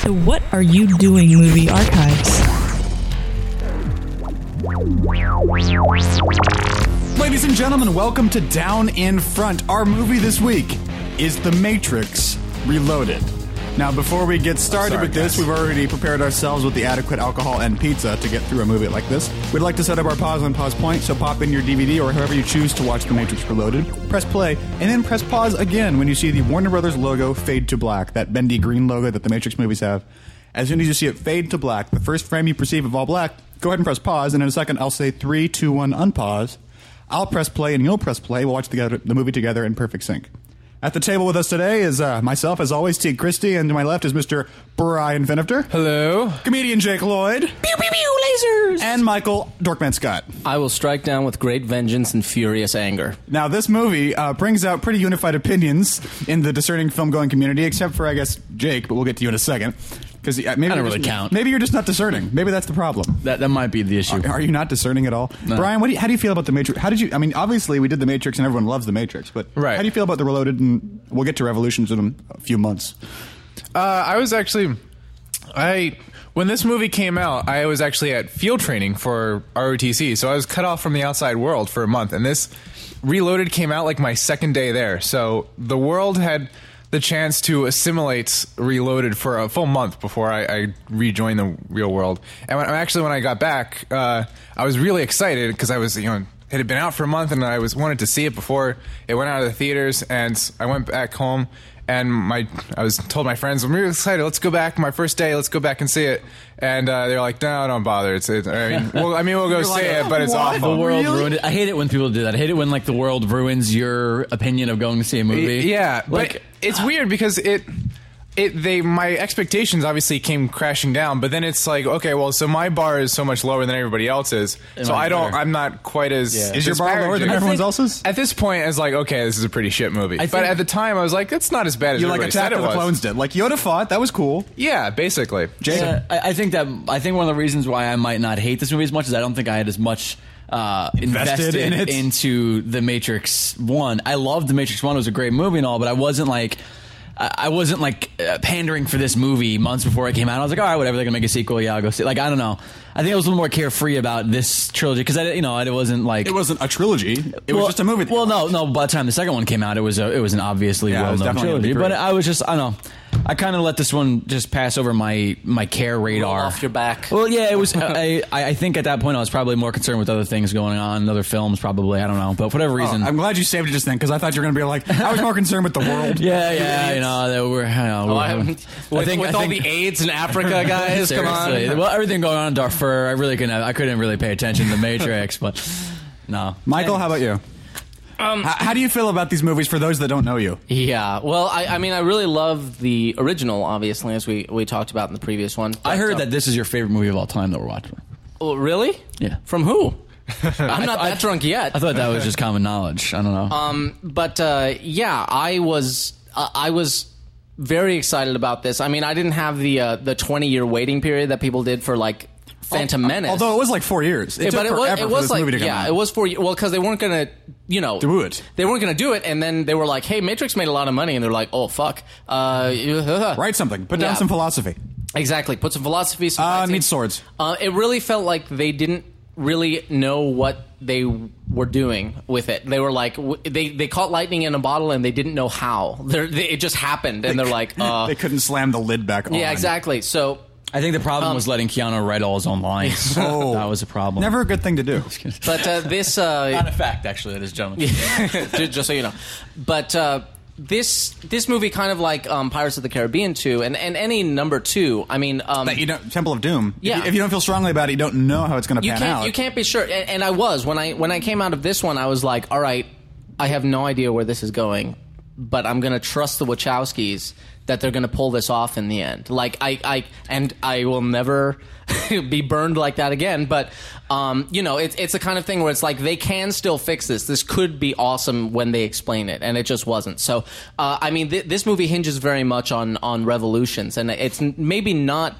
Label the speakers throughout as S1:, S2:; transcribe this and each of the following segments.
S1: to What Are You Doing Movie Archives.
S2: Ladies and gentlemen, welcome to Down in Front. Our movie this week is The Matrix Reloaded. Now, before we get started
S3: sorry,
S2: with this,
S3: guys.
S2: we've already prepared ourselves with the adequate alcohol and pizza to get through a movie like this. We'd like to set up our pause and pause point, so pop in your DVD or however you choose to watch The Matrix Reloaded, press play, and then press pause again when you see the Warner Brothers logo fade to black, that bendy green logo that the Matrix movies have. As soon as you see it fade to black, the first frame you perceive of all black, go ahead and press pause, and in a second I'll say three, two, one, unpause. I'll press play and you'll press play. We'll watch together, the movie together in perfect sync. At the table with us today is uh, myself, as always, T. Christie, and to my left is Mr. Brian Finifter,
S3: Hello.
S2: comedian Jake Lloyd,
S3: Pew pew pew lasers.
S2: and Michael Dorkman Scott.
S3: I will strike down with great vengeance and furious anger.
S2: Now, this movie uh, brings out pretty unified opinions in the discerning film-going community, except for, I guess, Jake, but we'll get to you in a second. Because uh, maybe I
S4: don't really count.
S2: Maybe you're just not discerning. Maybe that's the problem.
S4: That that might be the issue.
S2: Are you not discerning at all, Brian? What do you, how do you feel about the Matrix? How did you? I mean, obviously we did the Matrix, and everyone loves the Matrix, but
S4: Right.
S2: how do you feel about the Reloaded? And we'll get to Revolutions in a few months.
S5: Uh, I was actually, I when this movie came out, I was actually at field training for ROTC, so I was cut off from the outside world for a month. And this Reloaded came out like my second day there, so the world had the chance to assimilate Reloaded for a full month before I, I rejoined the real world. And when, actually, when I got back, uh, I was really excited because I was you know. It had been out for a month, and I was wanted to see it before it went out of the theaters. And I went back home, and my I was told my friends I'm really excited. Let's go back my first day. Let's go back and see it. And uh, they're like, no, don't bother. It's, it's I mean, well, I mean, we'll go see it, but it's
S2: "What?"
S4: The
S5: awful.
S4: world
S2: Really?
S4: ruined it. I hate it when people do that. I hate it when like the world ruins your opinion of going to see a movie.
S5: Yeah,
S4: like uh,
S5: but it's weird because it. It, they my expectations obviously came crashing down, but then it's like okay, well, so my bar is so much lower than everybody else's, so
S4: mine's
S5: I don't,
S4: better.
S5: I'm not quite as
S2: Is your bar lower than
S5: disparaging.
S2: everyone else's?
S5: At this point, I was like, okay, this is a pretty shit movie.
S4: I
S5: but
S4: think-
S5: at the time, I was like, that's not as bad as
S2: You like
S5: everybody said
S2: Attack
S5: it
S2: of the
S5: was.
S2: Clones did. Like Yoda fought. That was cool.
S5: Yeah, basically.
S2: Jake,
S4: Yeah, I, I think that I think one of the reasons why I might not hate this movie as much is I don't think I had as much uh,
S2: Invested
S4: invested,
S2: in it.
S4: into the Matrix One. I loved the Matrix One; it was a great movie and all, but I wasn't like. I I wasn't like uh, pandering for this movie months before it came out. I was like, all right, whatever. They're gonna make a sequel. Yeah, I'll go see. it." Like, I don't know. I think I was a little more carefree about this trilogy because I, you know, it wasn't like
S2: it wasn't a trilogy. It was
S4: well,
S2: just a movie. that-
S4: Well, no, no. By the time the second one came out, it was a, it was an obviously
S2: Yeah, it
S4: well
S2: was
S4: known
S2: definitely gonna be
S4: trilogy. But
S2: great.
S4: I was just I don't know. I kind of let this one just pass over my my care radar.
S3: off your back.
S4: Well, yeah, it was. I, I I think at that point I was probably more concerned with other things going on, other films probably. I don't know, but for whatever
S2: Oh,
S4: reason.
S2: I'm glad you saved it just then because I thought you were going to be like, I was more concerned with the world.
S4: yeah, yeah, you know, that we're, you know, we're-
S3: Oh, I haven't- with with all the AIDS in Africa, guys, come
S4: Seriously.
S3: on.
S4: Well, everything going on in Darfur, I really couldn't. I couldn't really pay attention to the Matrix, but no.
S2: Michael, how about you? how, how do you feel about these movies for those that don't know you?
S3: Yeah. Well, I, I mean, I really love the original, obviously, as we, we talked about in the previous one.
S4: I
S3: but,
S4: heard
S3: um,
S4: that this is your favorite movie of all time that we're watching.
S3: Oh, really?
S4: Yeah.
S3: From who? I'm not that drunk yet.
S4: I thought that was just common knowledge. I don't know.
S3: Um, but uh, yeah, I was uh, I was very excited about this. I mean, I didn't have the uh, the 20 year waiting period that people did for like Phantom Menace.
S2: Although it was like four years. It
S3: Yeah,
S2: took
S3: but it was,
S2: forever
S3: it
S2: for
S3: was
S2: this
S3: like
S2: movie to come
S3: yeah,
S2: out.
S3: it was for well because they weren't gonna you know
S2: Do it.
S3: They weren't gonna do it, and then they were like, "Hey, Matrix made a lot of money," and they're like, "Oh fuck, uh,
S2: Write something. Put
S3: Yeah.
S2: down some philosophy.
S3: Exactly. Put some philosophy. Some
S2: Uh,
S3: fighting.
S2: need swords.
S3: Uh, it really felt like they didn't really know what they were doing with it. They were like, w- they they caught lightning in a bottle and they didn't know how. They're, they it just happened, and they're like, uh,
S2: they couldn't slam the lid back on.
S3: yeah, exactly. So
S4: I think the problem was letting Keanu write all his own lines.
S2: Oh.
S4: that was a problem.
S2: Never a good thing to do.
S3: but uh, this uh,
S4: Not a fact, actually, that is gentleman.
S3: just, just so you know. But uh, this this movie kind of like um, Pirates of the Caribbean two and, and any number two. I mean, um,
S2: That Uh, you don't, Temple of Doom. If you-
S3: Yeah.
S2: If you, don't feel strongly about it, you don't know how it's going to
S3: you
S2: pan
S3: can't
S2: out.
S3: you can't be sure and, and i was when i when i came out of this one i was like all right i have no idea where this is going but i'm going to trust the wachowskis that they're going to pull this off in the end like i i and i will never be burned like that again but um you know it's it's the kind of thing where it's like they can still fix this this could be awesome when they explain it and it just wasn't so uh, i mean th- this movie hinges very much on on revolutions and it's n- maybe not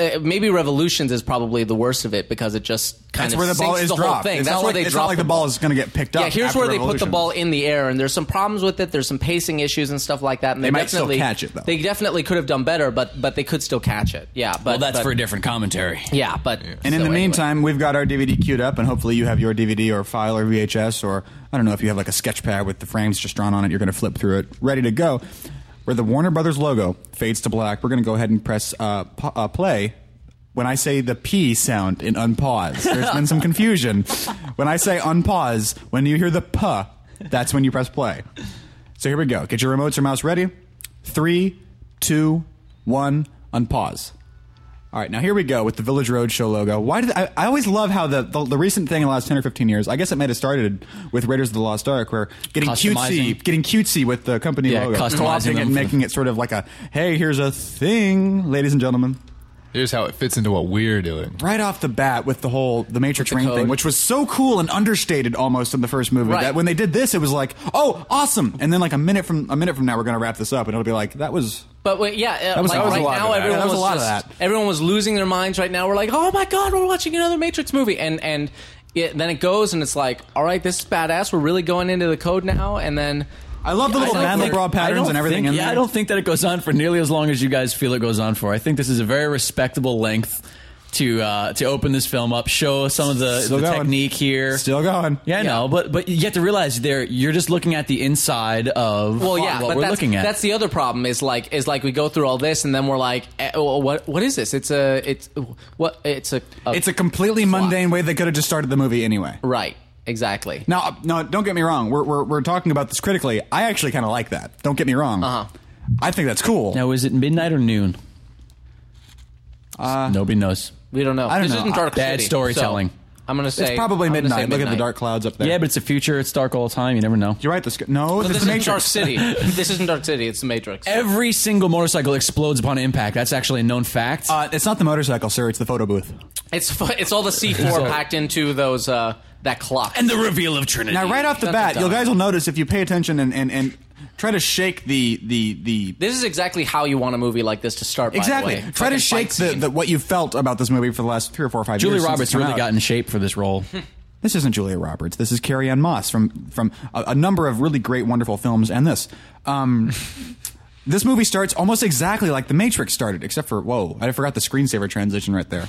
S3: uh, maybe Revolutions is probably the worst of it because it just kind
S2: That's
S3: of
S2: where the ball
S3: sinks
S2: is
S3: the
S2: dropped.
S3: whole thing.
S2: It's
S3: That's
S2: not
S3: where
S2: like,
S3: they
S2: it's
S3: drop
S2: not like the ball is going to get picked up.
S3: Yeah, here's
S2: after
S3: where they put the
S2: Revolution.
S3: ball in the air, and there's some problems with it. There's some pacing issues and stuff like that. And they,
S2: might still
S3: definitely
S2: catch it, though.
S3: They definitely could have done better, but but they could still catch it. Yeah, but
S4: well, that's
S3: but-
S4: for a different commentary.
S3: yeah, but
S2: And in
S3: so
S2: the
S3: anyway.
S2: meantime, we've got our DVD queued up, and hopefully you have your DVD or file or VHS or I don't know if you have like a sketch pad with the frames just drawn on it. You're going to flip through it, ready to go. Where the Warner Brothers logo fades to black, we're going to go ahead and press uh, pa- uh, play. When I say the P sound in unpause, there's been some confusion. When I say unpause, when you hear the P, that's when you press play. So here we go. Get your remotes or mouse ready. Three, two, one, unpause. All right, now here we go with the Village Roadshow logo. Why did I, I always love how the, the the recent thing in the last ten or fifteen years? I guess it might have started with Raiders of the Lost Ark, where getting
S4: Customizing.
S2: cutesy, getting cutesy with the company
S4: Yeah,
S2: logo,
S4: customizing
S2: co-opting
S4: them
S2: and
S4: for-
S2: making it sort of like a hey, here's a thing, ladies and gentlemen.
S5: Here's how it fits into what we're doing.
S2: Right off the bat with the whole the Matrix
S3: the
S2: ring
S3: code.
S2: thing, which was so cool and understated almost in the first movie.
S3: Right.
S2: That when they did this, it was like, oh, awesome! And then like a minute from a minute from now, we're going to wrap this up, and it'll be like that was
S3: But wait, yeah, uh,
S2: was-
S3: like
S2: that was a
S3: right
S2: lot of
S3: now,
S2: that.
S3: everyone
S2: That was a lot of
S3: just-
S2: that.
S3: Everyone was losing their minds right now. We're like, oh my god, we're watching another Matrix movie, and and it, then it goes, and it's like, all right, this is badass. We're really going into the code now, and then
S2: I love the little
S3: don't
S2: manly
S3: think-
S2: bra
S4: I
S2: patterns
S4: don't
S2: and everything.
S4: Think,
S2: in
S4: yeah,
S2: there.
S4: I don't think that it goes on for nearly as long as you guys feel it goes on for. I think this is a very respectable length to uh, to open this film up, show some of the,
S2: Still
S4: the
S2: going.
S4: technique here.
S2: Still going.
S4: yeah, I know, but but you have to realize there you're just looking at the inside of
S3: well, yeah,
S4: what
S3: but
S4: we're
S3: that's,
S4: looking at.
S3: that's the other problem is like is like we go through all this, and then we're like, eh, oh, what what is this? It's a it's what it's a,
S2: It's a completely mundane way they could have just started the movie anyway.
S3: right exactly.
S2: Now, no, don't get me wrong. We're we're, we're talking about this critically. I actually kind of like that. Don't get me wrong.
S3: Uh-huh.
S2: I think that's cool.
S4: now is it midnight or noon?
S2: Uh,
S4: Nobody knows.
S3: We don't know.
S2: I don't
S3: this
S2: know.
S3: isn't dark
S4: Bad
S3: City,
S4: storytelling.
S3: so I'm gonna say
S2: it's probably
S3: I'm gonna say
S2: midnight. Look at the dark clouds up there.
S4: Yeah, but it's the future. It's dark all the time. You never know.
S2: you're right. This no, this
S3: But this
S2: is the
S3: isn't Dark
S2: Matrix.
S3: City. this isn't Dark City. It's the Matrix.
S4: Every single motorcycle explodes upon impact. That's actually a known fact.
S2: Uh, it's not the motorcycle, sir. It's the photo booth.
S3: It's fu- it's all the C four packed into those uh, that clock.
S4: and the reveal of Trinity.
S2: Now, right off the
S3: Dun,
S2: bat,
S3: dun, dun.
S2: you guys will notice if you pay attention and, and, and try to shake the the the
S3: this is exactly how you want a movie like this to start. by the
S2: exactly.
S3: way. It's
S2: Try
S3: like
S2: to
S3: a
S2: shake
S3: fight
S2: the,
S3: scene.
S2: the what you felt about this movie for the last three or four or five
S4: Julie
S2: years. since it's
S4: Roberts
S2: come
S4: really
S2: out.
S4: got in shape for this role.
S2: This isn't Julia Roberts. This is Carrie Ann Moss from from a, a number of really great, wonderful films, and this. Um, this movie starts almost exactly like The Matrix started, except for whoa, I forgot the screensaver transition right there.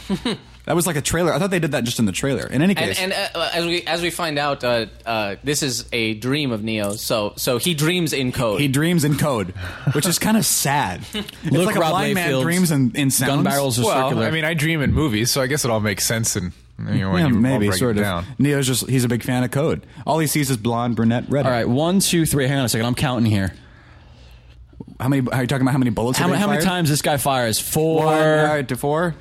S2: that was like a trailer. I thought they did that just in the trailer. In any case,
S3: and, and uh, as we as we find out, uh, uh, this is a dream of Neo's. So so he dreams in code.
S2: he dreams in code, which is kind of sad. it's
S4: Look,
S2: like a
S4: Rob
S2: blind man
S4: Mayfield's
S2: dreams in, in sounds.
S4: Gun barrels are
S5: Well,
S4: circular.
S5: I mean, I dream in movies, so I guess it all makes sense. And you know, when
S2: Yeah,
S5: you all
S2: maybe
S5: break
S2: sort
S5: it
S2: of.
S5: down.
S2: Neo's just—he's a big fan of code. All he sees is blonde, brunette, red.
S4: All right, one, two, three. Hang on a second. I'm counting here.
S2: How many? Are you talking about how many bullets?
S4: How,
S2: are
S4: many-
S2: being
S4: how many
S2: fired?
S4: times this guy fires? Four.
S2: One, all right, to four.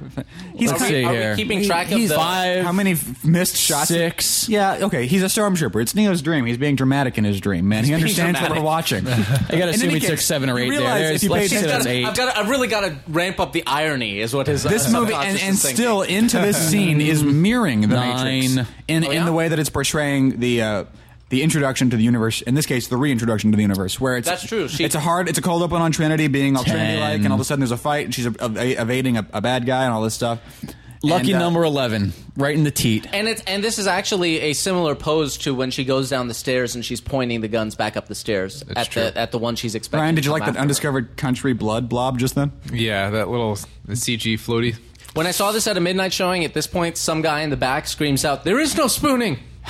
S2: He's
S4: Let's
S2: kind-
S4: see
S3: are we
S4: here.
S3: keeping track of
S4: He's
S3: the-
S4: five?
S2: How many f- missed shots?
S4: Six.
S2: Yeah, okay. He's a stormtrooper. It's Neo's dream. He's being dramatic in his dream, man. He
S3: being
S2: understands what
S3: dramatic.
S2: we're watching.
S4: I gotta
S2: In
S4: assume
S2: any
S4: he
S2: case,
S4: took seven or
S2: you
S4: eight there.
S2: realize
S4: There's-
S2: if you
S4: let's
S2: paid
S4: say
S2: attention-
S4: that's eight.
S3: I've got. I've really got to ramp up the irony. Is what his uh,
S2: This movie and,
S3: subconscious
S2: and
S3: is thinking.
S2: still into this scene is mirroring the
S4: Nine.
S2: Matrix in,
S3: Oh,
S2: in
S3: yeah?
S2: the way that it's portraying the uh, the introduction to the universe. In this case, the reintroduction to the universe, where it's
S3: That's true. She-
S2: it's a hard, it's a cold open on Trinity being all
S4: Ten.
S2: Trinity like, and all of a sudden there's a fight, and she's a, a, evading a, a bad guy and all this stuff.
S4: Lucky
S2: And, uh,
S4: number eleven, right in the teat.
S3: And it's and this is actually a similar pose to when she goes down the stairs and she's pointing the guns back up the stairs at
S5: true.
S3: the at the one she's expecting.
S2: Brian,
S3: to
S2: did you
S3: come
S2: like that
S3: after her.
S2: undiscovered country blood blob just then?
S5: Yeah, that little the CG floaty.
S3: When I saw this at a midnight showing, at this point, some guy in the back screams out, "There is no spooning."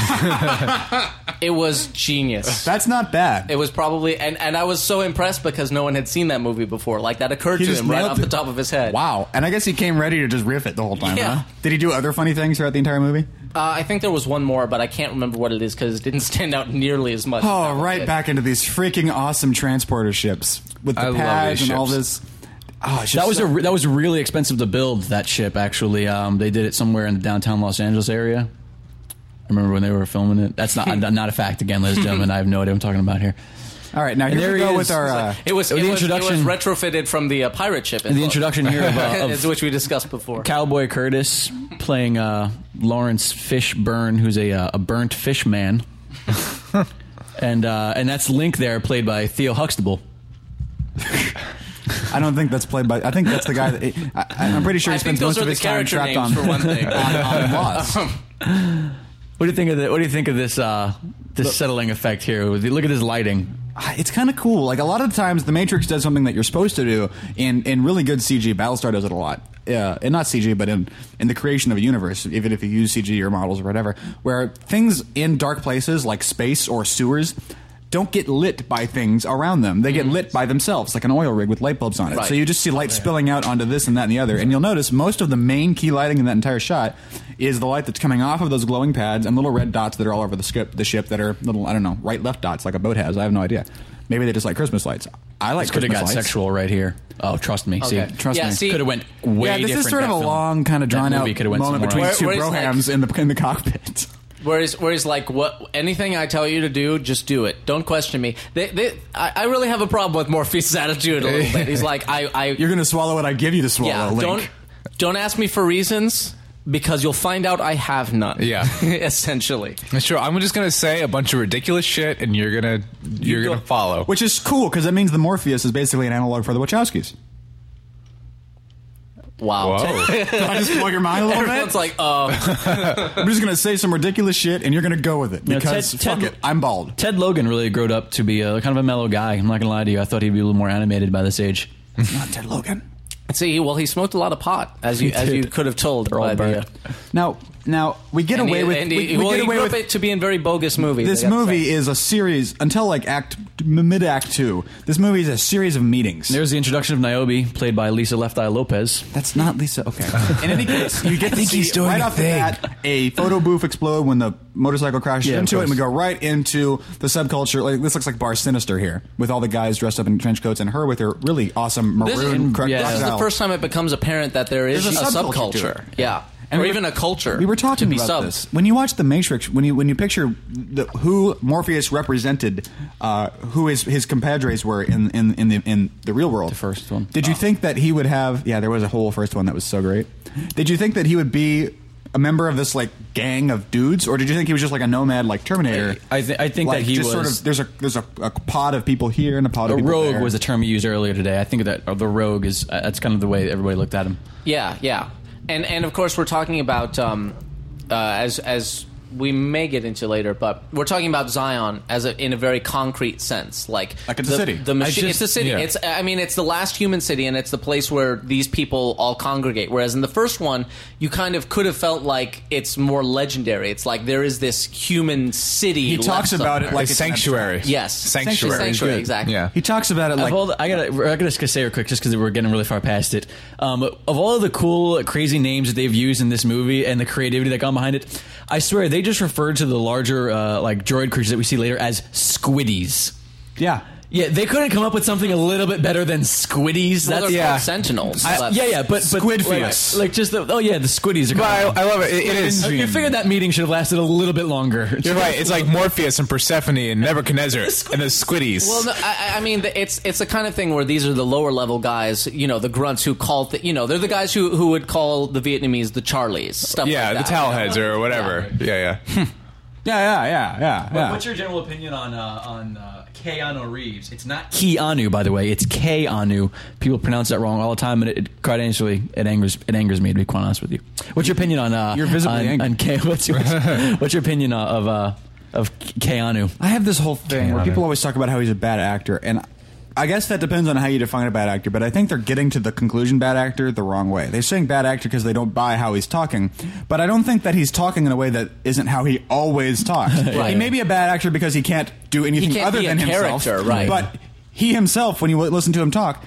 S3: it was genius.
S2: That's not bad.
S3: It was probably, and, and I was so impressed because no one had seen that movie before. Like that occurred
S2: He
S3: to
S2: just
S3: him right
S2: nailed
S3: off the
S2: it.
S3: top of his head.
S2: Wow. And I guess he came ready to just riff it the whole time,
S3: Yeah.
S2: huh? Did he do other funny things throughout the entire movie?
S3: Uh, I think there was one more, but I can't remember what it is because it didn't stand out nearly as much. as that
S2: Oh,
S3: one
S2: right
S3: did.
S2: back into these freaking awesome transporter ships with the
S5: I love
S2: pads
S5: these
S2: and all
S5: ships.
S2: this. Oh, it's just
S4: That was
S2: so-
S4: a re- that was really expensive to build that ship. Actually, um, they did it somewhere in the downtown Los Angeles area. I remember when they were filming it. That's not not a fact again, ladies and gentlemen. I have no idea what I'm talking about here.
S2: All right, now here
S4: there
S2: we
S4: he
S2: go
S4: is.
S2: with our.
S4: He's
S2: Uh,
S4: like-
S3: It was,
S4: The
S3: it, was, it was
S4: introduction-
S3: retrofitted from the uh, pirate ship. In
S4: The
S3: Hook.
S4: introduction here of, uh, of
S3: which we discussed before.
S4: Cowboy Curtis playing uh, Lawrence Fishburne, who's a uh, a burnt fish man, and uh, and that's Link there, played by Theo Huxtable.
S2: I don't think that's played by. I think that's the guy. That, I, I'm pretty sure
S3: I
S2: he
S3: think
S2: spends
S3: those
S2: most
S3: are
S2: of
S3: the
S2: his time
S3: character
S2: trapped
S3: names
S2: on
S3: for one thing.
S2: on, on Lost.
S4: What do you think of the, What do you think of this? Uh, this settling effect here. With the- Look at this lighting.
S2: Ah, it's kind of cool. Like a lot of times, the Matrix does something that you're supposed to do, and in really good CG, Battlestar does it a lot. Yeah, and not CG, but in in the creation of a universe, even if you use CG or models or whatever, where things in dark places like space or sewers don't get lit by things around them. They get lit by themselves, like an oil rig with light bulbs on it.
S3: Right.
S2: So you just see light spilling out onto this and that and the other. And you'll notice most of the main key lighting in that entire shot is the light that's coming off of those glowing pads and little red dots that are all over the ship, the ship that are little, I don't know, right left dots like a boat has. I have no idea. Maybe they just like Christmas lights. I like
S4: This could have
S2: Christmas
S4: got
S2: lights.
S4: sexual right here. Oh, trust me.
S3: Okay.
S4: See,
S2: Trust
S3: yeah,
S2: me.
S3: See,
S4: could have went way.
S2: Yeah, this
S4: different,
S2: is sort of
S4: that
S2: a
S4: film.
S2: long, kind of
S4: That
S2: drawn out
S4: movie could've went
S2: moment between
S4: somewhere
S3: else.
S2: two
S3: Where- where
S2: brohams
S3: it's
S2: in the in the cockpit.
S3: Whereas, whereas, like, what anything I tell you to do, just do it. Don't question me. They, they, I, I really have a problem with Morpheus' attitude a little bit. He's like, I, I,
S2: You're gonna swallow what I give you to swallow.
S3: yeah,
S2: Link.
S3: don't, don't ask me for reasons because you'll find out I have none.
S5: Yeah.
S3: essentially.
S5: Sure, I'm just gonna say a bunch of ridiculous shit, and you're gonna you're
S3: go-
S5: gonna follow.
S2: Which is cool because it means the Morpheus is basically an analog for the Wachowskis.
S3: Wow.
S5: Whoa.
S2: Did I just blow your mind a little
S3: Everyone's
S2: bit?
S3: like, uh,
S2: I'm just gonna say some ridiculous shit, and you're gonna go with it
S4: Yeah,
S2: because
S4: Ted-
S2: fuck
S4: Ted-
S2: it, I'm bald.
S4: Ted Logan really growed up to be a kind of a mellow guy. I'm not gonna lie to you. I thought he'd be a little more animated by this age.
S2: Not Ted Logan.
S3: see, well, he smoked a lot of pot, as you as you could have told.
S4: all
S3: by the-
S4: burnt.
S2: Now, now we get
S3: And
S2: away
S3: he-
S2: with
S3: and
S2: we,
S3: he-
S2: we
S3: well,
S2: get
S3: he
S2: away
S3: grew
S2: with
S3: up to be in very bogus movies.
S2: This
S3: I gotta
S2: movie
S3: say.
S2: is a series until like act mid act two. This movie is a series of meetings.
S4: There's the introduction of Niobe, played by Lisa Left Eye Lopez.
S2: That's not Lisa. Okay. In any case, you get to
S5: think
S2: see
S5: he's doing
S2: right
S5: a
S2: off the
S5: thing.
S2: bat a photo booth explode when the motorcycle crashes
S4: Yeah, of
S2: into it, and we go
S4: course.
S2: right into the subculture. Like this looks like Bar Sinister here, with all the guys dressed up in trench coats and her with her really awesome
S3: This is-
S2: maroon. cro-
S4: yeah.
S3: This is the
S2: crocodile.
S3: first time it becomes apparent that there is
S2: There's a
S3: a,
S2: subculture
S3: subculture.
S2: to it.
S3: Yeah. or
S2: we were-
S3: even a culture.
S2: We were
S3: to
S2: talking
S3: be
S2: about
S3: sub.
S2: this when you watch the Matrix. When you when you picture the, who Morpheus represented, uh, who his his compadres were in in in the, in the real world. The
S4: first one. Oh.
S2: Did you think that he would have? Yeah, there was a whole first one that was so great. Did you think that he would be? A member of this like gang of dudes, or did you think he was just like a nomad, like Terminator?
S4: I- I thi- I think
S2: Like,
S4: that he
S2: just sort
S4: was-
S2: of there's a there's a, a pod of people here and a pod
S4: A
S2: of people
S4: rogue
S2: there.
S4: was the term you used earlier today. I think that uh, the rogue is uh, that's kind of the way everybody looked at him.
S3: Yeah, yeah, and and of course we're talking about um, uh, as as we may get into later, but we're talking about Zion as a, in a very concrete sense, like
S2: Like it's a
S3: the,
S2: city.
S3: The machine,
S4: just-
S3: it's a city.
S5: yeah.
S3: It's I mean, it's the last human city, and it's the place where these people all congregate. Whereas in the first one, you kind of could have felt like it's more legendary. It's like there is this human city.
S2: He talks about
S3: left
S2: it
S3: somewhere.
S2: like
S5: Like
S2: it's
S5: sanctuary.
S3: Yes.
S5: sanctuary.
S3: Sanctuary,
S5: is good.
S3: exactly.
S5: Yeah.
S2: He talks about it like
S4: of all the, I gotta, I gotta just say real quick, just because we're getting really far past it. Um, of all of the cool, crazy names that they've used in this movie and the creativity that gone behind it, I swear they just referred to the larger uh, like droid creatures that we see later as squiddies.
S2: yeah.
S4: Yeah, they couldn't come up with something a little bit better than squiddies.
S3: Well,
S4: That's
S3: they're
S5: yeah.
S3: called Sentinels.
S4: I-
S3: but-
S4: yeah, yeah, but, but
S2: Squid
S4: like-
S2: fetus.
S4: like, just the oh yeah, the squiddies are.
S5: But I,
S4: coming.
S5: I love it. It, it is.
S4: you figured that meeting should have lasted a little bit longer.
S5: You're right. It's like Morpheus and Persephone and Nebuchadnezzar and the Squiddies.
S3: Well, no, I, I mean, the- it's it's the kind of thing where these are the lower level guys, you know, the grunts who call, th- you know, they're the guys who who would call the Vietnamese the Charlies, stuff
S5: yeah,
S3: like that.
S5: the towel heads or whatever. Yeah, yeah.
S2: Yeah, yeah, yeah, yeah. yeah.
S4: your general opinion on uh, on uh, Keanu Reeves? It's not Keanu, by the way. It's Keanu. People pronounce that wrong all the time, and it, it quite honestly, it angers it angers me to be quite honest with you. What's your opinion on uh,
S2: You're visibly
S4: on,
S2: angry.
S4: on Ke- what's, your, what's your opinion uh, of uh, of Keanu?
S2: I have this whole thing where
S5: Keanu.
S2: people always talk about how he's a bad actor, and I guess that depends on how you define a bad actor. But I think they're getting to the conclusion bad actor the wrong way. They're saying bad actor because they don't buy how he's talking, but I don't think that he's talking in a way that isn't how he always talks. He may be a bad actor because he can't do anything
S3: can't
S2: other
S3: be a
S2: than himself.
S3: character, right.
S2: But he himself, when you listen to him talk,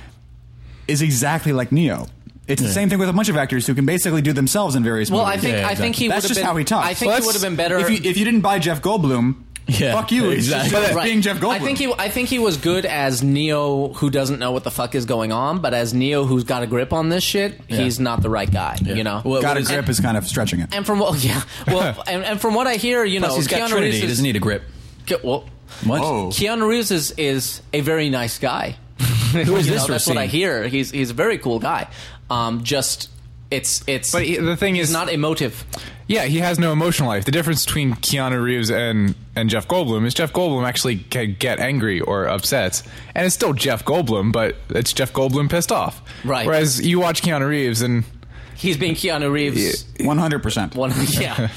S2: is exactly like Neo. It's the same thing with a bunch of actors who can basically do themselves in various
S3: Well, I
S2: movies.
S3: think
S4: Yeah, yeah,
S3: I think he would
S2: That's
S3: have
S2: just
S3: been,
S2: how he talks.
S3: I think
S2: Well,
S3: he would have been better
S2: If you, if you didn't buy Jeff Goldblum,
S4: Yeah,
S2: fuck you. It's just
S4: exactly.
S2: about
S3: Right.
S2: being Jeff Goldblum.
S3: I think he I think he was good as Neo who doesn't know what the fuck is going on, but as Neo who's got a grip on this shit, he's not the right guy. You know.
S4: Well,
S2: got
S4: what
S2: a
S4: is-
S2: grip is kind of stretching it.
S3: and from what, yeah, well, and, and from what I hear, you know,
S4: Plus, he's got
S3: Keanu
S4: Trinity.
S3: Reeves
S4: He
S3: is,
S4: doesn't need a grip.
S3: Ke- well,
S4: What?
S2: Whoa.
S3: Keanu Reeves is, is a very nice guy.
S4: Who is
S3: You
S4: this
S3: know, that's what I
S4: Racine?
S3: hear. He's he's a very cool guy. Um, just It's it's.
S5: But he- the thing
S3: he's
S5: is-
S3: not emotive.
S5: Yeah, he has no emotional life. The difference between Keanu Reeves and, and Jeff Goldblum is Jeff Goldblum actually can get angry or upset, and it's still Jeff Goldblum, but it's Jeff Goldblum pissed off.
S3: Right.
S5: Whereas you watch Keanu Reeves and
S3: He's being Keanu Reeves.
S2: One hundred percent.
S3: One, yeah.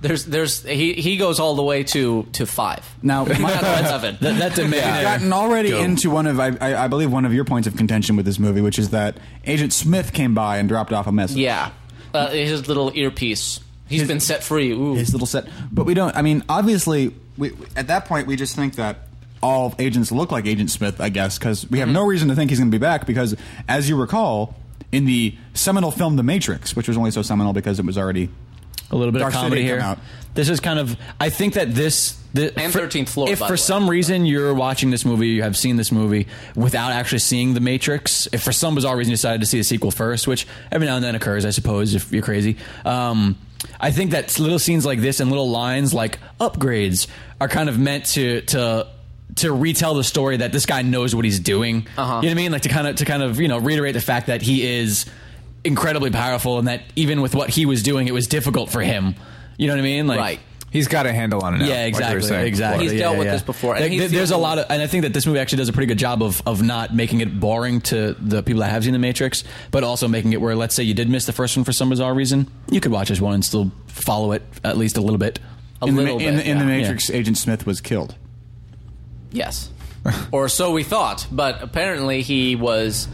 S3: There's there's he he goes all the way to to five.
S2: Now,
S3: Not
S2: my,
S3: the rest of it.
S4: That, that demand.
S2: I've gotten already into one of I, I I believe one of your points of contention with this movie, which is that Agent Smith came by and dropped off a message.
S3: yeah, uh, his little earpiece. He's been set free. Ooh.
S2: his little set. But we don't. I mean, obviously, we at that point we just think that all agents look like Agent Smith, I guess, because we have
S3: Mm-hmm.
S2: no reason to think he's going to be back. Because as you recall, in the seminal film The Matrix, which was only so seminal because it was already
S4: a little bit
S2: Dark
S4: of
S2: City
S4: comedy
S2: come
S4: here.
S2: out.
S4: This is kind of. I think that this. The,
S3: And 13th floor,
S4: If
S3: by
S4: for
S3: the way.
S4: some reason you're watching this movie, you have seen this movie without actually seeing The Matrix. If for some bizarre reason you decided to see the sequel first, which every now and then occurs, I suppose, if you're crazy. Um, I think that little scenes like this and little lines like upgrades are kind of meant to to to retell the story that this guy knows what he's doing. You know what I mean? Like to kind of to kind of you know reiterate the fact that he is incredibly powerful and that even with what he was doing, it was difficult for him. You know what I mean? Like,
S3: Right.
S5: he's got a handle on it. now,
S4: Yeah,
S5: like we were
S4: exactly,
S5: saying
S4: exactly.
S5: before.
S3: He's
S4: yeah,
S3: dealt with
S4: yeah.
S3: this before, and
S4: Like,
S3: he's
S4: th-
S3: the
S4: there's a
S3: only-
S4: lot of, and I think that this movie actually does a pretty good job of of not making it boring to the people that have seen The Matrix, but also making it where, let's say, you did miss the first one for some bizarre reason, you could watch this one and still follow it at least a little bit.
S3: a
S2: in, the, Ma-
S3: little
S2: in,
S3: bit.
S2: in the
S3: yeah.
S2: Matrix, Agent Smith was killed.
S3: Yes. or so we thought, but apparently he was.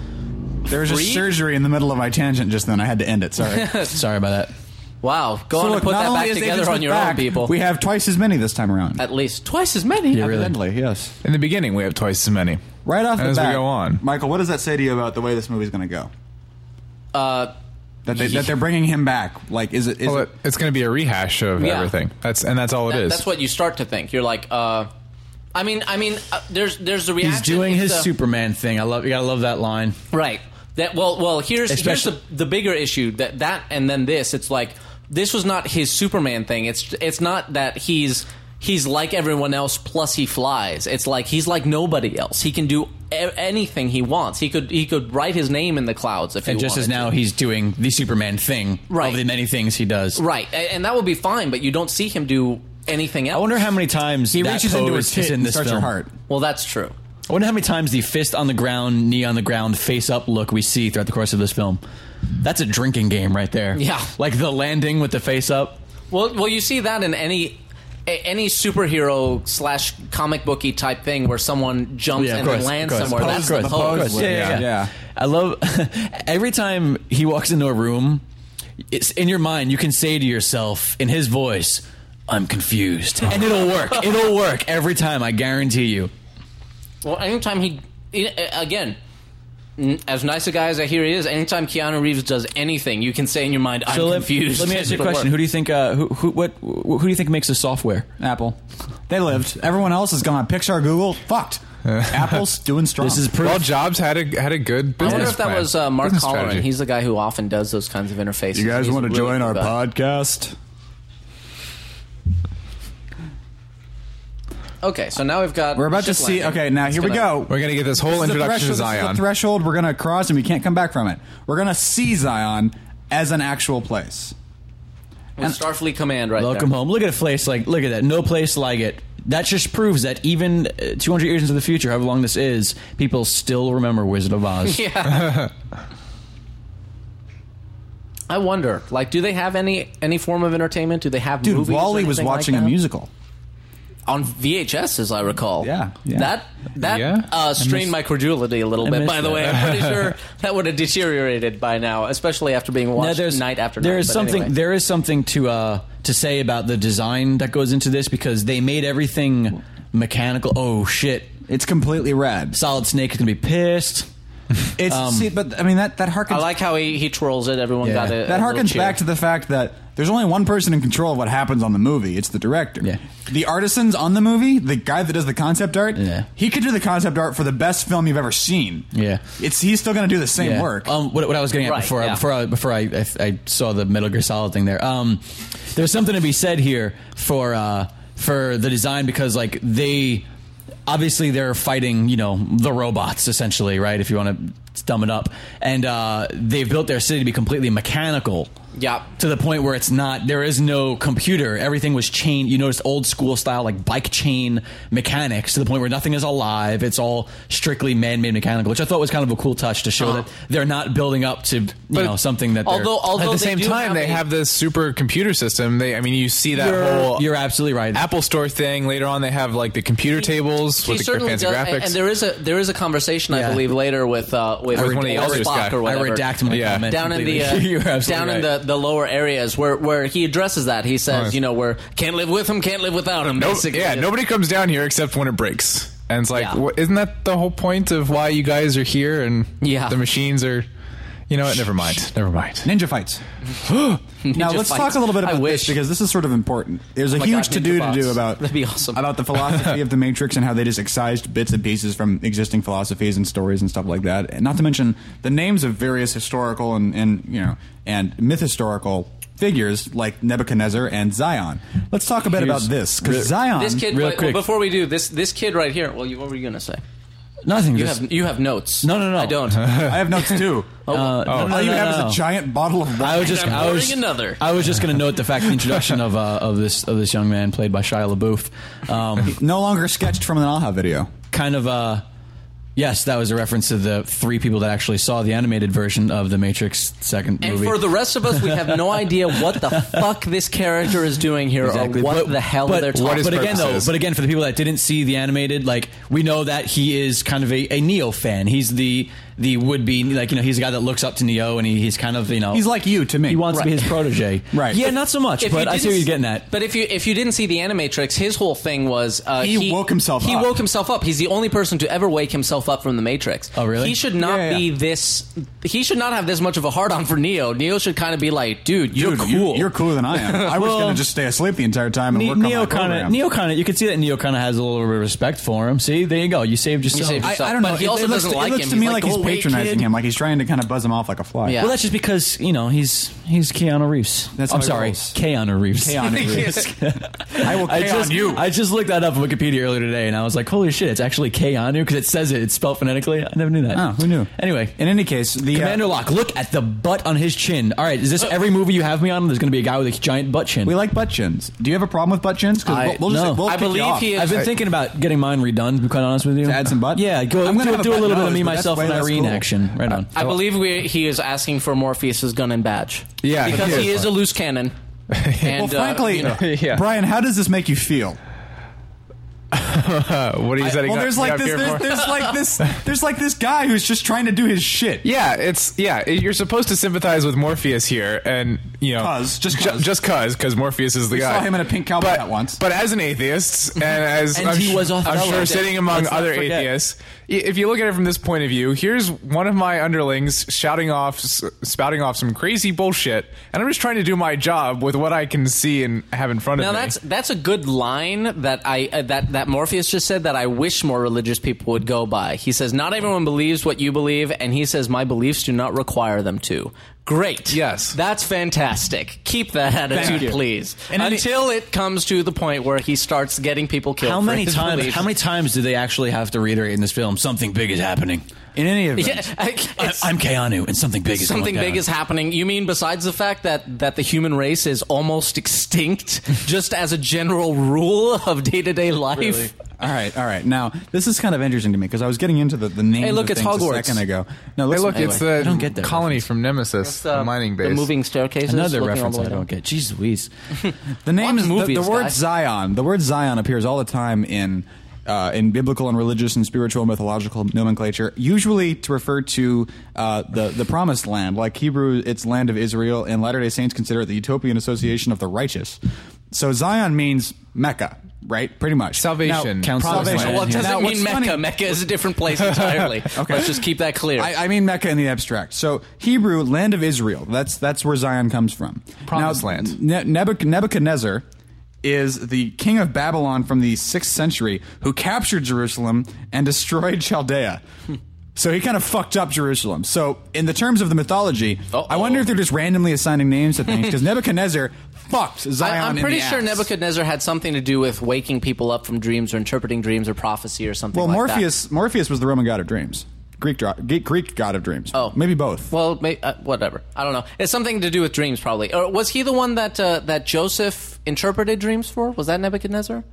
S2: There was a
S3: Free?
S2: surgery in the middle of my tangent just then. I had to end it. Sorry. So
S4: Sorry about that.
S3: Wow, go on
S2: look,
S3: and put
S2: not
S3: that
S2: only
S3: back
S2: is Agent
S3: together on
S2: Smith
S3: your
S2: back,
S3: own, people.
S2: We have twice as many this time around.
S3: At least twice as many.
S4: Yeah, really.
S2: Evidently, yes.
S5: In the beginning, we have twice as many.
S2: Right off
S5: And
S2: the
S5: as we
S2: bat,
S5: go on.
S2: Michael, what does that say to you about the way this movie's going to go?
S3: Uh,
S2: That, they, that they're bringing him back. Like, is it? Is
S5: Well,
S2: it
S5: it- it's going to be a rehash of
S3: Yeah.
S5: everything. That's and that's all it
S3: that-
S5: is.
S3: that's what you start to think. You're like, uh, I mean, I mean, uh, there's there's the reaction.
S4: He's doing
S3: It's
S4: his
S3: the-
S4: Superman thing. I love. You gotta love that line.
S3: Right. That well, well. Here's
S4: Especially-
S3: here's the, the bigger issue that that and then this. It's like this was not his Superman thing. It's it's not that he's he's like everyone else. Plus he flies. It's like he's like nobody else. He can do a- anything he wants. He could he could write his name in the clouds if
S4: And
S3: he
S4: just as
S3: wanted
S4: now,
S3: to.
S4: he's doing the Superman thing.
S3: Right.
S4: Of the many things he does.
S3: right, A- and that would be fine. But you don't see him do anything else.
S4: I wonder how many times
S2: he
S4: that
S2: reaches into
S4: pose
S2: his tit
S4: is in
S2: and
S4: this
S2: starts
S4: film.
S2: your heart.
S3: Well, that's true.
S4: I wonder how many times the fist on the ground, knee on the ground, face up look we see throughout the course of this film. That's a drinking game right there.
S3: Yeah.
S4: Like the landing with the face up.
S3: Well, well, you see that in any a- any superhero slash comic booky type thing where someone jumps
S4: Yeah, of
S3: and
S4: course.
S3: then lands
S4: of course,
S3: somewhere.
S4: Of
S3: That's
S4: course,
S3: the
S4: of
S3: pose.
S4: course. Yeah, yeah, yeah.
S2: Yeah.
S4: I love every time he walks into a room, it's in your mind, you can say to yourself in his voice, I'm confused. And it'll work. It'll work every time, I guarantee you.
S3: Well, anytime he, he- again, n- as nice a guy as I hear he is, anytime Keanu Reeves does anything, you can say in your mind, "I'm
S4: let,
S3: confused."
S4: let me ask you a
S3: It'll
S4: question.
S3: work.
S4: Who do you think uh, who, who what who do you think makes the software?
S2: Apple. They lived. Everyone else is gone. Pixar, Google, fucked. Apple's doing strong.
S4: This is proof.
S5: Well, Jobs had a had a good.
S3: I
S5: Business
S3: wonder if that
S5: plan,
S3: was uh, Mark
S5: business
S3: Holleran.
S5: strategy.
S3: He's the guy who often does those kinds of interfaces. He's
S2: wanna
S3: really good guy.
S2: podcast?
S3: Okay, so now we've got.
S2: We're about to
S3: ship
S2: see.
S3: landing.
S2: Okay, now
S3: It's
S2: here we
S3: gonna-
S2: go.
S5: We're gonna get this whole
S2: This is the
S5: introduction to
S2: threshold- this is the
S5: Zion.
S2: threshold we're gonna cross, and we can't come back from it. We're gonna see Zion as an actual place.
S3: With Starfleet Command right
S4: Welcome
S3: there.
S4: home. Look at a place like look at that. No place like it. That just proves that even uh, 200 years into the future, however long this is, people still remember Wizard of Oz.
S3: Yeah. I wonder, like, do they have any any form of entertainment? Do they have
S2: Dude,
S3: movies or
S2: Wally was
S3: anything like
S2: watching
S3: that?
S2: a musical.
S3: on VHS, as I recall.
S2: Yeah, yeah.
S3: That that
S5: Yeah.
S3: uh, strained my credulity a little bit.
S4: miss
S3: By the
S4: that.
S3: way, I'm pretty sure that would have deteriorated by now, especially after being
S4: Now,
S3: watched night after night.
S4: there is
S3: But
S4: something
S3: anyway.
S4: there is something to uh, to say about the design that goes into this because they made everything mechanical. Oh shit!
S2: It's completely red.
S4: Solid Snake is gonna be pissed.
S2: It's see, but I mean that that harkens
S3: I like how he, he twirls it. Everyone
S4: Yeah.
S3: got it.
S2: that harkens back to the fact that there's only one person in control of what happens on the movie. It's the director.
S4: Yeah.
S2: The artisans on the movie, the guy that does the concept art,
S4: Yeah.
S2: he could do the concept art for the best film you've ever seen.
S4: Yeah.
S2: It's he's still going to do the same
S4: Yeah.
S2: work.
S4: Um, what, what I was getting at
S3: Right,
S4: before,
S3: yeah.
S4: before, I, before I, I, I saw the Metal Gear Solid thing there. Um, there's something to be said here for uh, for the design because like they obviously they're fighting you know the robots essentially right if you want to It's dumb it up. And uh, they've built their city to be completely mechanical.
S3: Yep.
S4: To the point where it's not, there is no computer. Everything was chain. You noticed old school style, like bike chain mechanics to the point where nothing is alive. It's all strictly man made mechanical, which I thought was kind of a cool touch to show
S3: Uh-huh.
S4: that they're not building up to, you know, something that they're-
S3: Although, although
S5: At the
S3: they
S5: same
S3: do
S5: time,
S3: have
S5: they
S3: a-
S5: have this super computer system. They, I mean, you see that whole
S4: you're absolutely right.
S5: Apple Store thing. Later on, they have like the computer tables
S3: She
S5: with the
S3: certainly
S5: fancy
S3: does,
S5: graphics.
S3: and, and there is a there is a conversation
S4: Yeah.
S3: I believe later with uh, with,
S5: With one of the
S3: or
S5: elders
S3: Spock
S5: guy.
S3: or
S5: I
S3: whatever.
S4: I redact my
S5: Yeah.
S4: comment
S3: down in the
S4: completely.
S3: uh,
S4: You're
S3: down
S4: absolutely
S3: in
S4: right.
S3: the, the lower areas where where he addresses that he says
S5: Nice.
S3: you know we're can't live with him can't live without him
S5: No-
S3: basically
S5: yeah, nobody comes down here except when it breaks. And it's like,
S3: Yeah.
S5: wha- isn't that the whole point of why you guys are here? And
S3: Yeah.
S5: the machines are, you know what? Never mind. Never mind.
S2: Ninja fights. now
S3: Ninja
S2: let's
S3: fights.
S2: talk a little bit
S3: I
S2: about
S3: wish. Oh
S2: this because this is sort of important. There's a
S3: my
S2: huge
S3: God,
S2: to
S3: Ninja
S2: do to
S3: bots.
S2: do about
S3: That'd be awesome.
S2: about the philosophy of the Matrix and how they just excised bits and pieces from existing philosophies and stories and stuff like that. And not to mention the names of various historical and, and you know and myth historical figures like Nebuchadnezzar and Zion. Let's talk a bit about this because Zion.
S3: this kid
S4: Real
S3: wait,
S4: quick.
S3: before we do this this kid right here well you, what were you gonna say
S4: nothing.
S3: you
S4: just-
S3: have you have notes
S4: No, no, no.
S3: I don't
S2: I have notes too.
S3: Oh,
S4: uh, no, no,
S2: All you
S4: no,
S2: have
S4: no.
S2: is a giant bottle of wine.
S4: I was just
S3: I'm
S4: I was
S3: ordering another.
S4: I was just going to note the fact the introduction of uh, of this of this young man played by Shia LaBeouf, um,
S2: no longer sketched from an AHA video.
S4: kind of uh, yes, that was a reference to the three people that actually saw the animated version of the Matrix second
S3: and
S4: movie.
S3: for the rest of us we have no idea what the fuck this character is doing here
S4: Exactly.
S3: or what
S4: But-
S3: the hell
S4: but,
S3: they're talking
S5: what his
S4: But again,
S5: purpose
S4: though,
S5: is.
S4: but again, for the people that didn't see the animated, like we know that he is kind of a, a Neo fan. He's the the would be like you know he's the guy that looks up to Neo and he, he's kind of you know
S2: He's like you to me.
S4: he wants to be
S3: Right.
S4: his protege.
S2: Right.
S4: Yeah, not so much.
S3: If
S4: but
S3: you
S4: I see what
S3: didn't-
S4: you're getting at.
S3: But if you if you didn't see the Animatrix, his whole thing was uh,
S2: He woke himself
S3: He
S2: up.
S3: woke himself up. He's the only person to ever wake himself up from the Matrix.
S4: Oh, really?
S3: He should not
S2: Yeah, yeah,
S3: be
S2: yeah.
S3: this. He should not have this much of a hard on for Neo. Neo should kind of be like, dude, you're
S2: Dude,
S3: cool.
S2: You're, cooler than I am. I was
S4: Well,
S2: going to just stay asleep the entire time and
S4: Ne-
S2: work on
S4: Neo
S2: my
S4: kind of,
S2: program.
S4: Neo kind of, you can see that Neo kind of has a little bit of respect for him. See, there you go. You saved yourself.
S3: saved
S4: I-
S2: I,
S3: yourself.
S2: I don't know.
S3: But he
S2: it,
S3: also
S2: it looks,
S3: doesn't
S2: it
S3: like
S2: looks
S3: him.
S2: to
S3: He's
S2: me
S3: like,
S2: like, he's
S3: "Go away,
S2: patronizing
S3: kid."
S2: him, like he's trying to kind of buzz him off like a fly.
S3: Yeah.
S4: well, that's just because you know he's he's Keanu Reeves.
S2: That's
S4: I'm
S2: how he
S4: sorry,
S2: rolls.
S4: Keanu Reeves.
S2: Keanu Reeves. I will
S4: I
S2: K
S4: just
S2: on you.
S4: I just looked that up on Wikipedia earlier today, and I was like, "Holy shit! It's actually Keanu because it says it. It's spelled phonetically. I never knew that.
S2: Oh, who knew?
S4: Anyway,
S2: In any case, the uh,
S4: Commander Locke, look at the butt on his chin. All right, is this every movie you have me on? There's going to be a guy with a giant butt chin.
S2: we like butt chins. Do you have a problem with butt chins? 'Cause
S4: I-
S2: we'll, we'll just
S4: no.
S2: we'll
S4: I
S2: kick you
S3: believe
S2: off.
S3: he is-
S4: I've been
S3: I-
S4: thinking about getting mine redone. To be quite honest with you,
S2: To add some butt?
S4: Yeah, go.
S2: I'm
S4: I'm
S2: gonna
S4: gonna
S2: have a
S4: do a
S2: butt
S4: little bit of
S2: nose,
S4: me
S2: but that's
S4: myself
S2: way
S4: and
S2: less
S4: Irene
S2: cool.
S4: action. Right on.
S3: I believe we, he is asking for Morpheus's gun and badge.
S5: Yeah,
S3: because
S5: he is.
S3: he is a loose cannon.
S2: Well,
S3: And, uh,
S2: frankly,
S3: you know,
S5: Yeah.
S2: Brian, how does this make you feel?
S5: Uh, what are you setting
S2: Well,
S5: up-
S2: there's like
S5: up
S2: this,
S5: here
S2: there's,
S5: for?
S2: there's like this, there's like this guy who's just trying to do his shit.
S5: Yeah, it's yeah. it- You're supposed to sympathize with Morpheus here, and you know,
S2: 'Cause, just 'cause.
S5: ju- just cause, because Morpheus is the
S2: We
S5: guy.
S2: saw him in a pink cowboy
S5: but,
S2: hat once.
S5: But as an atheist, and as
S4: And
S5: I'm,
S4: he
S5: su-
S4: was Othello.
S5: I'm sure sitting among
S4: Let's not
S5: other
S4: forget.
S5: atheists, i- if you look at it from this point of view, here's one of my underlings shouting off, s- spouting off some crazy bullshit, and I'm just trying to do my job with what I can see and have in front
S3: Now
S5: of me.
S3: that's that's a good line that I uh, that that Morpheus just said that I wish more religious people would go by. He says not everyone believes what you believe, and he says my beliefs do not require them to. Great.
S5: Yes.
S3: that's fantastic. Keep that
S2: you.
S3: attitude, please.
S2: And in the-
S3: Until it comes to the point where he starts getting people killed.
S4: how
S3: for
S4: many
S3: his
S4: times?
S3: beliefs.
S4: How many times do they actually have to reiterate in this film? Something big is happening.
S2: In any event,
S3: Yeah, I-
S4: I,
S3: it's-
S4: I'm Keanu, and something big is
S3: something
S4: going
S3: big
S4: down.
S3: is happening. You mean besides the fact that that the human race is almost extinct, just as a general rule of day to day life?
S2: All right, all right. Now this is kind of interesting to me because I was getting into the the name.
S3: Hey, look,
S2: of
S3: it's
S2: things a
S3: Hogwarts.
S2: second ago. No,
S5: Hey,
S2: listen,
S5: look, it's uh, the
S4: I don't get that
S5: colony from Nemesis, the,
S3: the
S5: mining base.
S3: uh, the moving staircases. looking
S4: Another
S3: all
S4: reference
S3: the
S4: I
S3: way down.
S4: don't get. Jeez Louise.
S2: the name
S3: Watch
S2: is the, the
S3: movies,
S2: word
S3: guys.
S2: Zion. The word Zion appears all the time in uh, in biblical and religious and spiritual and mythological nomenclature, usually to refer to uh, the the promised land, like Hebrew, it's land of Israel, and Latter Day Saints consider it the utopian association of the righteous. So Zion means Mecca, right? Pretty much
S5: Salvation.
S2: Now,
S4: Counselor's
S2: salvation.
S4: land.
S3: Well, it doesn't
S2: Now, what's
S3: mean Mecca.
S2: funny-
S3: Mecca is a different place entirely.
S2: Okay.
S3: Let's just keep that clear.
S2: I, I mean Mecca in the abstract. So Hebrew, land of Israel. That's that's where Zion comes from.
S5: Promised land.
S2: Ne- Nebuch- Nebuchadnezzar is the king of Babylon from the sixth century who captured Jerusalem and destroyed Chaldea. So he kind of fucked up Jerusalem. So in the terms of the mythology,
S3: Uh-oh.
S2: I wonder if they're just randomly assigning names to things because Nebuchadnezzar fucked Zion.
S3: I, am
S2: in
S3: pretty
S2: the
S3: sure
S2: ass.
S3: Nebuchadnezzar had something to do with waking people up from dreams or interpreting dreams or prophecy or something
S2: Well,
S3: like that.
S2: Morpheus, Morpheus was the Roman god of dreams. Greek, dro- Ge- Greek god of dreams.
S3: Oh.
S2: maybe both.
S3: Well, may, uh, whatever. I don't know. It's something to do with dreams, probably. Or was he the one that uh, that Joseph interpreted dreams for? Was that Nebuchadnezzar?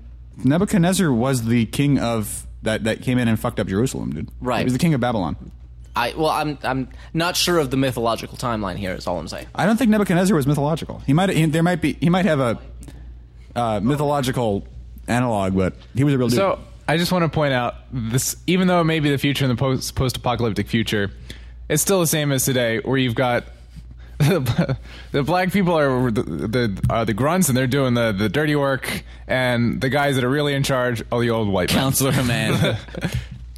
S2: Nebuchadnezzar was the king of that that came in and fucked up Jerusalem, dude.
S3: Right.
S2: He was the king of Babylon.
S3: I well, I'm I'm not sure of the mythological timeline here. Is all I'm saying.
S2: I don't think Nebuchadnezzar was mythological. He might he, there might be he might have a uh, mythological analog, but he was a real dude.
S5: So I just want to point out this, even though it may be the future in the post post-apocalyptic future, it's still the same as today, where you've got the, black people are the the, are the grunts and they're doing the, the dirty work, and the guys that are really in charge are the old white men,
S4: Counselor man.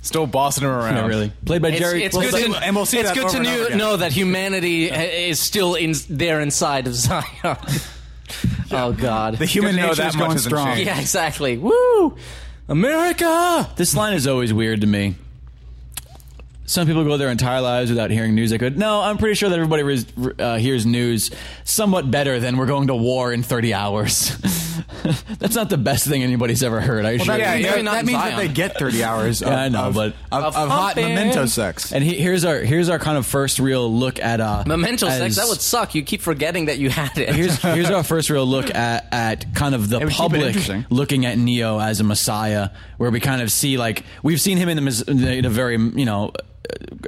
S5: still bossing them around.
S4: Not really. Played by
S3: It's,
S4: Jerry.
S3: it's
S4: well,
S3: good
S2: so-
S3: to,
S2: and we'll see
S3: it's
S2: that
S3: good
S2: over
S3: to
S2: and over
S3: knew-
S2: again.
S3: know that humanity ha- is still in there inside of Zion. Oh God.
S2: the human
S5: Good to know
S2: nature
S5: that
S2: is
S5: much
S2: going
S5: hasn't
S2: strong.
S5: changed.
S3: yeah, exactly. Woo, America.
S4: This line is always weird to me. Some people go their entire lives without hearing news. I could. No, I'm pretty sure that everybody res- uh, hears news somewhat better than we're going to war in 30 hours. That's not the best thing anybody's ever heard. I assure
S2: That,
S4: you.
S2: means-
S3: yeah,
S2: that
S3: maybe not in
S2: means that
S3: Zion.
S2: they get 30 hours of,
S4: Yeah, I know,
S2: of,
S4: but-
S2: of,
S3: Of
S2: of hot
S3: humping.
S2: memento sex.
S4: And he, here's our here's our kind of first real look at uh,
S3: Memento sex.
S4: as-
S3: That would suck. You keep forgetting that you had it.
S4: Here's here's our first real look at, at kind of the
S2: would keep it
S4: public
S2: interesting.
S4: looking at Neo as a messiah, where we kind of see like we've seen him in the mes- in a very you know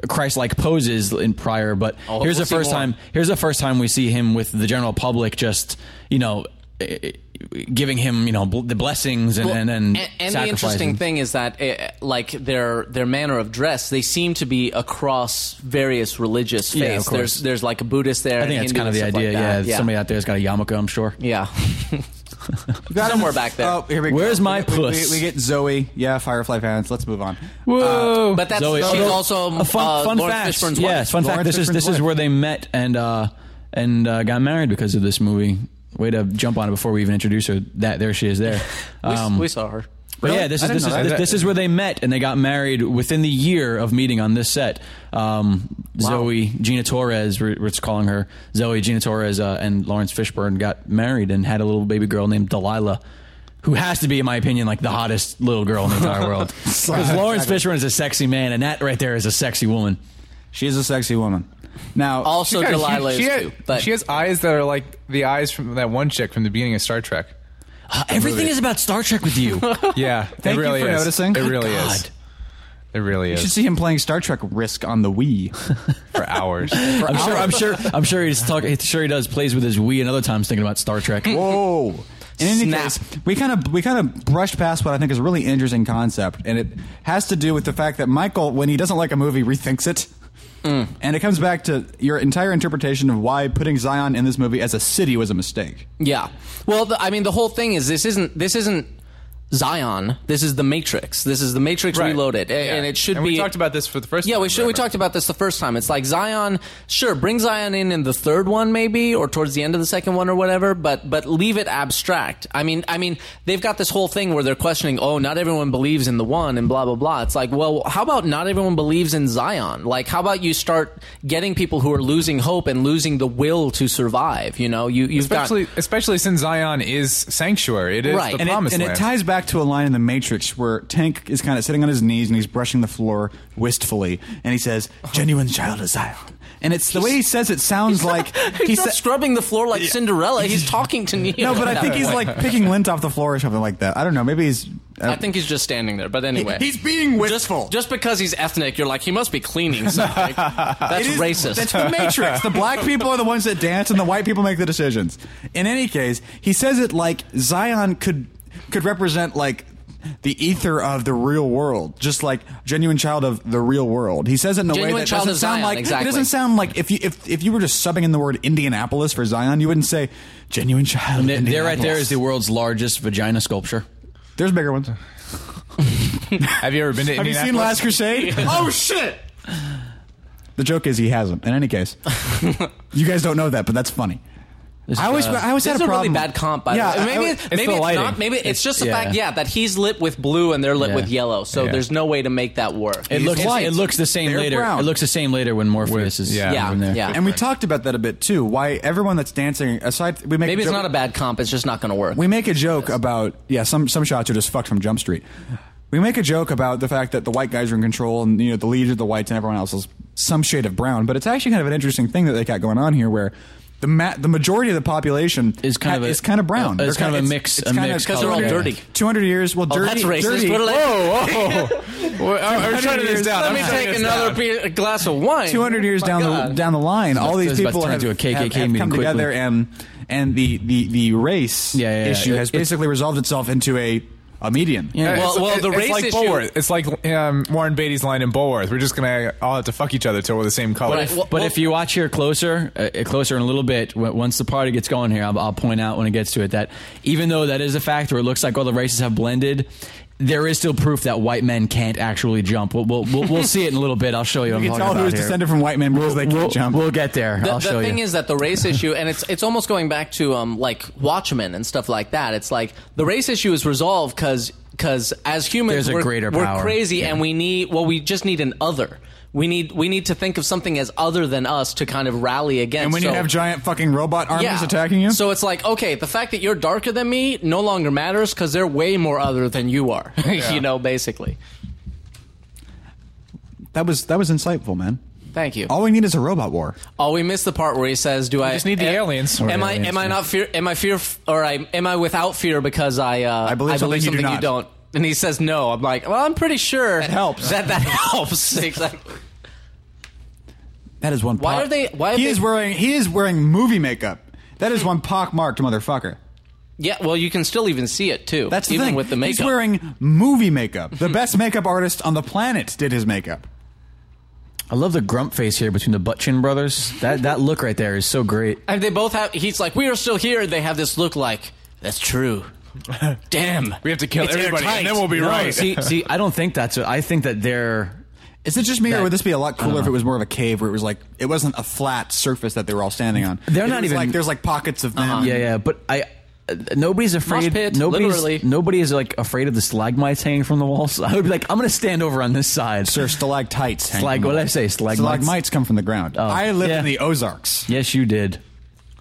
S4: Christ-like poses in prior, but
S3: Oh,
S4: here's
S3: we'll
S4: the
S3: see
S4: first
S3: more.
S4: time here's the first time we see him with the general public, just you know. eh, eh, Giving him, you know, bl- the blessings and and, and,
S3: and, and the interesting
S4: sacrificing.
S3: thing is that eh, like their their manner of dress they seem to be across various religious faiths
S4: Yeah, of course.
S3: there's there's like a buddhist there
S4: I think that's kind of the idea. yeah, somebody out there's got a yarmulke, I'm sure.
S3: yeah
S2: Got
S3: somewhere
S2: him.
S3: back there.
S2: Oh, here we go.
S4: Where's my
S2: We- we- we-
S4: puss?
S2: We, get Zoe. Yeah, Firefly fans. Let's move on.
S5: Whoa!
S3: but that's
S4: Zoe-
S3: she's
S4: although-
S3: also
S4: a fun,
S3: uh,
S4: fun
S3: Lawrence
S4: fact.
S3: Fishburne's
S4: yes,
S3: wife.
S4: fun fact.
S2: Lawrence
S4: This is this
S2: Fishburne's wife.
S4: is where they met and uh, and uh, got married because of this movie. Way to jump on it before we even introduce her. That there she is there.
S3: we,
S4: Um,
S3: we saw her
S4: but yeah,
S2: Really?
S4: this
S2: I
S4: is
S2: didn't
S4: this is
S2: know that.
S4: this, this is where they met and they got married within the year of meeting on this set. Um, Zoe Gina Torres, we're, we're calling her Zoe Gina Torres, uh, and Lawrence Fishburne got married and had a little baby girl named Delilah. Who has to be, in my opinion, like the hottest little girl in the entire world? Because Lawrence Fishburne is a sexy man, and that right there is a sexy woman.
S2: She is a sexy woman. Now,
S3: also
S5: Yeah, she-
S3: delilah
S5: she,
S3: is
S5: has,
S3: too but
S5: she has eyes that are like the eyes from that one chick from the beginning of Star Trek.
S4: Uh, Everything is about Star Trek with you.
S5: Yeah,
S2: Thank
S5: it
S2: you
S5: really
S2: for
S5: is.
S2: noticing.
S5: It
S2: Good
S5: really is.
S4: God.
S5: It really
S2: you should
S5: is
S2: see him playing Star Trek Risk on the Wii.
S5: for hours.
S4: I'm sure. I'm sure. I'm sure he's talking. Sure, he does plays with his Wii and other times thinking about Star Trek.
S2: Whoa. Oh. In any
S3: Snap.
S2: case, we kind of we kind of brushed past what I think is a really interesting concept, and it has to do with the fact that Michael, when he doesn't like a movie, rethinks it,
S3: Mm.
S2: and it comes back to your entire interpretation of why putting Zion in this movie as a city was a mistake.
S3: Yeah. Well, the, I mean, the whole thing is this isn't this isn't Zion. This is the Matrix. This is the Matrix
S5: Right.
S3: Reloaded, a-
S5: Yeah.
S3: and it should
S5: And
S3: be.
S5: we talked about this for the first
S3: Yeah,
S5: time,
S3: we should. We
S5: remember?
S3: talked about this the first time. It's like Zion. Sure, bring Zion in in the third one, maybe, or towards the end of the second one, or whatever. But but leave it abstract. I mean, I mean, they've got this whole thing where they're questioning. Oh, not everyone believes in the one, and blah blah blah. It's like, well, how about not everyone believes in Zion? Like, how about you start getting people who are losing hope and losing the will to survive? You know, you you've got.
S5: especially especially since Zion is sanctuary. It is
S3: Right.
S5: the
S2: and,
S5: promised
S2: it, and
S5: land.
S2: it ties back to a line in the Matrix where Tank is kind of sitting on his knees and he's brushing the floor wistfully, and he says, "Genuine child of Zion." And it's the way he says it sounds like
S3: Uh-huh. He's,
S2: he's
S3: not scrubbing the floor like Cinderella. He's talking to Neo.
S2: no, but I think he's like picking lint off the floor or something like that. I don't know. Maybe he's.
S3: I think he's just standing there. But anyway,
S2: He's being
S3: just,
S2: wistful.
S3: just because he's ethnic, you're like he must be cleaning something. That's
S2: It is-
S3: racist.
S2: That's the Matrix. The black people are the ones that dance, and the white people make the decisions. In any case, he says it like Zion could could represent like the ether of the real world, just like genuine child of the real world. He says it in a way
S3: Genuine
S2: that
S3: child
S2: doesn't
S3: of
S2: sound
S3: Zion,
S2: like
S3: exactly.
S2: it doesn't sound like if you if if you were just subbing in the word Indianapolis for Zion, you wouldn't say genuine child. of
S4: There, there right there
S2: Indianapolis."
S4: is the world's largest vagina sculpture.
S2: There's bigger ones.
S5: Have you ever been to
S2: Have you seen Last Crusade?
S3: oh shit!
S2: The joke is he hasn't. In any case, you guys don't know that, but that's funny. I always,
S4: uh,
S2: I always
S3: This
S2: had
S3: is
S2: a
S3: a
S2: problem.
S3: really bad comp. By
S2: yeah,
S3: the way.
S2: I-
S3: maybe
S2: I-
S3: it's, maybe
S5: the
S3: it's
S5: lighting.
S3: not. Maybe it's,
S4: It's-
S3: just the
S4: yeah.
S3: fact, yeah, that he's lit with blue and they're lit
S4: Yeah.
S3: with yellow. So
S5: Yeah.
S3: there's no way to make that work.
S4: It looks.
S2: white.
S4: It looks the same
S2: They're
S4: later.
S2: brown.
S4: It looks the same later when Morpheus is.
S5: yeah.
S4: in there.
S3: Yeah.
S2: and we talked about that a bit too. Why everyone that's dancing, aside, we make
S3: maybe
S2: a
S3: it's
S2: joke-
S3: not a bad comp. It's just not going to work.
S2: We make a joke about yeah. Some some shots are just fucked from Jump Street. we make a joke about the fact that the white guys are in control and you know the lead of the whites and everyone else is some shade of brown, but it's actually kind of an interesting thing that they got going on here where the ma- the majority of the population
S4: Is kind of a-
S2: is kind of brown.
S4: uh, it's
S2: They're
S4: kind of a
S2: it's-
S4: mix-
S2: it's
S4: a
S2: kinda-
S4: mix
S3: 'Cause they're all
S4: color.
S3: dirty.
S2: Two hundred years. Well,
S3: Oh,
S2: dirty.
S3: that's racist.
S2: dirty-
S3: What did I-
S5: Well, I, I was trying to do this down.
S3: Let
S5: I'm
S3: me
S5: trying to
S3: take
S5: do this down.
S3: another beer, a glass of wine.
S2: two hundred years
S3: My
S2: down the
S3: God.
S2: down the line, all
S4: about-
S2: these
S4: Oh it's about to
S2: people
S4: turn
S2: have,
S4: into a
S2: have,
S4: KKK
S2: have
S4: meeting
S2: come together,
S4: quickly.
S2: and and the the the race
S4: Yeah, yeah, yeah.
S2: issue
S4: It-
S2: has
S4: it's-
S2: basically resolved itself into a a median.
S4: Yeah.
S5: It's-
S3: Well, well, the
S5: it's
S3: race
S5: like
S3: issue-
S5: Bulworth. It's like um, Warren Beatty's line in Bulworth. We're just gonna all have to fuck each other till we're the same color.
S3: But if-
S4: But if you watch here closer, uh, closer in a little bit, w- once the party gets going here, I'll, I'll point out when it gets to it that even though that is a fact where it looks like all the races have blended, there is still proof that white men can't actually jump. We'll we'll, we'll, we'll see it in a little bit. I'll show you. what
S2: You
S4: I'm
S2: can
S4: talking
S2: tell who's
S4: about here.
S2: descended from white men because they can't
S4: We'll,
S2: jump.
S4: we'll get there.
S3: The,
S4: I'll
S3: the
S4: show
S3: thing
S4: you.
S3: is that the race issue, and it's it's almost going back to um, like Watchmen and stuff like that. It's like the race issue is resolved because as humans
S4: There's a
S3: we're,
S4: greater
S3: we're
S4: power.
S3: crazy
S4: Yeah.
S3: and we need well we just need an other. We need we need to think of something as other than us to kind of rally against.
S2: and when
S3: So-
S2: you have giant fucking robot armies attacking you,
S3: So it's like, okay, the fact that you're darker than me no longer matters because they're way more other than you are. you know, basically.
S2: that was that was insightful, man.
S3: Thank you.
S2: All we need is a robot war.
S3: Oh, we missed the part where he says, "Do I
S5: just need the
S3: am-
S5: aliens.
S3: Am
S5: Or
S3: I
S4: aliens,
S3: am I
S4: yeah.
S3: not fear? Am I fear or I, am I without fear because I uh,
S2: I believe something you do not.
S3: something not." And he says, "No." I'm like, "Well, I'm pretty sure that
S2: helps.
S3: That that helps exactly."
S2: That is one.
S3: Why
S2: pock-
S3: are they- why have
S2: he
S3: they-
S2: is wearing he is wearing movie makeup. That is one pockmarked motherfucker.
S3: Yeah. Well, you can still even see it too.
S2: That's the
S3: even
S2: thing.
S3: with the makeup.
S2: He's wearing movie makeup. The best makeup artist on the planet did his makeup.
S4: I love the grump face here between the butt chin brothers. That that look right there is so great.
S3: and they both have. He's like, "We are still here." They have this look like that's true. Damn.
S5: we have to kill
S3: It's
S5: everybody,
S3: airtight.
S5: and then we'll be
S4: No,
S5: right.
S4: See, see, I don't think that's what I think that they're.
S2: Is it just me, or
S4: That-
S2: would this be a lot
S4: I
S2: cooler
S4: don't
S2: if it
S4: know.
S2: was more of a cave where it was like it wasn't a flat surface that they were all standing on?
S4: They're
S2: It
S4: not
S2: was
S4: even-
S2: like there's like pockets of
S3: Uh-huh.
S2: them.
S4: Yeah, yeah, but I. uh, Nobody's afraid.
S3: pit,
S4: nobody's
S3: literally.
S4: nobody is like afraid of the stalagmites hanging from the walls. I would be like, I'm gonna stand over on this side.
S2: Sir, stalactites. hang
S4: Stalag-
S2: from the
S4: what did I
S2: walls.
S4: say? Stalagmites?
S2: Stalagmites come from the ground. I lived
S4: yeah.
S2: in the Ozarks.
S4: Yes, you did.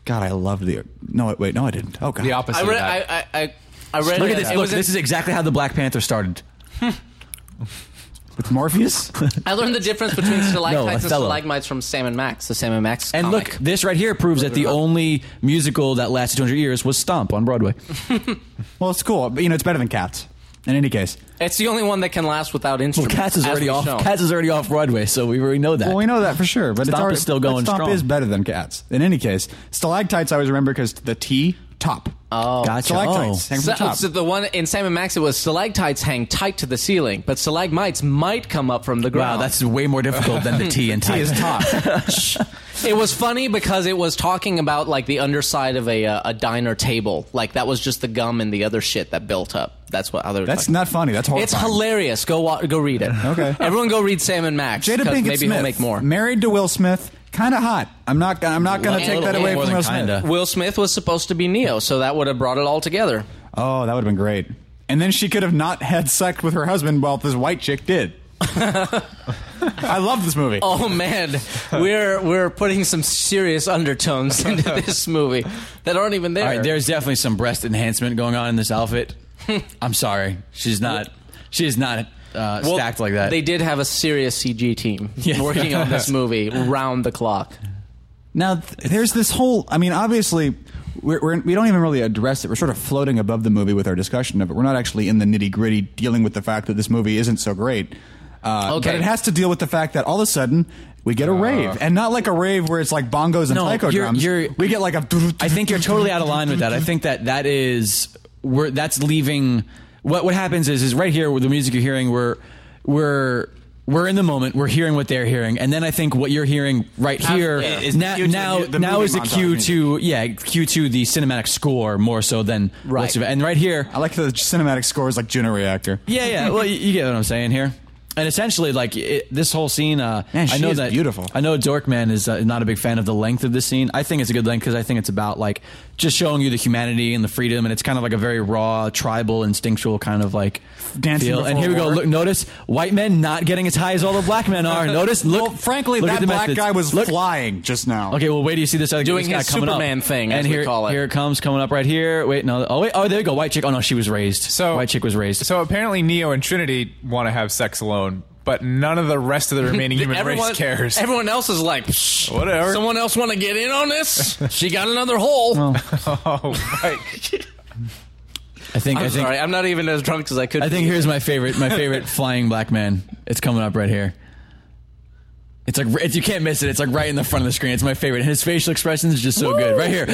S2: God, I loved the. No, wait, no, I didn't. Oh god,
S5: the opposite.
S3: I
S5: of
S3: read.
S5: that.
S3: I I I, I read.
S4: Look
S3: it,
S4: at this.
S3: It
S4: Look,
S3: was in-
S4: this is exactly how the Black Panther started.
S2: with Morpheus.
S3: I learned the difference between stalactites and
S4: Othello.
S3: stalagmites from Sam and Max, the Sam and Max.
S4: And
S3: comic.
S4: look, this right here proves that the only musical that lasted 200 years was Stomp on Broadway.
S2: well, it's cool, but you know it's better than cats. In any case,
S3: It's the only one that can last without
S4: Well,
S3: instruments.
S4: Cats is
S3: as
S4: already
S3: we've
S4: off.
S3: shown.
S4: Cats is already off Broadway, so we already know that.
S2: Well, we know that for sure, but
S4: Stomp
S2: it's already,
S4: is still
S2: but
S4: going
S2: Stomp
S4: strong.
S2: is better than cats. In any case, stalactites I always remember because the T top. Oh,
S4: Gotcha.
S2: stalactites
S4: Oh.
S2: hang from
S3: So,
S2: the top.
S3: so the one in Sam and Max, it was stalactites hang tight to the ceiling, but stalagmites might come up from the
S4: Wow,
S3: ground.
S4: that's way more difficult than the T and
S2: T is top.
S3: it was funny because it was talking about like the underside of a uh, a diner table, like that was just the gum and the other shit that built up. That's what other.
S2: That's not funny. That's horrifying.
S3: It's hilarious. Go wa- go read it.
S2: Okay.
S3: everyone go read Sam and Max.
S2: Jada
S3: 'cause
S2: Pinkett
S3: maybe
S2: Smith,
S3: he'll make more.
S2: married to Will Smith, kind of hot. I'm not. gonna- I'm not going to
S3: Little-
S2: take that
S3: little
S2: away
S3: more
S2: from
S4: than
S2: Will
S4: kinda.
S2: Smith.
S3: Will Smith was supposed to be Neo, so that would have brought it all together.
S2: Oh, that would have been great. And then she could have not had sex with her husband while this white chick did. I love this movie.
S3: Oh man, we're we're putting some serious undertones into this movie that aren't even there.
S4: All right, there's definitely some breast enhancement going on in this outfit. I'm sorry, she's not. She is not uh,
S3: Well,
S4: stacked like that.
S3: They did have a serious CG team
S4: Yes.
S3: working on this movie round the clock.
S2: Now, th- there's this whole. I mean, obviously, we're, we're, we don't even really address it. We're sort of floating above the movie with our discussion of it. We're not actually in the nitty gritty dealing with the fact that this movie isn't so great. Uh,
S3: Okay.
S2: But it has to deal with the fact that all of a sudden we get a rave, and not like a rave where it's like bongos and
S4: Uh. No,
S2: taiko
S4: you're-
S2: drums.
S4: you're-
S2: we get like a.
S4: I think you're totally out of line with that. I think that that is we're that's leaving. What what happens is is right here with the music you're hearing. We're we're we're in the moment. We're hearing what they're hearing, and then I think what you're hearing right here
S3: yeah.
S4: is now
S2: Cue to the
S4: now
S2: mu- the
S4: now
S2: movie
S4: is the
S2: montage
S4: cue
S2: music.
S4: to yeah cue to the cinematic score more so than
S3: Right.
S4: what's- And right here,
S2: I like the cinematic scores like Juno Reactor.
S4: yeah yeah. Well, you, you get what I'm saying here. and essentially, like it, this whole scene, uh,
S2: Man,
S4: I
S2: she
S4: know
S2: is
S4: that
S2: beautiful.
S4: I know Dorkman is uh, not a big fan of the length of this scene. I think it's a good length because I think it's about like just showing you the humanity and the freedom, and it's kind of like a very raw, tribal, instinctual kind of like
S2: Dancing
S4: feel. And
S2: before
S4: here we go.
S2: war.
S4: Look, notice white men not getting as high as all the black men are. Notice, look,
S2: well, frankly,
S4: look at
S2: that
S4: the
S2: black
S4: methods.
S2: guy was
S4: Look-
S2: flying just now.
S4: Okay, well, wait till you see this other
S3: Doing
S4: this guy
S3: his
S4: coming
S3: Superman
S4: up.
S3: thing,
S4: and
S3: as we
S4: here,
S3: call it.
S4: here comes coming up right here. Wait, no, oh wait, oh there you go, white chick. Oh no, she was raised.
S5: So
S4: white chick was raised.
S5: So apparently, Neo and Trinity want to have sex alone, but none of the rest of the remaining human
S3: everyone,
S5: race cares.
S3: Everyone else is like, "Psh,
S5: Whatever.
S3: Someone else want to get in on this? she got another hole.
S5: oh, right.
S4: I think.
S3: I'm
S4: I think.
S3: sorry, I'm not even as drunk as I could.
S4: I think
S3: be.
S4: here's my favorite. My favorite flying black man. It's coming up right here. It's like it's, you can't miss it. It's like right in the front of the screen. It's my favorite. His facial expressions is just so good. Right here.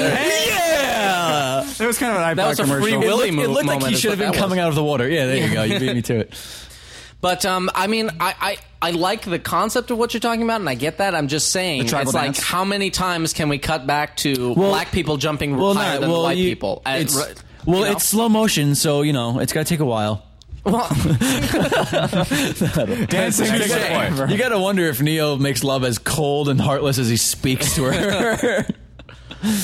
S4: Yeah.
S2: It was kind of an iPod
S3: That was a free
S2: commercial.
S4: It
S3: will- Willy
S4: looked, it
S3: mo-
S4: looked like
S3: moment
S4: he
S3: is
S4: should have
S3: what
S4: been
S3: that was.
S4: coming out of the water. Yeah, there you go. You beat me to it.
S3: But um, I mean, I, I I like the concept of what you're talking about, and I get that. I'm just saying,
S2: The
S3: it's
S2: tribal
S3: like
S2: dance?
S3: how many times can we cut back to black people jumping higher
S4: no,
S3: than white
S4: you-
S3: people? And
S4: It's,
S3: r-
S4: well,
S3: you know?
S4: it's slow motion, so you know it's got to take a while.
S3: well,
S5: dancing
S2: Next
S5: is the
S2: day.
S5: point.
S4: You gotta wonder if Neo makes love as cold and heartless as he speaks to her.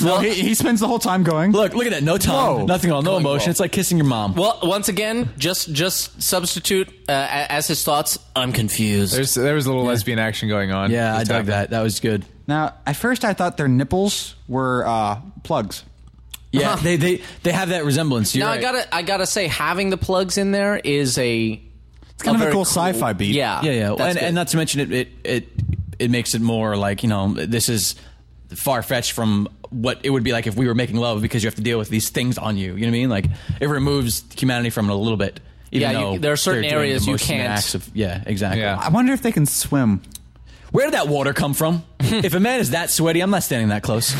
S2: Well, he, he spends the whole time going.
S4: look, look at that. No tongue,
S2: Whoa.
S4: nothing at all, no
S3: Going
S4: emotion.
S3: well.
S4: It's like kissing your mom.
S3: well, once again, just just substitute uh, a- as his thoughts. I'm confused.
S5: There's, there was a little lesbian action going on.
S4: yeah, I
S5: It's
S4: dug
S5: happening.
S4: that. That was good.
S2: Now, at first, I thought their nipples were uh, plugs.
S4: Yeah,
S3: Huh.
S4: they, they they have that resemblance. You're
S3: now I
S4: right.
S3: gotta I gotta say, having the plugs in there is a it's
S2: kind of a cool sci-fi beat.
S3: Yeah,
S4: Yeah, yeah,
S3: Ah, that's
S4: and, and
S3: good.
S4: not to mention it, it it it makes it more like you know this is far fetched from what it would be like if we were making love because you have to deal with these things on you. You know what I mean? Like it removes humanity from it a little bit.
S3: Yeah,
S4: even
S3: you-
S4: though
S3: there are certain
S4: they're doing
S3: areas
S4: the
S3: you
S4: motion and
S3: can't.
S4: Acts of, yeah, exactly.
S5: Yeah.
S2: I wonder if they can swim.
S4: Where did that water come from? if a man is that sweaty, I'm not standing that close.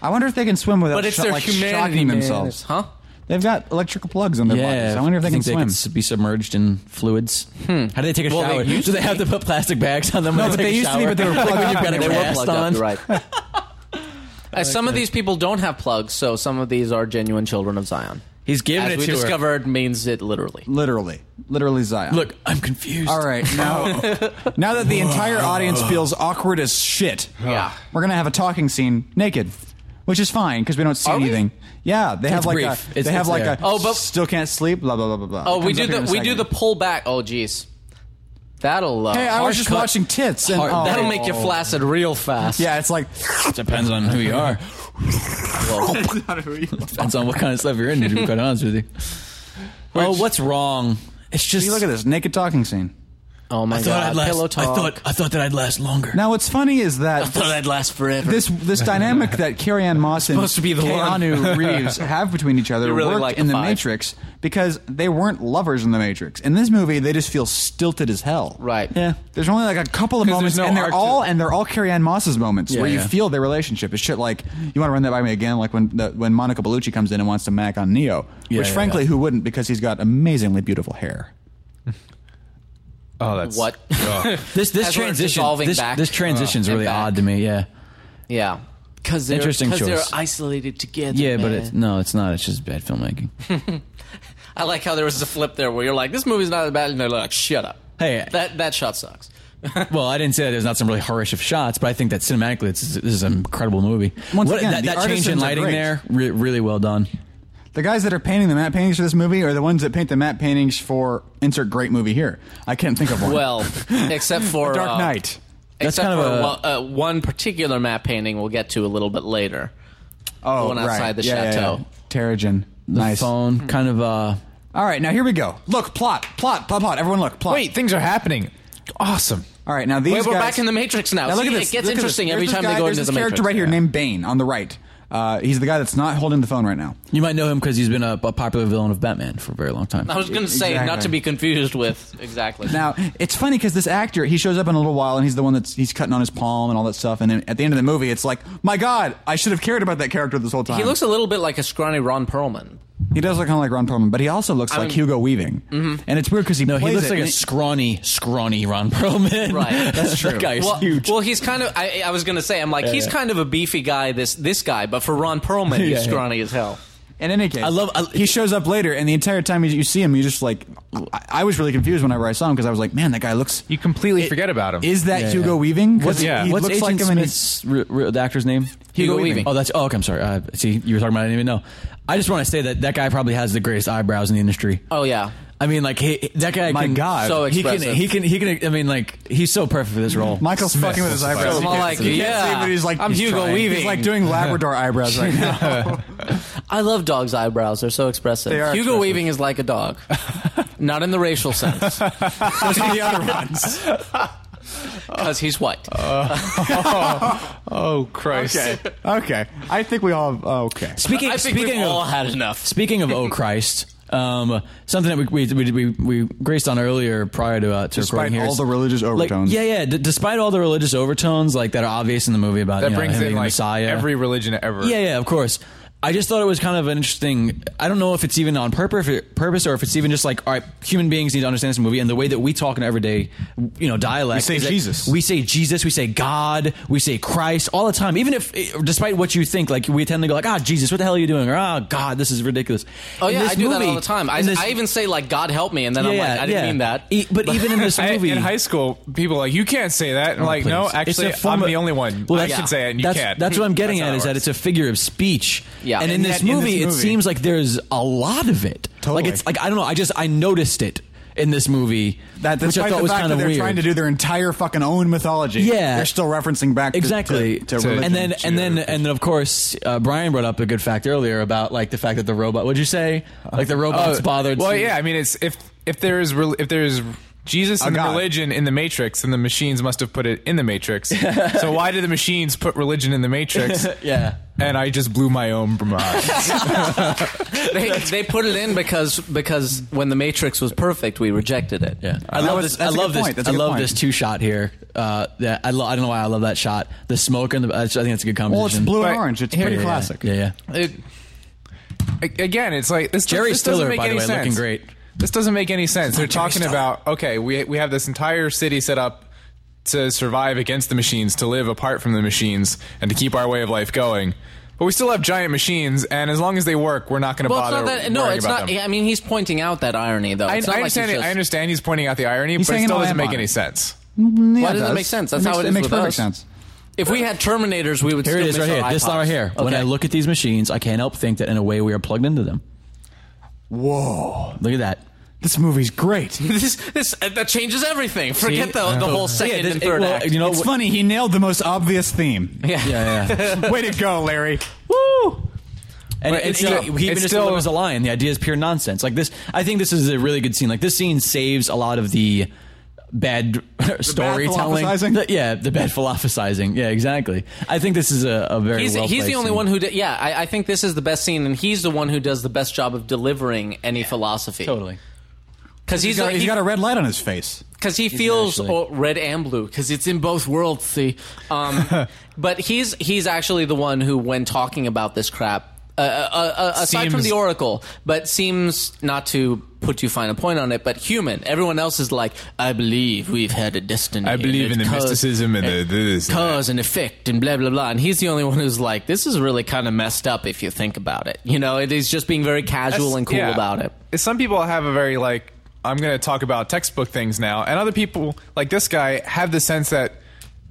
S2: I wonder if they can swim without
S3: but it's
S2: sho-
S3: their
S2: like
S3: humanity,
S2: shocking
S3: man.
S2: themselves.
S3: huh?
S2: They've got electrical plugs on their bodies. I wonder if they
S4: I
S2: can
S4: think
S2: swim.
S4: They could be submerged in fluids. How do they take a
S3: Hmm. Well, they
S4: shower?
S3: used
S4: Do they have to put plastic bags on them? No,
S2: but they used to be, but they were plugged
S4: when you've
S2: up.
S4: got a
S2: They were
S4: cast
S3: plugged
S4: on.
S3: up. You're right. Uh, some of these people don't have plugs, so some of these are genuine children of Zion.
S4: He's giving
S3: As
S4: it
S3: we
S4: to her.
S3: discovered, means it literally.
S2: literally, literally Zion.
S4: Look, I'm confused.
S2: All right, now now that the entire audience feels awkward as shit,
S3: Yeah.
S2: we're gonna have a talking scene naked, which is fine because we don't see
S3: Are we?
S2: anything. Yeah, they have like
S4: brief.
S2: a
S4: It's-
S2: they have
S4: it's
S2: like
S4: there.
S2: a
S3: Oh, but-
S2: still can't sleep. Blah blah blah blah blah.
S3: Oh,
S2: It
S3: we
S2: comes
S3: do
S2: up here
S3: the
S2: in a
S3: we do
S2: second.
S3: the pull back. Oh, jeez, that'll. Uh,
S2: Hey, I was
S3: harsh
S2: just
S3: cut.
S2: watching tits and
S4: Hard-
S2: oh,
S3: That'll make you flaccid real fast.
S2: Yeah, it's like
S4: Depends on who you are. Depends on what kind of stuff you're into. To be quite honest with you. Oh, what's wrong? It's just.
S2: See, look at this naked talking scene.
S3: Oh my
S4: I thought
S3: god.
S4: I'd last.
S3: Pillow
S4: I
S3: talk.
S4: thought I thought that I'd last longer.
S2: Now, what's funny is that
S3: thought I'd last forever.
S2: this this dynamic that Carrie Ann Moss and
S3: Supposed to be the one.
S2: Keanu Reeves have between each other
S3: You really
S2: worked
S3: like
S2: in
S3: the
S2: The
S3: five.
S2: Matrix because they weren't lovers in The Matrix. In this movie, they just feel stilted as hell.
S3: Right.
S2: Yeah. There's only like a couple of
S5: 'Cause
S2: moments,
S5: there's no
S2: and they're
S5: arc to
S2: all
S5: it.
S2: and they're all Carrie Ann Moss's moments where
S4: yeah.
S2: you feel their relationship. It's shit like you want to run that by me again, like when the, when Monica Bellucci comes in and wants to mac on Neo,
S4: Yeah,
S2: which
S4: yeah,
S2: frankly,
S4: yeah.
S2: who wouldn't because he's got amazingly beautiful hair.
S5: Oh, that's
S3: What?
S5: Oh.
S4: This this
S3: As we're
S4: transition.
S3: dissolving
S4: This,
S3: back,
S4: this transition's
S3: uh, and
S4: really
S3: back.
S4: odd to me. Yeah.
S3: yeah. Because they're,
S4: Interesting
S3: 'cause they're
S4: choice.
S3: isolated together.
S4: Yeah, but
S3: man.
S4: it's no, it's not. It's just bad filmmaking.
S3: I like how there was a flip there where you're like, "This movie's not as bad," and they're like, "Shut up."
S4: Hey.
S3: that that shot sucks.
S4: well, I didn't say that there's not some really horrific shots, but I think that cinematically, it's, this is an incredible movie.
S2: Once again,
S4: that,
S2: the
S4: that change
S2: artisans
S4: in
S2: are
S4: lighting
S2: great.
S4: there, re- really well done.
S2: The guys that are painting the matte paintings for this movie are the ones that paint the matte paintings for insert great movie here. I can't think of one.
S3: Well, except for
S2: Dark
S3: uh,
S2: Knight.
S4: That's
S3: except
S4: kind of
S3: for one, uh,
S4: a-
S3: one particular map painting we'll get to a little bit later.
S2: Oh,
S3: the one outside
S2: right.
S3: the
S2: Yeah, yeah,
S3: chateau.
S2: yeah. Terrigen.
S4: The
S2: nice.
S3: Hmm.
S4: phone, kind of. Uh,
S2: All right, now here we go. Look, plot, plot, plot, plot. Everyone, look, plot.
S5: Wait, things are happening. Awesome.
S2: All right, now these
S3: Wait, we're
S2: guys-
S3: back in the Matrix now.
S2: Now look
S3: See,
S2: at this.
S3: It gets
S2: Look at this.
S3: interesting
S2: There's
S3: every
S2: this
S3: time
S2: guy-
S3: they go
S2: there's
S3: into
S2: this
S3: the
S2: character
S3: Matrix.
S2: right here
S3: Yeah.
S2: named Bane on the right. Uh, he's the guy that's not holding the phone right now.
S4: you might know him because he's been a, a popular villain of Batman for a very long time.
S3: I was going to say not
S2: Exactly.
S3: to be confused with exactly.
S2: Now it's funny because this actor he shows up in a little while and he's the one that's he's cutting on his palm and all that stuff. And then at the end of the movie, it's like, my God, I should have cared about that character this whole time.
S3: he looks a little bit like a scrawny Ron Perlman.
S2: He does look kind of like Ron Perlman, but he also looks like Hugo Weaving. Mm-hmm. And it's weird because he
S4: no, he
S2: plays
S4: looks
S2: it
S4: like a
S2: and he-
S4: scrawny, scrawny Ron Perlman.
S3: Right. That's
S4: that
S2: true.
S4: guy is
S3: Well,
S4: huge.
S3: well, he's kind of. I, I was going to say, I'm like, he's
S4: yeah.
S3: kind of a beefy guy. This this guy, but for Ron Perlman,
S4: Yeah,
S3: he's
S4: yeah.
S3: scrawny as hell.
S2: In any case,
S4: I love- I-
S2: he shows up later, and the entire time you- you see him, you just like. I, I was really confused whenever I saw him because I was like, man, that guy looks.
S5: You completely
S2: It-
S5: forget about him.
S2: Is that
S4: Yeah,
S2: Hugo
S4: yeah.
S2: Weaving? 'Cause
S4: What's,
S2: he-
S5: yeah.
S2: he
S4: what's
S2: looks
S4: Agent
S2: like him, and he's-
S4: Smith's re- re- the actor's name?
S3: Hugo Weaving.
S4: Oh, that's oh. Okay, I'm sorry. Uh, see, you were talking about it. I didn't even know. I just want to say that that guy probably has the greatest eyebrows in the industry.
S3: Oh yeah.
S4: I mean, like he, that guy.
S2: My
S4: can,
S2: God. So
S4: he can,
S3: expressive.
S4: he can. He can. I mean, like he's so perfect for this role.
S2: Michael's fucking with his eyebrows.
S3: So
S2: You
S3: I'm
S2: can't
S3: like,
S2: see- you can't
S3: yeah.
S2: see, but he's like,
S3: I'm
S2: he's
S3: Hugo
S2: trying. He's
S3: Weaving.
S2: like doing Labrador eyebrows right now.
S3: I love dogs' eyebrows. They're so expressive.
S2: They are
S3: Hugo
S2: expressive.
S3: Weaving is like a dog, not in the racial sense,
S2: Those are the other ones.
S3: because he's white.
S4: Uh,
S5: oh Christ!
S2: Okay, I think we all.
S4: oh,
S2: Okay,
S4: Speaking.
S3: I think
S4: speaking
S3: we've
S4: of
S3: all had enough.
S4: Speaking of Oh Christ, um, something that we we, we we we graced on earlier prior to uh, to
S2: Despite
S4: recording here
S2: all
S4: is,
S2: the religious
S4: like,
S2: overtones.
S4: yeah, yeah. D- despite all the religious overtones, like that are obvious in the movie about
S5: That
S4: you know,
S5: brings
S4: him being
S5: in
S4: the
S5: like
S4: Messiah.
S5: every religion ever.
S4: yeah, yeah, of course. I just thought it was kind of an interesting. I don't know if it's even on purpose, purpose, or if it's even just like, all right, human beings need to understand this movie, and the way that we talk in everyday, you know, dialect.
S2: We say
S4: is that
S2: Jesus.
S4: We say Jesus. We say God. We say Christ all the time. Even if, despite what you think, like we tend to go like, ah, Jesus, what the hell are you doing? Or ah, God, this is ridiculous.
S3: Oh
S4: In
S3: yeah,
S4: this
S3: I do that
S4: movie-
S3: all the time. I,
S4: in this-
S3: I even say like "God help me," and then
S4: yeah,
S3: I'm like,
S4: yeah,
S3: "I didn't
S4: yeah.
S3: mean that."
S4: E- but even in this
S5: I-
S4: movie, Oh,
S5: in high school, people are like you can't say that. I'm like, no,
S4: Please.
S5: actually,
S4: It's a form
S5: I'm
S4: of-
S5: the only one.
S4: Well,
S5: I
S4: that's-
S5: can say it, and you
S4: that's,
S5: can't.
S4: That's what I'm getting
S5: That's
S4: at
S5: how
S4: is
S5: it
S4: that
S5: works.
S4: it's a figure of speech.
S3: Yeah.
S4: and, in
S3: And
S2: yet
S4: this
S2: in this
S4: movie, it
S2: movie-
S4: seems like there's a lot of it.
S2: Totally.
S4: Like it's like I don't know. I just I noticed it in this movie,
S2: that
S4: which
S2: despite
S4: I thought
S2: the
S4: was
S2: fact
S4: kind
S2: that
S4: of
S2: they're
S4: weird.
S2: trying to do their entire fucking own mythology.
S4: Yeah.
S2: they're still referencing back to-
S4: exactly
S2: to, to,
S5: To-
S2: religion.
S4: and then
S5: to-
S4: and then and then of course uh, Brian brought up a good fact earlier about like the fact that the robot. What'd you say? Like the robots
S5: Oh,
S4: bothered.
S5: Well,
S4: to-
S5: yeah. I mean, it's if if there is rel- if there is Jesus and
S2: God.
S5: religion in the Matrix, then the machines must have put it in the Matrix. so why did the machines put religion in the Matrix?
S4: yeah.
S5: And I just blew my own mind.
S3: they, they put it in because because when the Matrix was perfect, we rejected it. Uh,
S4: Yeah, I
S2: That
S4: love
S2: was-
S4: this. I
S2: that's a good
S4: love
S2: point.
S4: this.
S2: That's a
S4: I
S2: good
S4: love
S2: point.
S4: this two shot here. Uh, that I, lo- I don't know why I love that shot. The smoke and the. I just- I think it's a good
S2: well, it's
S4: conversation.
S2: blue and
S5: But-
S2: orange. It's
S4: Yeah,
S2: pretty
S4: yeah,
S2: classic.
S4: Yeah, yeah.
S5: It, a- again, it's like this.
S4: Jerry
S5: this doesn't
S4: Stiller,
S5: make
S4: by the
S5: any
S4: way,
S5: sense.
S4: looking great.
S5: This doesn't make any sense. They're
S4: Jerry
S5: talking
S4: Stiller.
S5: about okay, we we have this entire city set up to survive against the machines, to live apart from the machines, and to keep our way of life going. But we still have giant machines, and as long as they work, we're not going to
S3: Well, it's
S5: bother.
S3: not that. No,
S5: worrying
S3: it's
S5: about
S3: not.
S5: them.
S3: I mean, he's pointing out that irony, though.
S5: I,
S3: It's not
S5: I
S3: like he's
S5: understand. it.
S3: just-
S5: I understand he's pointing out the irony, but it
S2: saying
S5: still
S2: I
S5: doesn't
S2: am
S5: make
S2: on
S5: any
S2: it.
S5: sense.
S2: Why
S3: doesn't it make sense? That's
S2: Mm, it makes,
S3: how it is
S2: It makes
S3: with
S2: perfect
S3: us.
S2: sense.
S3: If we had Terminators, we would.
S4: Here
S3: still
S4: it is,
S3: miss
S4: right here.
S3: our
S4: This
S3: iPods.
S4: line right here. When
S3: Okay.
S4: I look at these machines, I can't help think that in a way we are plugged into them.
S2: Whoa,
S4: Look at that.
S2: this movie's great.
S3: this, this uh, that changes everything. Forget
S4: See?
S3: the the whole second
S4: this-
S3: and
S4: it-
S3: third
S4: well,
S3: act.
S4: You know,
S2: it's
S4: what-
S2: funny. He nailed the most obvious theme.
S3: yeah.
S4: Yeah, yeah.
S2: Way to go, Larry.
S4: Woo!
S5: But
S4: And it's,
S5: it's
S4: still,
S5: still-
S4: he even
S5: it's
S4: just
S5: still-
S4: delivers a line. The idea is pure nonsense. Like this, I think this is a really good scene. Like this scene saves a lot of the bad storytelling.
S2: philosophizing?
S4: The- yeah, the bad philosophizing. Yeah, exactly. I think this is a, a very
S3: He's,
S4: well
S3: he's the only
S4: scene.
S3: one who, did, yeah, I, I think this is the best scene, and he's the one who does the best job of delivering any philosophy.
S4: totally.
S3: because
S2: He's
S3: he's,
S2: got,
S3: like-
S2: he's
S3: he-
S2: got a red light on his face.
S3: because he feels
S4: actually-
S3: oh, red and blue because it's in both worlds. See, um, but he's he's actually the one who, when talking about this crap, uh, uh, uh, aside from
S5: Seems-
S3: the Oracle, but seems not to put too fine a point on it. But human, everyone else is like, I believe we've had a destiny.
S5: I believe
S3: and
S5: in the
S3: it's cause-
S5: mysticism and the this. and that."
S3: cause and effect and blah blah blah and he's the only one who's like this is really kind of messed up if you think about it you know it is just being very casual
S5: That's-
S3: and cool
S5: yeah.
S3: about it
S5: Some people have a very like I'm going to talk about textbook things now, and other people like this guy have the sense that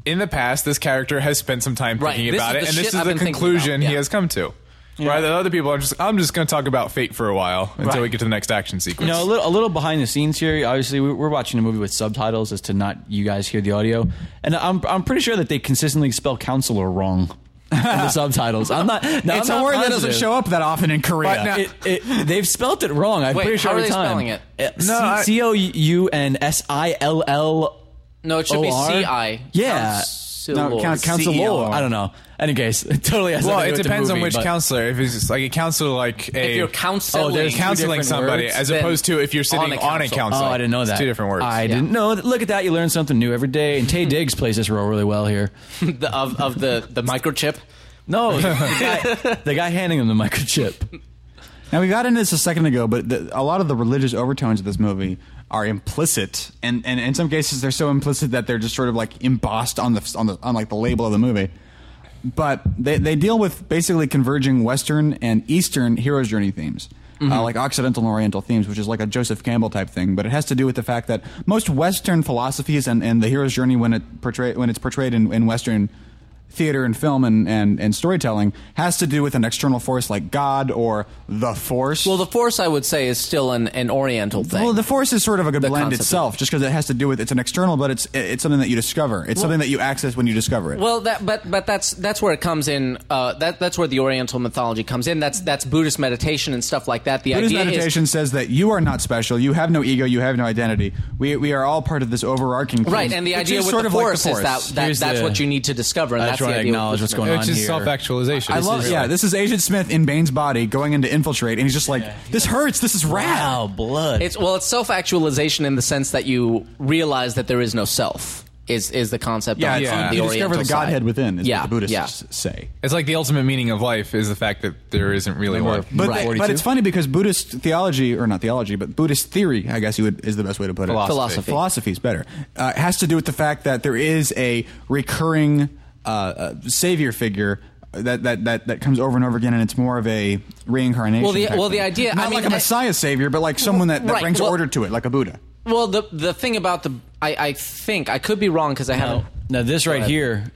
S5: in the past this character has spent some time
S3: Right.
S5: thinking
S3: This
S5: about
S3: is
S5: it,
S3: the
S5: and
S3: shit
S5: this is
S3: I've
S5: the
S3: been thinking
S5: conclusion
S3: about.
S5: he
S3: Yeah.
S5: has come to. Rather than other people are just I'm just going to talk about fate for a while until we get to the next action sequence.
S4: You know, a little, a little behind the scenes here. Obviously, we- we're watching a movie with subtitles as to not you guys hear the audio, and I'm I'm pretty sure that they consistently spell counselor wrong in the subtitles. I'm not. No,
S2: it's
S4: I'm
S2: a
S4: not
S2: word that
S4: positive.
S2: doesn't show up that often in Korea.
S5: But now-
S4: It, it, they've spelt it wrong. I'm
S3: Wait,
S4: pretty sure
S3: how are
S4: every
S3: they
S4: time. Uh,
S3: spelling it?
S5: No, I-
S4: C O U N S I L L.
S3: no it should be
S4: OR?
S3: ci
S4: Yeah.
S3: Counselor.
S2: No, count- counsel-
S3: E
S4: CEO.
S2: Lord.
S4: I don't know. Any case, it totally has
S5: well,
S4: nothing
S5: it
S4: to do with the
S5: depends on
S4: movie,
S5: which
S4: but-
S5: counselor. If it's just like a counselor, like a
S3: if you're counseling
S4: Oh, there's
S5: counseling
S4: different
S5: somebody,
S4: words,
S5: as
S3: then
S5: opposed to if you're sitting
S3: on a council.
S5: counselor.
S4: Oh, I didn't know
S5: It's
S4: that.
S5: two different words.
S4: I
S5: Yeah.
S4: didn't know. that. Look at that. You learn something new every day. And Tay Diggs plays this role really well here.
S3: the, of, of the, the microchip
S4: No, the guy, the guy handing him the microchip.
S2: Now we got into this a second ago, but the, a lot of the religious overtones of this movie are implicit, and, and in some cases they're so implicit that they're just sort of like embossed on the on the on like the label of the movie. But they, they deal with basically converging Western and Eastern hero's journey themes.
S3: Mm-hmm.
S2: Uh, like Occidental and Oriental themes, which is like a Joseph Campbell type thing, but it has to do with the fact that most Western philosophies and, and the hero's journey when it portray, when it's portrayed in, in Western theater and film and, and, and storytelling has to do with an external force like God or the Force.
S3: Well, the Force, I would say, is still an, an Oriental thing.
S2: Well, the force is sort of like a
S3: The
S2: blend
S3: concept
S2: itself, just because it has to do with it's an external, but it's it's something that you discover. It's something that you access when you discover it.
S3: Well, that but but that's that's where it comes in. Uh, that that's where the Oriental mythology comes in. That's that's Buddhist meditation and stuff like that. The
S2: Buddhist
S3: idea
S2: meditation says that you are not special. You have no ego. You have no identity. We, we are all part of this overarching.
S3: is right,
S2: thing,
S3: and the
S2: which
S3: idea
S2: is
S3: with
S2: sort
S3: the
S2: of like
S3: force,
S2: force.
S3: is that, that
S4: Here's
S3: that's
S4: the-
S3: what you need to discover. And
S4: I
S3: that's
S4: just
S3: the
S4: want to
S3: idea with
S4: acknowledge
S3: Buddhist
S4: what's going
S3: meditation.
S4: on
S5: It's just
S4: here.
S5: self-actualization.
S2: I
S5: This
S2: love.
S5: is-
S2: Yeah, this is Agent Smith in Bane's body going in to infiltrate, and he's just like, "This hurts. This is rad."
S4: Wow, blood.
S3: It's well, it's self actualization in the sense that you realize that there is no self. Is is the concept?
S2: Yeah,
S3: on,
S2: it's-
S3: on
S5: Yeah.
S3: the
S2: you discover
S3: Oriental
S2: the Godhead
S3: side.
S2: within. Is
S3: yeah,
S2: what the Buddhists
S3: yeah.
S2: say.
S5: It's like the ultimate meaning of life is the fact that there isn't really one.
S2: But,
S3: Right.
S2: they- but it's funny because Buddhist theology, or not theology, but Buddhist theory, I guess you would is the best way to put it.
S5: Philosophy.
S3: Philosophy.
S2: Philosophy is better. Uh, it has to do with the fact that there is a recurring uh, uh, savior figure. That, that, that, that comes over and over again, and it's more of a reincarnation.
S3: Well, the-
S2: type
S3: well, the
S2: thing.
S3: idea-
S2: not
S3: I mean,
S2: like a
S3: I-
S2: messiah savior, but like someone that, that
S3: Right,
S2: brings
S3: well-
S2: order to it, like a Buddha.
S3: Well, the the thing about the I, I think I could be wrong because I haven't.
S4: Now, now this right
S3: ahead.
S4: here,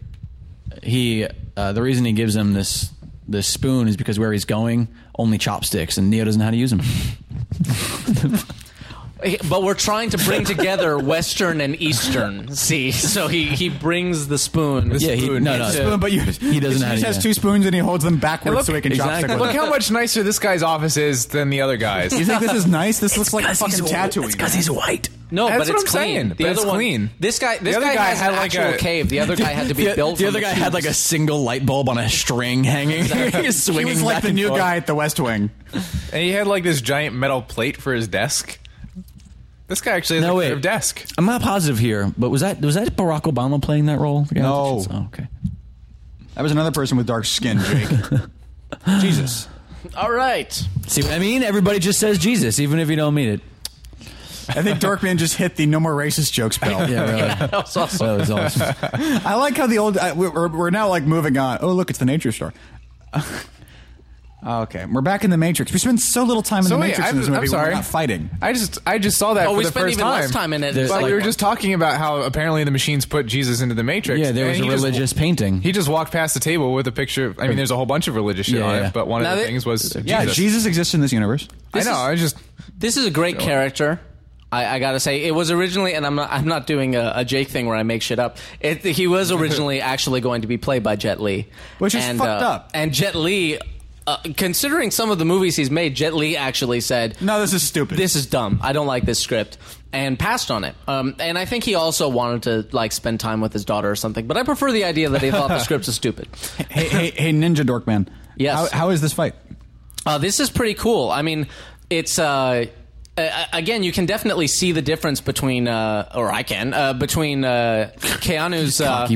S4: he uh, the reason he gives him this this spoon is because where he's going only chopsticks, and Neo doesn't know how to use them.
S3: But we're trying to bring together Western and Eastern. See, so he he brings the spoon.
S4: yeah, he, no, no,
S2: Spoon, but you, he
S4: doesn't know how
S2: He
S4: to
S2: has
S4: do
S2: two
S4: that.
S2: spoons and he holds them backwards
S5: look-
S2: so he can
S4: exactly.
S2: chopstick with it.
S5: Look how much nicer this guy's office is than the other guy's.
S2: You think this is nice? This looks like a fucking tattooing.
S4: because he's white.
S3: no,
S5: That's
S3: but
S5: what
S3: it's
S5: I'm
S3: clean.
S5: saying,
S3: The
S5: but
S3: other
S5: it's
S3: one,
S5: clean.
S3: this guy, this
S5: The other
S3: guy,
S5: guy
S3: has
S5: had
S3: an
S5: like
S3: actual
S5: a-
S3: cave. The other guy had to be
S4: The,
S3: built.
S4: the
S3: from
S4: other guy
S3: cubes.
S4: had like a single light bulb on a string hanging, He's
S2: He
S4: swinging
S2: was like
S4: back
S2: the
S4: and
S2: new
S4: forth.
S2: guy at the West Wing.
S5: And he had like this giant metal plate for his desk. This guy actually has
S4: No
S5: a
S4: wait,
S5: curved desk.
S4: I'm not positive here, but was that was that Barack Obama playing that role? Yeah,
S2: No.
S4: that's- oh, okay.
S2: That was another person with dark skin, Jake. Jesus.
S3: All right.
S4: See what I mean? Everybody just says Jesus, even if you don't mean it.
S2: I think Dorkman just hit the no more racist jokes bell.
S4: Yeah, really.
S3: That was awesome.
S4: That was awesome.
S2: I like how the old. I, we're, we're now like moving on. Oh, look, it's the nature store. Oh, okay, we're back in the Matrix. We spend so little time in
S5: So
S2: the
S5: wait,
S2: Matrix
S5: I'm-
S2: in this movie.
S5: I'm sorry.
S2: We're not fighting.
S5: I just I just saw that
S3: Oh,
S5: for
S3: we
S5: the
S3: spent
S5: first
S3: even
S5: time.
S3: less time in it.
S4: There's
S3: It's
S5: But
S3: like-
S5: we were just talking about how apparently the machines put Jesus into the Matrix.
S4: Yeah, there was
S5: and
S4: a
S5: he just-
S4: religious painting.
S5: He just walked past the table with a picture. Of, I mean, there's a whole bunch of religious shit
S4: Yeah,
S5: on
S4: yeah.
S5: it, but one
S3: Now
S5: of the
S3: that-
S5: things was
S2: Yeah, Jesus. exists in this universe.
S5: I
S3: This
S5: know.
S3: is-
S5: I just
S3: This is a great character. I, I gotta say, it was originally, and I'm not, I'm not doing a, a Jake thing where I make shit up. It, he was originally actually going to be played by Jet Li,
S2: Which is
S3: and,
S2: fucked
S3: uh,
S2: up.
S3: And Jet Li, uh, considering some of the movies he's made, Jet Li actually said,
S2: No, this is stupid.
S3: this is dumb. I don't like this script." And passed on it. Um, and I think he also wanted to like spend time with his daughter or something. But I prefer the idea that he thought the script was stupid.
S2: hey, hey, hey, Ninja Dorkman.
S3: Yes.
S2: How, how is this fight?
S3: Uh, this is pretty cool. I mean, it's uh, uh, again, you can definitely see the difference between, uh, or I can, uh, between uh, Keanu's uh,
S4: cocky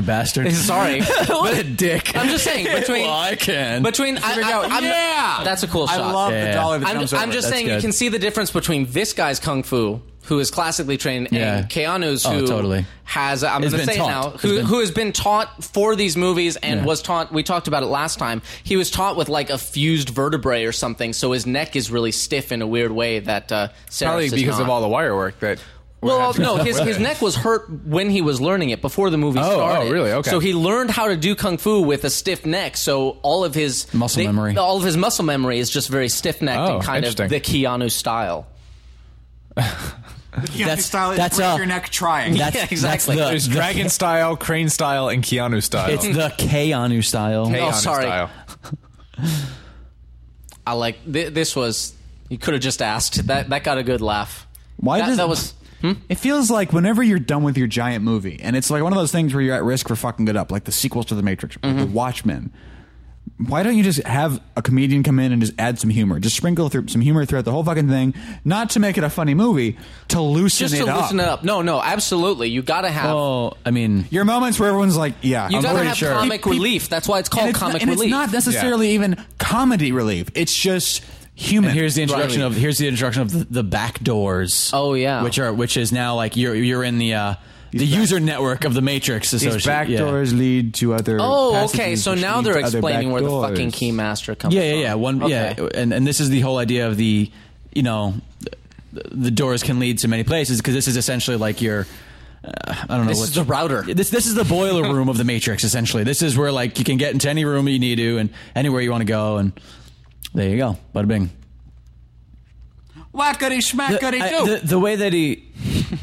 S4: bastard.
S3: Sorry,
S4: what a dick.
S3: I'm just saying between.
S4: Well, I can.
S3: between. I, I, I'm,
S4: Yeah!
S3: that's a cool shot.
S2: I love the
S4: Yeah.
S2: dollar that
S3: I'm,
S2: comes
S3: I'm
S2: over.
S3: just
S4: That's
S3: saying you
S4: good.
S3: can see the difference between this guy's kung fu, who is classically trained,
S4: Yeah.
S3: and Keanu's,
S4: Oh,
S3: who
S4: totally.
S3: has I'm
S4: Has
S3: going to
S4: been
S3: say
S4: taught.
S3: it now,
S4: Has
S3: who,
S4: been-
S3: who has been taught for these movies and
S4: Yeah.
S3: was taught. We talked about it last time. He was taught with like a fused vertebrae or something, so his neck is really stiff in a weird way that uh, Sarah's
S5: probably
S3: is
S5: because
S3: not.
S5: of all the wire work that.
S3: Well, no, his, his neck was hurt when he was learning it before the movie
S5: oh,
S3: started.
S5: really? Okay.
S3: So he learned how to do kung fu with a stiff neck. So all of his
S4: Muscle memory.
S3: all of his muscle memory is just very stiff necked
S5: Oh,
S3: and kind of
S5: interesting.
S3: the Keanu style.
S4: That's- style is that's break a- your neck
S2: trying.
S4: That's,
S3: Yeah, exactly.
S4: That's
S5: There's
S4: the, the,
S5: dragon style, crane style, and Keanu style.
S4: it's the Keanu style.
S5: Keanu
S3: Oh, sorry.
S5: Style.
S3: I like th- this was you could have just asked that that got a good laugh.
S2: Why
S3: that,
S2: does-
S3: that was Hmm?
S2: It feels like whenever you're done with your giant movie, and it's like one of those things where you're at risk for fucking it up, like the sequels to The Matrix, like
S3: Mm-hmm.
S2: The Watchmen. Why don't you just have a comedian come in and just add some humor, just sprinkle through some humor throughout the whole fucking thing, not to make it a funny movie, to loosen
S3: just
S2: it
S3: to
S2: up.
S3: loosen it up. No, no, absolutely. You got to have
S4: Oh, I mean,
S2: Your moments where everyone's like, "Yeah,
S3: you
S2: I'm
S3: got to
S2: pretty
S3: have
S2: sure."
S3: comic
S2: Pe- pe-
S3: relief. That's why it's called
S2: and it's
S3: comic
S2: not, and
S3: relief.
S2: it's not necessarily even comedy relief. It's just human.
S4: And here's the introduction
S2: Right.
S4: of here's the introduction of the, the back doors.
S3: Oh, yeah.
S4: which are which is now like you're you're in the uh, the user network of the Matrix
S6: These
S4: Association.
S6: back
S4: yeah.
S6: doors lead to other.
S3: Oh,
S6: passages
S3: okay. So
S6: which
S3: now
S6: lead
S3: they're
S6: to other
S3: explaining
S6: back
S3: where the
S6: doors.
S3: fucking keymaster comes
S4: Yeah,
S3: from.
S4: yeah, yeah. One,
S3: Okay.
S4: yeah, and and this is the whole idea of the, you know, the, the doors can lead to many places because this is essentially like your, uh, I don't know.
S3: This
S4: what-
S3: is the router.
S4: This this is the boiler room of the Matrix. Essentially, this is where like you can get into any room you need to and anywhere you want to go, and there you go. Bada bing.
S3: What could he schmack could he
S4: I-
S3: do?
S4: the- the way that he,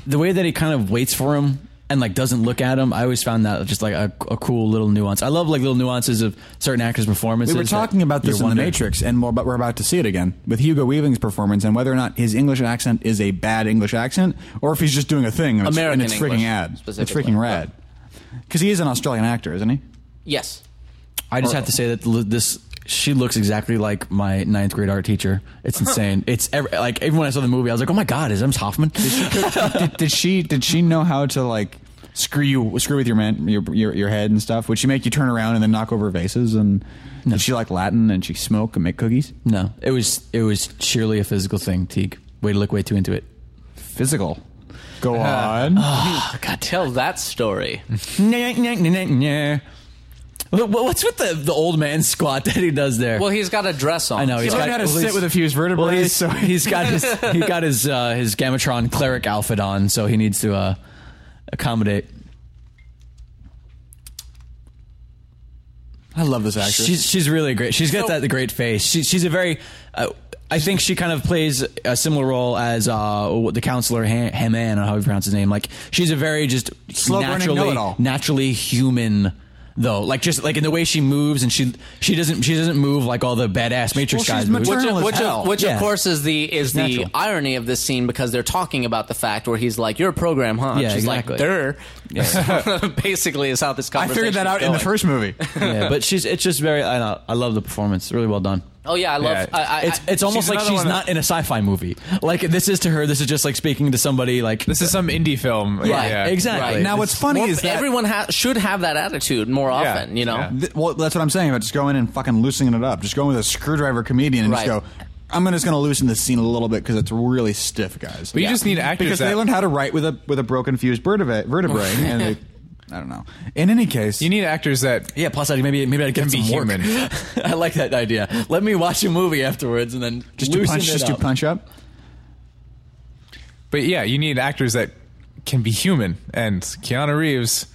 S4: the way that he kind of waits for him and like doesn't look at him, I always found that just like a, a cool little nuance. I love like little nuances of certain actors' performances.
S2: We were
S4: that
S2: talking about this
S4: you're
S2: in The
S4: wondering-
S2: Matrix, and we're about, we're about to see it again with Hugo Weaving's performance and whether or not his English accent is a bad English accent or if he's just doing a thing and it's, and
S3: American
S2: it's
S3: English,
S2: freaking ad. It's
S3: specifically.
S2: freaking rad. Because he is an Australian actor, isn't he?
S3: yes.
S4: I just have to say that l- this she looks exactly like my ninth grade art teacher. It's insane. it's ev- like even when I saw the movie, I was like, oh my god, is Ems Hoffman?
S2: did, did she did she know how to like screw you screw with your man your your, your head and stuff? Would she make you turn around and then knock over vases? And did she like Latin and she smoke and make cookies?
S4: no, it was it was surely a physical thing. Teague, way to look way too into it.
S2: Physical.
S4: Uh,
S2: Go on.
S4: Oh god, damn.
S3: Tell that story.
S4: Nyeh, nyeh, nyeh, nyeh, nyeh. Wha- What's with the the old man squat that he does there?
S3: Well, he's got a dress on.
S4: I know
S3: so-
S4: he's
S2: learned
S4: got
S2: how to
S4: well,
S2: sit
S4: he's-
S2: with a fused
S4: Well,
S2: vertebrae,
S4: he's,
S2: so-
S4: he's got his he got his uh, his Gamatron cleric outfit on, so he needs to uh, accommodate.
S2: I love this actress.
S4: She's she's really great. She's got
S3: So-
S4: that great face. She, she's a very. Uh, I think she kind of plays a similar role as uh, the counselor Ha- Haman, or how you pronounce his name. Like she's a very just
S2: Slow-burning
S4: naturally
S2: know-it-all.
S4: naturally human. Though, like just like in the way she moves, and she she doesn't she doesn't move like all the badass Matrix
S2: Well, she's
S4: guys. move.
S2: mature.
S3: Which,
S2: Colonel as
S3: which,
S2: hell.
S3: which
S4: Yeah.
S3: of course is the is the
S4: natural.
S3: irony of this scene because they're talking about the fact where he's like, "You're a program, huh?"
S4: Yeah,
S3: She's
S4: exactly.
S3: like, "Der." Basically, is how this
S2: I
S3: conversation.
S2: figured that out
S3: is
S2: in the
S3: going.
S2: first movie.
S4: yeah, but she's it's just very. I, know, I love the performance. Really well done.
S3: Oh yeah, I love.
S5: Yeah.
S3: I, I,
S4: It's
S3: I-
S4: it's almost
S5: she's
S4: like
S5: another
S4: she's
S5: one that-
S4: not in a sci-fi movie. Like this is to her. This is just like speaking to somebody. Like
S5: This is some indie film.
S4: Right, exactly.
S2: now, what's funny
S3: more-
S2: is that
S3: everyone ha- should have that attitude more often. You know,
S5: yeah.
S2: Th- well, that's what I'm saying about just going in and fucking loosening it up. Just going with a screwdriver comedian and
S3: Right.
S2: just go. I'm gonna- just going to loosen this scene a little bit because it's really stiff, guys.
S5: But you just need actors
S2: because they
S5: that-
S2: learned how to write with a with a broken fused vertebrae. vertebrae and they, I don't know. In any case,
S5: You need actors that
S4: Yeah, plus I maybe maybe I'd get
S5: Can be
S4: some work.
S5: human.
S4: I like that idea. Let me watch a movie afterwards and then
S2: just do
S4: loosen
S2: punch,
S4: it
S2: just
S4: up.
S2: do punch up.
S5: But yeah, you need actors that can be human, and Keanu Reeves,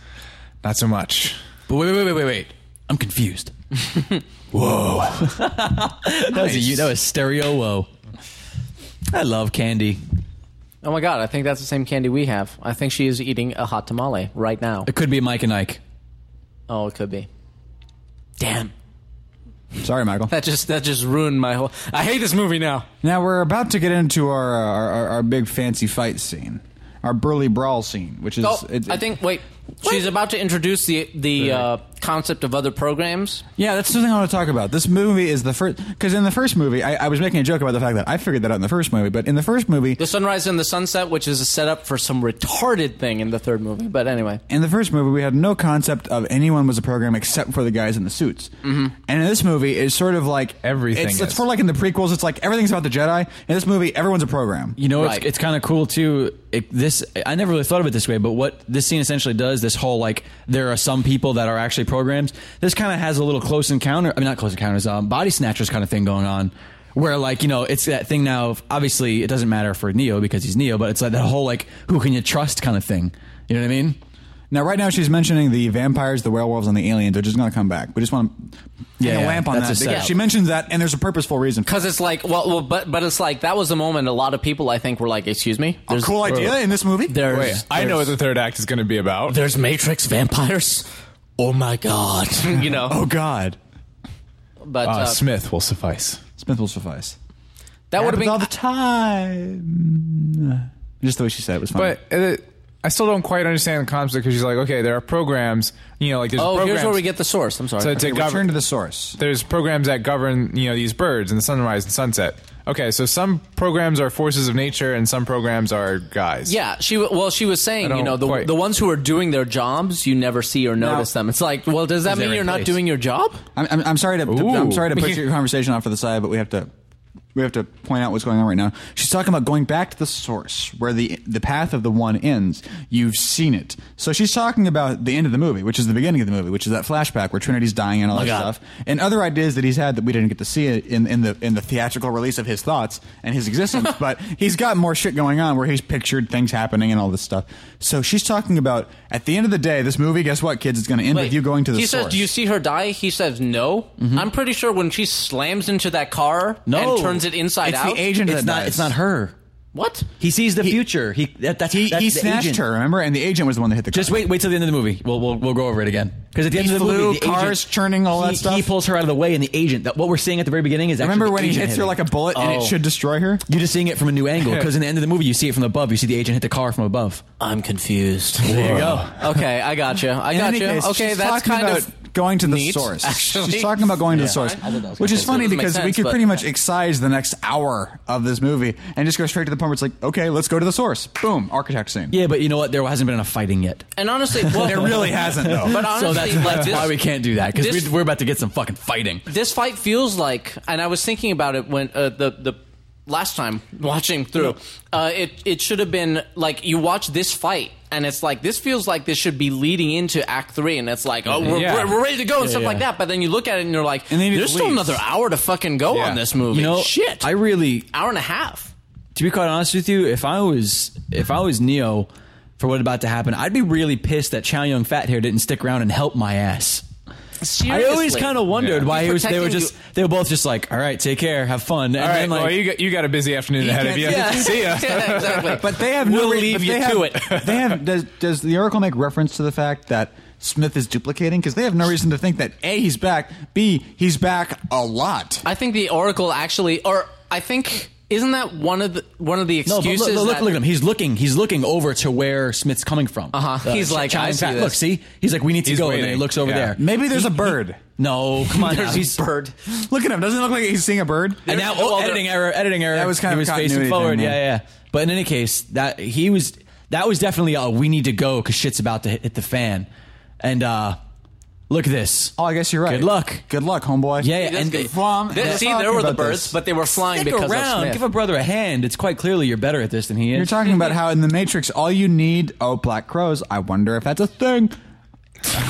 S5: not so much.
S4: But wait, wait, wait, wait, wait. I'm confused. whoa, that was a, you- that was stereo whoa. I love candy.
S3: Oh my god, I think that's the same candy we have. I think she is eating a hot tamale right now.
S4: It could be Mike and Ike.
S3: Oh, it could be. Damn.
S2: Sorry, Michael.
S3: That just that just ruined my whole I hate this movie now.
S2: Now we're about to get into our uh, our, our, our big fancy fight scene, our burly brawl scene, which is
S3: Oh,
S2: it-
S3: I think wait. She's about to introduce the the uh, concept of other programs.
S2: Yeah, that's something I want to talk about. This movie is the first because in the first movie, I, I was making a joke about the fact that I figured that out in the first movie, but in the first movie,
S3: The sunrise and the sunset, which is a setup for some retarded thing in the third movie. But anyway.
S2: in the first movie, we had no concept of anyone was a program except for the guys in the suits. Mm-hmm. And in this movie, it's sort of like
S5: Everything
S2: It's, it's
S5: is.
S2: for like in the prequels, it's like everything's about the Jedi. In this movie, everyone's a program.
S4: You know,
S3: Right.
S4: it's, it's kind of cool too. It, this I never really thought of it this way, but what this scene essentially does, this whole like there are some people that are actually programs. This kind of has a little close encounter. I mean, not close encounters, um, body snatchers kind of thing going on, where like you know it's that thing now. Of, obviously, it doesn't matter for Neo because he's Neo, but it's like that whole like who can you trust kind of thing. You know what I mean?
S2: Now, right now, she's mentioning the vampires, the werewolves, and the aliens, which is going to come back. We just want to
S4: Yeah,
S2: hang
S4: yeah,
S2: a lamp on
S4: that's
S2: that.
S4: a
S2: because
S4: setup.
S2: She mentions that, and there's a purposeful reason.
S3: Because it's like, well, well, but but it's like that was the moment a lot of people I think were like, "Excuse me,
S2: A cool idea in this movie.
S3: There's
S5: I know what the third act is going to be about.
S3: there's Matrix vampires. Oh my god, you know.
S2: Oh God,
S3: But
S5: Uh,
S3: uh,
S5: Smith will suffice.
S2: Smith will suffice.
S3: that would
S2: Happens
S3: have been
S2: all the time. Just the way she said it was funny.
S5: But uh, I still don't quite understand the concept because she's like, okay, there are programs. You know, like there's
S3: Oh,
S5: programs.
S3: here's where we get the source. I'm sorry.
S5: So
S2: Okay,
S5: to
S2: return
S5: govern,
S2: to the source.
S5: there's programs that govern you know these birds and the sunrise and sunset. Okay, so some programs are forces of nature and some programs are guys.
S3: yeah, she w- well, she was saying,
S5: I
S3: you know,
S5: don't
S3: the
S5: quite-
S3: the ones who are doing their jobs, you never see or notice them. It's like, well, does that
S4: they're
S3: mean
S4: in
S3: you're not
S4: place.
S3: doing your job?
S2: I'm, I'm, I'm sorry to, to-
S5: Ooh.
S2: I'm sorry to put your conversation off to the side, but we have to we we have to point out what's going on right now. She's talking about going back to the source where the the path of the one ends. You've seen it. So she's talking about the end of the movie, which is the beginning of the movie, which is that flashback where Trinity's dying
S3: Oh
S2: and all that
S4: God.
S2: stuff, and other ideas that he's had that we didn't get to see in in the in the theatrical release of his thoughts and his existence. but he's got more shit going on where he's pictured things happening and all this stuff. So she's talking about at the end of the day, this movie. Guess what, kids? It's going to end with you going to the
S3: he
S2: source. Mm-hmm.
S3: says, "Do you see her die?" He says, "No." I'm pretty sure when she slams into that car
S4: No.
S3: and turns it inside
S2: It's the
S3: out.
S2: agent
S4: It's
S2: that
S4: not.
S2: dies.
S4: It's not her.
S3: What?
S4: He sees the future. He that, that's
S2: He,
S4: that's
S2: he
S4: the
S2: snatched
S4: agent.
S2: her, remember? And the agent was the one that hit the car.
S4: Just wait, wait till the end of the movie. We'll we'll, we'll go over it again because at the end
S2: He
S4: of the
S2: flew,
S4: movie, the agent-
S2: cars churning, all
S4: he,
S2: that stuff.
S4: He pulls her out of the way, and the agent. That, what we're seeing at the very beginning is actually
S2: Remember
S4: the
S2: when he
S4: agent
S2: hits her
S4: hitting.
S2: like a bullet and
S4: Oh.
S2: it should destroy her?
S4: You're just seeing it from a new angle because in the end of the movie, you see it from above. You see the agent hit the car from above.
S3: I'm confused. There you
S4: Oh.
S3: go. Okay, I got you. I
S2: In
S3: got
S2: any
S3: you.
S2: case,
S3: Okay,
S2: she's
S3: that's
S2: talking
S3: kind
S2: about
S3: of
S2: going to the
S3: neat,
S2: source.
S3: actually.
S2: She's talking about going to the source,
S4: I thought that was
S2: which is
S4: gonna
S2: funny
S3: make
S2: because we
S3: sense,
S2: could
S3: but-
S2: pretty much excise the next hour of this movie and just go straight to the point where it's like, okay, let's go to the source. Boom, architect scene.
S4: Yeah, but you know what? There hasn't been enough fighting yet.
S3: And honestly, well,
S2: It really hasn't though.
S3: But honestly,
S4: so that's,
S3: like
S4: that's
S3: this,
S4: why we can't do that
S3: this-
S4: because we're about to get some fucking fighting.
S3: this fight feels like, and I was thinking about it when uh, the the last time watching through, uh, it it should have been like you watch this fight, and it's like this feels like this should be leading into Act Three, and it's like oh we're,
S5: Yeah.
S3: we're, we're ready to go and stuff
S4: yeah.
S3: like that, but then you look at it and you're like,
S2: And then it
S3: there's still
S2: leaves.
S3: another hour to fucking go
S5: Yeah.
S3: on this movie.
S4: You know,
S3: shit,
S4: I really
S3: hour and a half.
S4: to be quite honest with you, if I was if I was Neo for what about to happen, I'd be really pissed that Chow Yun Fat here didn't stick around and help my ass.
S3: Seriously.
S4: I always kind of wondered
S5: Yeah.
S4: why
S3: He's
S4: he was, they were
S3: protecting
S4: just
S3: you.
S4: they were both just like, all right, take care, have fun, and
S5: All right,
S4: then like
S5: well, you got, you got a busy afternoon ahead of you.
S3: yeah.
S5: See ya.
S3: yeah, exactly.
S2: But they have
S4: We'll
S2: no re-
S4: leave
S2: but
S4: you
S2: they
S4: to
S2: have,
S4: it.
S2: they have does does the Oracle make reference to the fact that Smith is duplicating? Because they have no reason to think that A he's back, B he's back a lot.
S3: I think the Oracle actually, or I think, isn't that one of the one of the
S4: no, but
S3: excuses?
S4: look, look, look,
S3: that-
S4: look at him. He's looking. He's looking over to where Smith's coming from. Uh,
S3: Uh-huh. He's like,
S4: Chow
S3: I
S4: Yun
S3: see
S4: Fat,
S3: this.
S4: Look, see, he's like, we need to
S5: He's
S4: go, and then
S5: waiting.
S4: he looks over
S5: Yeah.
S4: there.
S2: Maybe there's
S4: He-
S2: a bird.
S4: he- no, come on, now.
S3: There's
S4: he's
S3: a bird.
S2: Look at him. Doesn't it look like he's seeing a bird?
S4: And now, oh,
S3: Well,
S4: editing
S3: there-
S4: error, editing error.
S2: That was kind
S4: he
S2: of
S4: was facing
S2: continuity
S4: forward.
S2: thing,
S4: yeah,
S2: yeah.
S4: yeah. But in any case, that he was that was definitely a we need to go because shit's about to hit, hit the fan. And uh look at this.
S2: Oh, I guess you're right.
S4: Good luck.
S2: Good luck, homeboy.
S4: Yeah, yeah.
S3: That's
S4: and
S3: good.
S2: Vom-
S3: Th-
S2: they're
S3: see,
S2: talking
S3: there were the
S2: about
S3: birds,
S2: this.
S3: but they were flying
S4: stick
S3: because of
S4: around,
S3: Smith.
S4: give a brother a hand. It's quite clearly you're better at this than he is.
S2: You're talking about how in The Matrix, all you need. Oh, black crows. I wonder if that's a thing.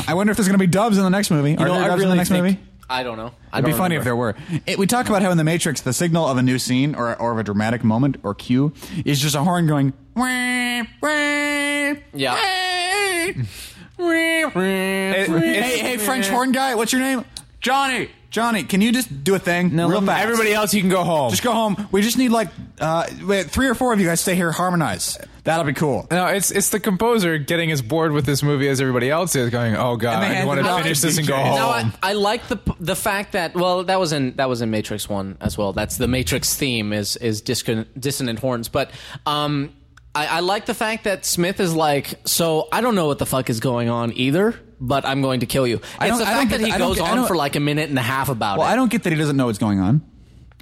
S2: I wonder if there's going to be doves in the next movie. Are
S4: know,
S2: there
S4: I
S2: doves in the
S4: really
S2: next
S4: think-
S2: movie?
S3: I don't know. I
S2: It'd be
S3: don't
S2: funny if there
S3: remember.
S2: were. It, we talk about how in The Matrix, the signal of a new scene or, or of a dramatic moment or cue is just a horn going. "Wah, wah,
S3: Yeah.
S2: wah, wah." Hey, hey, French horn guy, what's your name? Johnny. Johnny, can you just do a thing
S4: No,
S2: real
S4: let me-
S2: fast?
S5: Everybody else, you can go home.
S2: Just go home. We just need like uh, wait, three or four of you guys stay here harmonize. That'll be cool.
S5: No, it's it's the composer getting as bored with this movie as everybody else is, going, "Oh God,
S2: And they
S5: I
S2: handed
S5: want
S2: it
S5: to
S2: off
S5: finish
S2: to
S5: this and go
S2: DJ.
S5: home."
S3: Now I, I like the p- the fact that well that was in that was in Matrix One as well. That's the Matrix theme is is discon- dissonant horns. But um, I, I like the fact that Smith is like so I don't know what the fuck is going on either, but I'm going to kill you. It's
S2: don't-
S3: the
S2: I don't
S3: fact
S2: get
S3: that he
S2: the- I don't
S3: goes
S2: get- I
S3: on
S2: don't-
S3: for like a minute and a half about
S2: Well,
S3: it.
S2: I don't get that he doesn't know what's going on.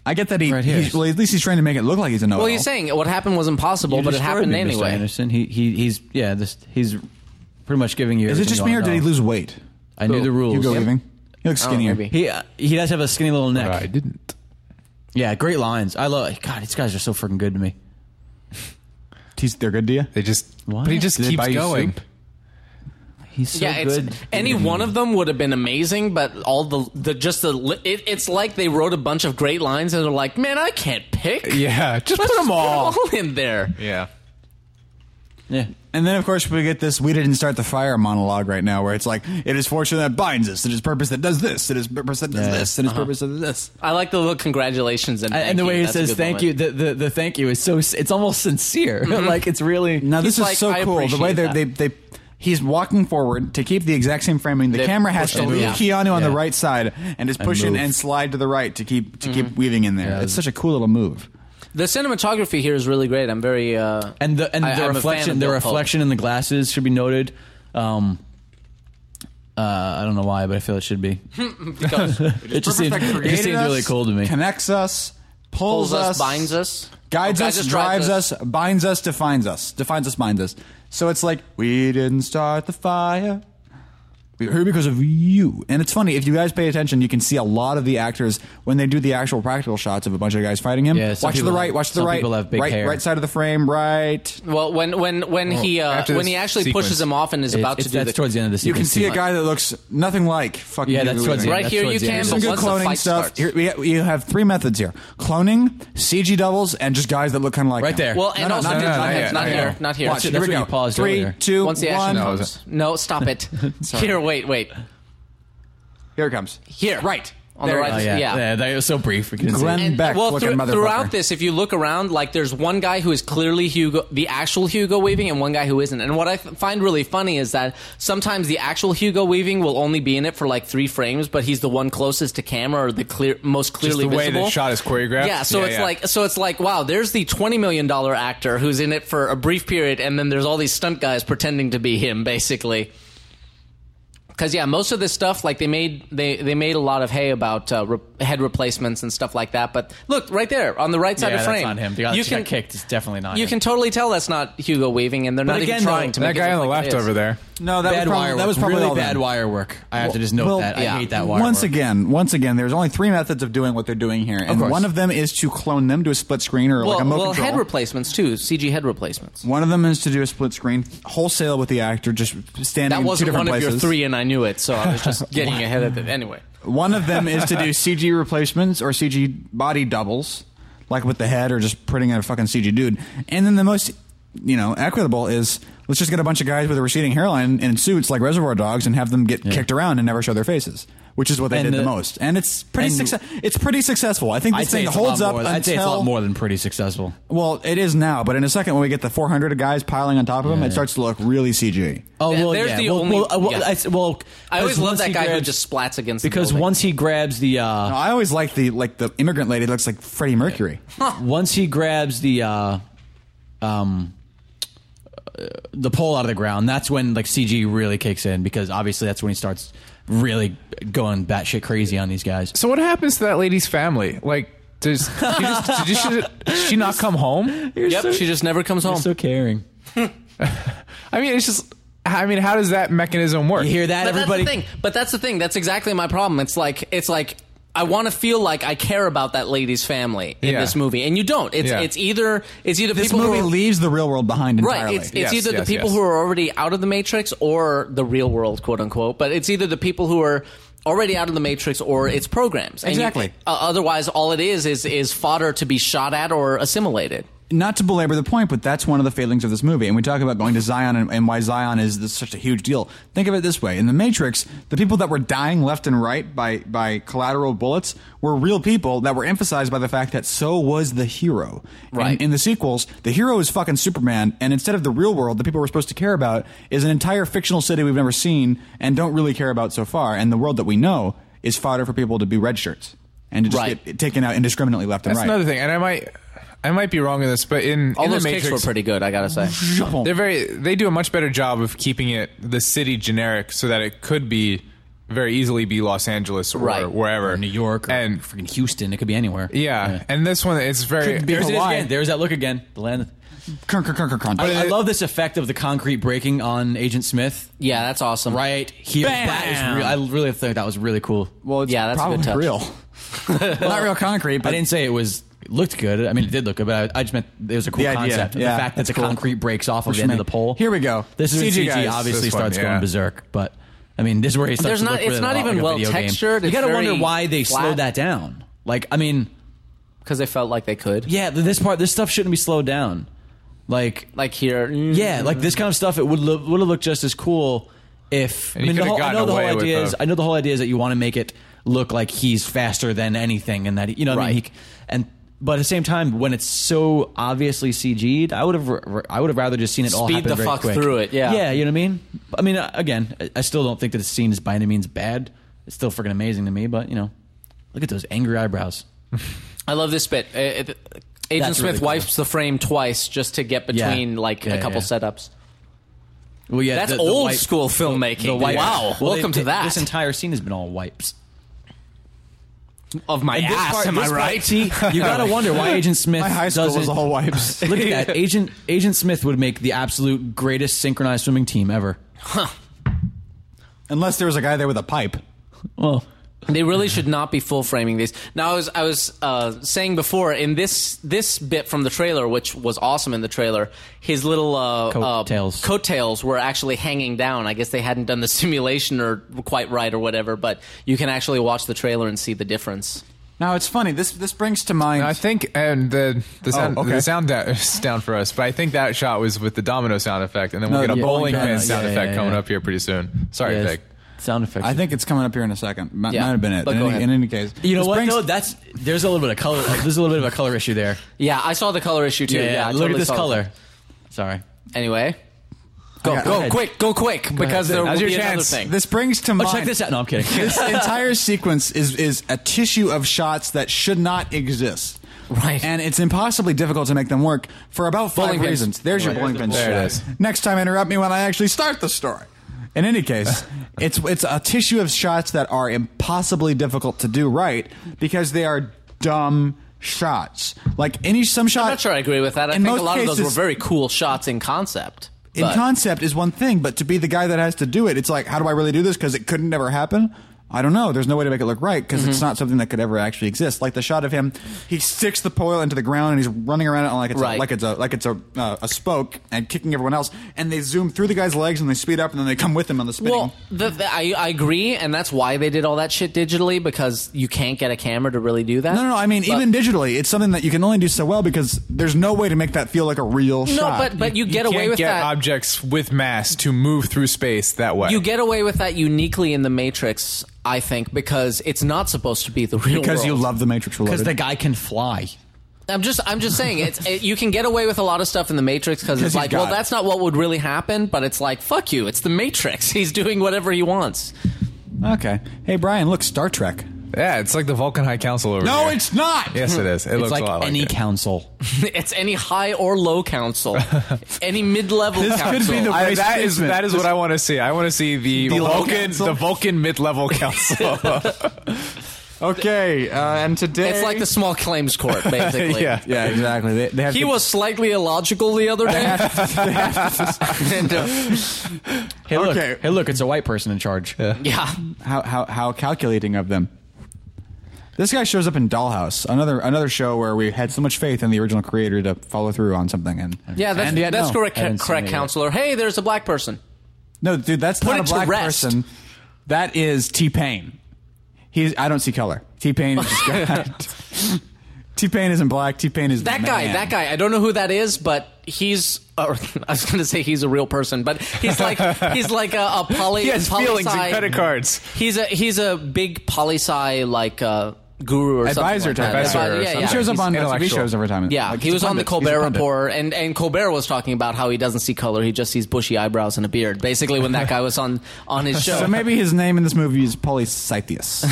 S2: I get that he.
S4: Right here.
S2: he's- well, at least he's trying to make it look like he's a know.
S3: well, you're saying what happened was impossible,
S4: You
S3: but it
S4: destroyed
S3: happened
S4: me, Mr.
S3: anyway.
S4: Anderson. He, he he's yeah. This he's pretty much giving you.
S2: Is it
S4: everything
S2: just
S4: you
S2: me, or
S4: wanna
S2: did he
S4: know.
S2: lose weight?
S4: I knew the rules.
S2: Hugo leaving. He looks
S3: Oh,
S2: skinnier.
S3: maybe.
S4: He uh, he does have a skinny little neck.
S5: I didn't.
S4: Yeah, great lines. I love. God, these guys are so freaking good to me.
S2: He's, they're good to you.
S5: They just,
S4: What?
S5: but he just
S4: Did they
S5: keeps
S4: buy you
S5: going.
S4: soup? He's so
S3: yeah, it's,
S4: good.
S3: any one of them would have been amazing, but all the the just the li- it, it's like they wrote a bunch of great lines and they're like, man, I can't pick.
S5: Yeah, just
S3: Let's
S5: put them
S3: just
S5: all.
S3: put 'em all in there.
S5: Yeah,
S4: Yeah.
S2: And then, of course, we get this "We didn't start the fire" monologue right now, where it's like, "It is fortune that binds us. It is purpose that does this. It is purpose that does
S4: Yeah.
S2: this. It
S3: Uh-huh.
S2: is purpose that does this."
S3: I like the little congratulations and
S4: And,
S3: thank
S4: and the
S3: you.
S4: way he
S3: That's a
S4: says
S3: good
S4: thank
S3: moment. Mm-hmm.
S4: you, the, the, the thank you is so, it's almost sincere. like, it's really.
S2: Now
S3: He's
S2: this is
S3: like,
S2: so
S3: "I
S2: cool. The way
S3: appreciate
S2: they they he's walking forward to keep the exact same framing. The
S3: They
S2: camera has
S3: push
S2: to
S3: it,
S2: leave
S3: yeah.
S2: Keanu on the
S4: Yeah.
S2: right side and is pushing
S4: move.
S2: and slide to the right to keep to
S3: Mm-hmm.
S2: keep weaving in there.
S4: Yeah.
S2: It's such a cool little move.
S3: The cinematography here is really great. I'm very uh,
S4: and the, and
S3: I-
S4: the
S3: I'm a fan
S4: reflection,
S3: of
S4: the
S3: Bill
S4: reflection in the glasses should be noted. Um, uh, I don't know why, but I feel it should be.
S3: Pope, because it
S4: It just seems,
S2: Perfect
S4: it
S2: created
S4: just seems really
S2: us,
S4: cool to me.
S2: Connects us, pulls,
S3: pulls us, binds us,
S2: guides
S3: Oh,
S2: us, drives us, binds us, defines us, defines us, binds us. So it's like we didn't start the fire. We're here because of you. And it's funny, if you guys pay attention, you can see a lot of the actors when they do the actual practical shots of a bunch of guys fighting him.
S4: Yeah, some
S2: watch to the
S4: people-
S2: right, watch to the
S4: some
S2: right.
S4: people have big
S2: right,
S4: hair.
S2: right side of the frame, right.
S3: Well, when when when he uh,
S5: after
S3: when
S5: this
S3: he actually
S5: sequence.
S3: pushes him off and is about
S4: it's,
S3: to do
S4: that's
S3: the
S4: towards the end of the
S2: You
S4: sequence.
S2: can see a
S4: too.
S2: guy that looks nothing like fucking
S4: Yeah,
S2: Huey
S4: that's towards
S2: Lewis.
S4: the end.
S3: Right
S4: that's
S3: here
S4: towards
S3: you
S4: the
S3: can,
S4: end.
S3: but
S2: some
S4: Some
S2: good
S3: once the
S2: cloning
S3: fight
S2: stuff.
S3: starts.
S2: Here, we ha- you have three methods here: cloning, CG doubles, and just guys that look kind of like
S4: Right
S2: him.
S4: there.
S3: Well, and
S2: No, no,
S3: also
S2: not
S3: not,
S2: yet, not
S3: here,
S2: yet,
S3: not
S2: not
S3: here,
S2: yet.
S3: not here.
S2: Watch it.
S4: That's
S2: Here we go.
S4: what you paused
S2: Three,
S4: earlier.
S2: two,
S3: Once the action
S2: one.
S5: No,
S3: comes. No, stop it. here, wait, wait.
S2: Here it comes.
S3: Here, right on the right.
S4: Oh, yeah.
S3: yeah.
S4: that was so brief. We couldn't see
S2: Glenn
S4: it.
S3: And,
S2: Beck
S3: well,
S2: looking
S3: throu-
S2: motherfucker.
S3: throughout this, if you look around, like there's one guy who is clearly Hugo, the actual Hugo Weaving, and one guy who isn't. And what I f- find really funny is that sometimes the actual Hugo Weaving will only be in it for like three frames, but he's the one closest to camera or the clear, most clearly
S5: the way the
S3: visible.
S5: shot is choreographed?
S3: Yeah, so
S5: Yeah,
S3: it's
S5: yeah.
S3: like so it's like wow, there's the twenty million dollar actor who's in it for a brief period, and then there's all these stunt guys pretending to be him, basically. Because yeah, most of this stuff, like they made they they made a lot of hay about uh, re- head replacements and stuff like that. But look right there on the right side
S4: yeah,
S3: of
S4: that's
S3: frame,
S4: not him. The guy
S3: you
S4: that
S3: can
S4: got kicked is definitely not
S3: you
S4: him.
S3: can totally tell that's not Hugo Weaving, and they're not
S4: again,
S3: even trying
S4: though,
S3: to.
S5: That
S3: make it
S5: guy on
S3: look
S5: the
S3: like it
S5: left
S3: is.
S5: over there.
S2: No, that
S4: bad
S2: was probably,
S4: wire
S2: that was
S4: work.
S2: probably
S4: really
S2: all
S4: bad
S2: them.
S4: wire work. I have to just note
S2: Well,
S4: that.
S3: yeah.
S4: I hate that wire
S2: once
S4: work.
S2: again, once again, there's only three methods of doing what they're doing here, and
S4: course.
S2: one of them is to clone them to a split screen or like
S3: Well,
S2: a mo
S3: well
S2: control.
S3: head replacements too, CG head replacements.
S2: one of them is to do a split screen wholesale with the actor just standing
S3: That
S2: in two
S3: wasn't
S2: different
S3: one
S2: places.
S3: of your three, and I knew it, so I was just getting ahead of it. Anyway,
S2: One of them is to do CG replacements or CG body doubles, like with the head or just putting in a fucking CG dude. And then the most, you know, equitable is let's just get a bunch of guys with a receding hairline in suits like Reservoir Dogs and have them get kicked around and never show their faces, which is what they
S4: And
S2: did the,
S4: the-
S2: most. And it's pretty
S4: and-
S2: success. It's pretty successful. I think this
S4: I'd say
S2: thing
S4: it's a
S2: holds
S4: lot
S2: up.
S4: more-
S2: until,
S4: I'd say it's a lot more than pretty successful.
S2: Well, it is now, but in a second when we get the 400 guys piling on top of him, it starts to look really CG.
S4: Oh
S3: Th-
S4: well,
S3: there's
S4: yeah.
S3: the
S4: well,
S3: only-
S4: Well, uh, well,
S3: yeah.
S4: I s- well,
S3: I always
S4: because
S3: love
S4: once
S3: that
S4: he
S3: guy who
S4: grabs-
S3: just splats against the
S4: because
S3: building.
S4: once he grabs the uh,
S2: No, I always like the like the immigrant lady looks like Freddie Mercury.
S4: once he grabs the uh, um uh, the pole out of the ground, that's when like CG really kicks in because obviously that's when he starts really going batshit crazy on these guys.
S5: So what happens to that lady's family? Like, does she, just, did she, did she not come home?
S3: yep, she just never comes home.
S4: so caring.
S5: I mean, it's just. I mean, how does that mechanism work?
S4: You hear that,
S3: but
S4: everybody?
S3: That's the thing. But that's the thing. That's exactly my problem. It's like it's like I want to feel like I care about that lady's family in
S5: Yeah.
S3: this movie, and you don't. It's
S5: Yeah.
S3: it's either it's either
S2: This
S3: people
S2: movie
S3: who are,
S2: leaves the real world behind
S3: right.
S2: entirely.
S3: It's, it's
S5: Yes,
S3: either
S5: yes,
S3: the people
S5: yes.
S3: who are already out of the matrix or the real world, quote unquote. But it's either the people who are already out of the matrix or it's programs. And you-
S2: Exactly.
S3: uh, otherwise, all it is is is fodder to be shot at or assimilated.
S2: Not to belabor the point, but that's one of the failings of this movie. And we talk about going to Zion and, and why Zion is this, such a huge deal. Think of it this way: in the Matrix, the people that were dying left and right by by collateral bullets were real people that were emphasized by the fact that so was the hero.
S3: Right.
S2: In, in the sequels, the hero is fucking Superman, and instead of the real world, the people we're supposed to care about is an entire fictional city we've never seen and don't really care about so far. And the world that we know is fodder for people to be red shirts and to just
S3: Right.
S2: get taken out indiscriminately left and
S5: That's
S2: right.
S5: another thing, and I might, I might be wrong in this, but in
S3: All
S5: in
S3: those
S5: the
S3: kicks
S5: Matrix,
S3: were pretty good, I gotta say.
S5: They're very. They do a much better job of keeping it the city generic, so that it could be very easily be Los Angeles or
S3: Right.
S5: wherever,
S4: Or New York, or
S5: and
S4: freaking Houston. It could be anywhere.
S5: yeah, And this one, it's very.
S4: There's, it is
S2: Hawaii.
S4: again. There's that look again. The land.
S2: Crunk, crunk, crunk, crunk, crunk.
S4: I, I love this effect of the concrete breaking on Agent Smith
S3: Yeah, that's awesome.
S4: right here. That is real. I really think that was really cool.
S2: Well, it's
S3: Yeah, that's a good
S2: probably real.
S3: touch.
S2: Not real concrete, but
S4: I didn't say it was it looked good. I mean, it did look good, but I, I just meant it was a cool
S2: The idea,
S4: concept.
S2: yeah,
S4: the fact that
S2: that's
S4: the
S2: cool.
S4: concrete breaks off of
S2: Which
S4: the end
S2: made-
S4: of the pole.
S2: Here we go.
S4: This is when
S2: CG
S4: CG
S2: guys.
S4: obviously
S5: This one,
S4: starts
S5: yeah.
S4: going berserk, but I mean, this is where he starts.
S3: There's
S4: to
S3: not-
S4: look
S3: it's
S4: really
S3: not
S4: a lot
S3: even
S4: like a
S3: well
S4: video game.
S3: textured,
S4: You
S3: it's
S4: got to wonder
S3: very
S4: why they
S3: flat.
S4: slowed that down. Like, I mean,
S3: Because they felt like they could.
S4: yeah, th- this part, this stuff shouldn't be slowed down. Like,
S3: Like here. mm,
S4: yeah, like this kind of stuff, it would look, would have looked just as cool if. I
S5: you
S4: mean, the
S5: could've
S4: whole, I
S5: gotten
S4: know the whole
S5: away with
S4: idea
S5: the-
S4: is I know the whole idea is that you want to make it look like he's faster than anything, and that he- you know, what I mean,
S3: Right.
S4: he, and but at the same time, when it's so obviously CG'd, I would have I would have rather just seen it all
S3: Speed
S4: happen
S3: the
S4: very
S3: fuck
S4: quick.
S3: through it, yeah.
S4: yeah, you know what I mean. I mean, uh, again, I- I still don't think that the scene is by any means bad. It's still freaking amazing to me, but you know, look at those angry eyebrows.
S3: I love this bit. Uh, it- Agent
S4: That's
S3: Smith
S4: really cool.
S3: wipes the frame twice just to get
S4: Yeah.
S3: between like
S4: Yeah,
S3: a couple
S4: yeah.
S3: setups.
S4: Well, yeah,
S3: That's
S4: the- the
S3: old
S4: wipe-
S3: school filmmaking.
S4: the wipe-
S3: Wow,
S4: Well,
S3: welcome
S4: they-
S3: to that.
S4: This entire scene has been all wipes.
S3: of my
S4: And this
S3: ass,
S4: part-
S3: am I
S4: this part-
S3: right?
S4: see, you gotta wonder why Agent Smith
S2: my high school
S4: doesn't.
S2: was all wipes.
S4: Look at that, Agent Agent Smith would make the absolute greatest synchronized swimming team ever.
S2: Unless there was a guy there with a pipe.
S4: Well,
S3: They really should not be full framing these. Now, I was I was uh, saying before in this this bit from the trailer, which was awesome in the trailer, his little uh,
S4: Coattails.
S3: uh, coattails were actually hanging down. I guess they hadn't done the simulation or quite right or whatever, but you can actually watch the trailer and see the difference.
S2: Now it's funny. This this brings to mind.
S5: I think, and the the sound,
S2: okay.
S5: the sound da- is down for us, but I think that shot was with the domino sound effect, and then we'll
S2: No,
S5: get a
S2: yeah.
S5: bowling
S2: Yeah,
S5: pin
S2: yeah,
S5: sound
S4: yeah,
S5: effect
S4: yeah,
S5: coming
S4: yeah.
S5: up here pretty soon. Sorry,
S4: yeah,
S5: Vic.
S4: sound effects.
S2: I think it's coming up here in a second. Might,
S3: Yeah.
S2: might have been it.
S3: But
S2: in,
S3: go
S2: any,
S3: ahead.
S2: in any case,
S4: you know
S2: this
S4: what
S2: brings-
S4: though? That's there's a little bit of color. uh, There's a little bit of a color issue there.
S3: Yeah, I saw the color issue too. Yeah, I
S4: look
S3: totally
S4: at this
S3: saw that.
S4: color. Sorry.
S3: Anyway, go
S2: Okay,
S3: go
S2: go ahead.
S3: quick, go quick because there
S5: Now's
S3: will
S5: your
S3: be another
S5: chance.
S3: thing.
S2: This brings to mind.
S4: Oh, check this out. No, I'm kidding.
S2: this entire sequence is is a tissue of shots that should not exist.
S3: Right.
S2: And it's impossibly difficult to make them work for about five
S3: Bowling pins.
S2: reasons. There's your
S3: Right.
S2: bowling pin
S5: There it
S2: shot.
S5: is.
S2: Next time interrupt me when I actually start the story. In any case, it's it's a tissue of shots that are impossibly difficult to do right because they are dumb shots. Like any some shot
S3: I'm not sure I agree with that. I
S2: in
S3: think
S2: most
S3: a lot of those were
S2: cases-
S3: very cool shots in concept.
S2: in
S3: but-
S2: concept is one thing, but to be the guy that has to do it, it's like, how do I really do this? Because it couldn't never happen. I don't know. There's no way to make it look right because
S3: Mm-hmm.
S2: it's not something that could ever actually exist. Like the shot of him, he sticks the pole into the ground and he's running around it like it's
S3: Right.
S2: a, like it's a like it's a uh, a spoke and kicking everyone else. And they zoom through the guy's legs and they speed up and then they come with him on the spinning.
S3: Well, the, the, I, I agree, and that's why they did all that shit digitally because you can't get a camera to really do that.
S2: no, no, no. I mean,
S3: But-
S2: even digitally, it's something that you can only do so well because there's no way to make that feel like a real
S3: no,
S2: shot.
S3: but but you, get
S5: you
S3: away
S5: can't
S3: with
S5: get
S3: that.
S5: objects with mass to move through space that way.
S3: you get away with that uniquely in the Matrix, I think, because it's not supposed to be the real
S2: because you
S3: world.
S2: love the Matrix Reloaded.
S4: Because the guy can fly.
S3: I'm just I'm just saying it's it, you can get away with a lot of stuff in the Matrix because
S2: 'Cause
S3: it's
S2: he's
S3: like
S2: got
S3: well
S2: it.
S3: that's not what would really happen, but it's like fuck you, it's the Matrix. He's doing whatever he wants.
S2: okay. Hey, Brian, look, Star Trek.
S5: yeah, it's like the Vulcan High Council over here.
S2: No, it's not.
S5: Yes, it is. It
S4: It's
S5: looks
S4: like,
S5: a lot
S4: any
S5: like it.
S4: council.
S3: it's any high or low council, any mid level
S2: This could
S3: council.
S2: be the
S5: I,
S2: Vice
S5: that is
S2: Kingsman.
S5: that is what I want to see. I want to see the,
S2: The low
S5: Vulcan
S2: council?
S5: the Vulcan mid level council.
S2: Okay, uh, and today
S3: it's like the small claims court basically.
S5: yeah.
S2: Yeah, exactly. They, they have
S3: He
S2: to-
S3: was slightly illogical the other day. And, uh,
S4: Hey look.
S2: Okay.
S4: Hey look. It's a white person in charge.
S3: yeah.
S2: how, how how calculating of them. This guy shows up in Dollhouse, another another show where we had so much faith in the original creator to follow through on something. And
S3: Yeah, that's,
S2: and yet,
S3: that's
S2: no.
S3: correct,
S4: I haven't seen
S3: correct
S4: it yet.
S3: counselor. Hey, there's a black person.
S2: No, dude, that's
S3: Put
S2: not
S3: it
S2: a
S3: to
S2: black
S3: rest.
S2: person. That is T Pain. He's I don't see color. T Pain is T Pain isn't black. T Pain is
S3: That
S2: the
S3: guy,
S2: man.
S3: that guy. I don't know who that is, but he's. Uh, I was going to say he's a real person, but he's like he's like a, a poly.
S5: He has
S3: poli
S5: feelings and
S3: sci-
S5: credit cards.
S3: He's a he's a big poli sci like uh, guru or
S2: Advisor
S3: something
S2: type.
S3: like that.
S5: Advisor or
S3: yeah,
S5: something.
S3: yeah.
S2: He shows up
S5: He's
S2: on TV
S5: intellectual.
S2: shows every time.
S3: Yeah,
S2: Like,
S3: he
S2: he's
S3: was
S2: a
S3: on the
S2: pundit. He's a
S3: Colbert
S2: pundit.
S3: Report, and, and Colbert was talking about how he doesn't see color; he just sees bushy eyebrows and a beard. Basically, when that guy was on on his show,
S2: So maybe his name in this movie is Polycytheus.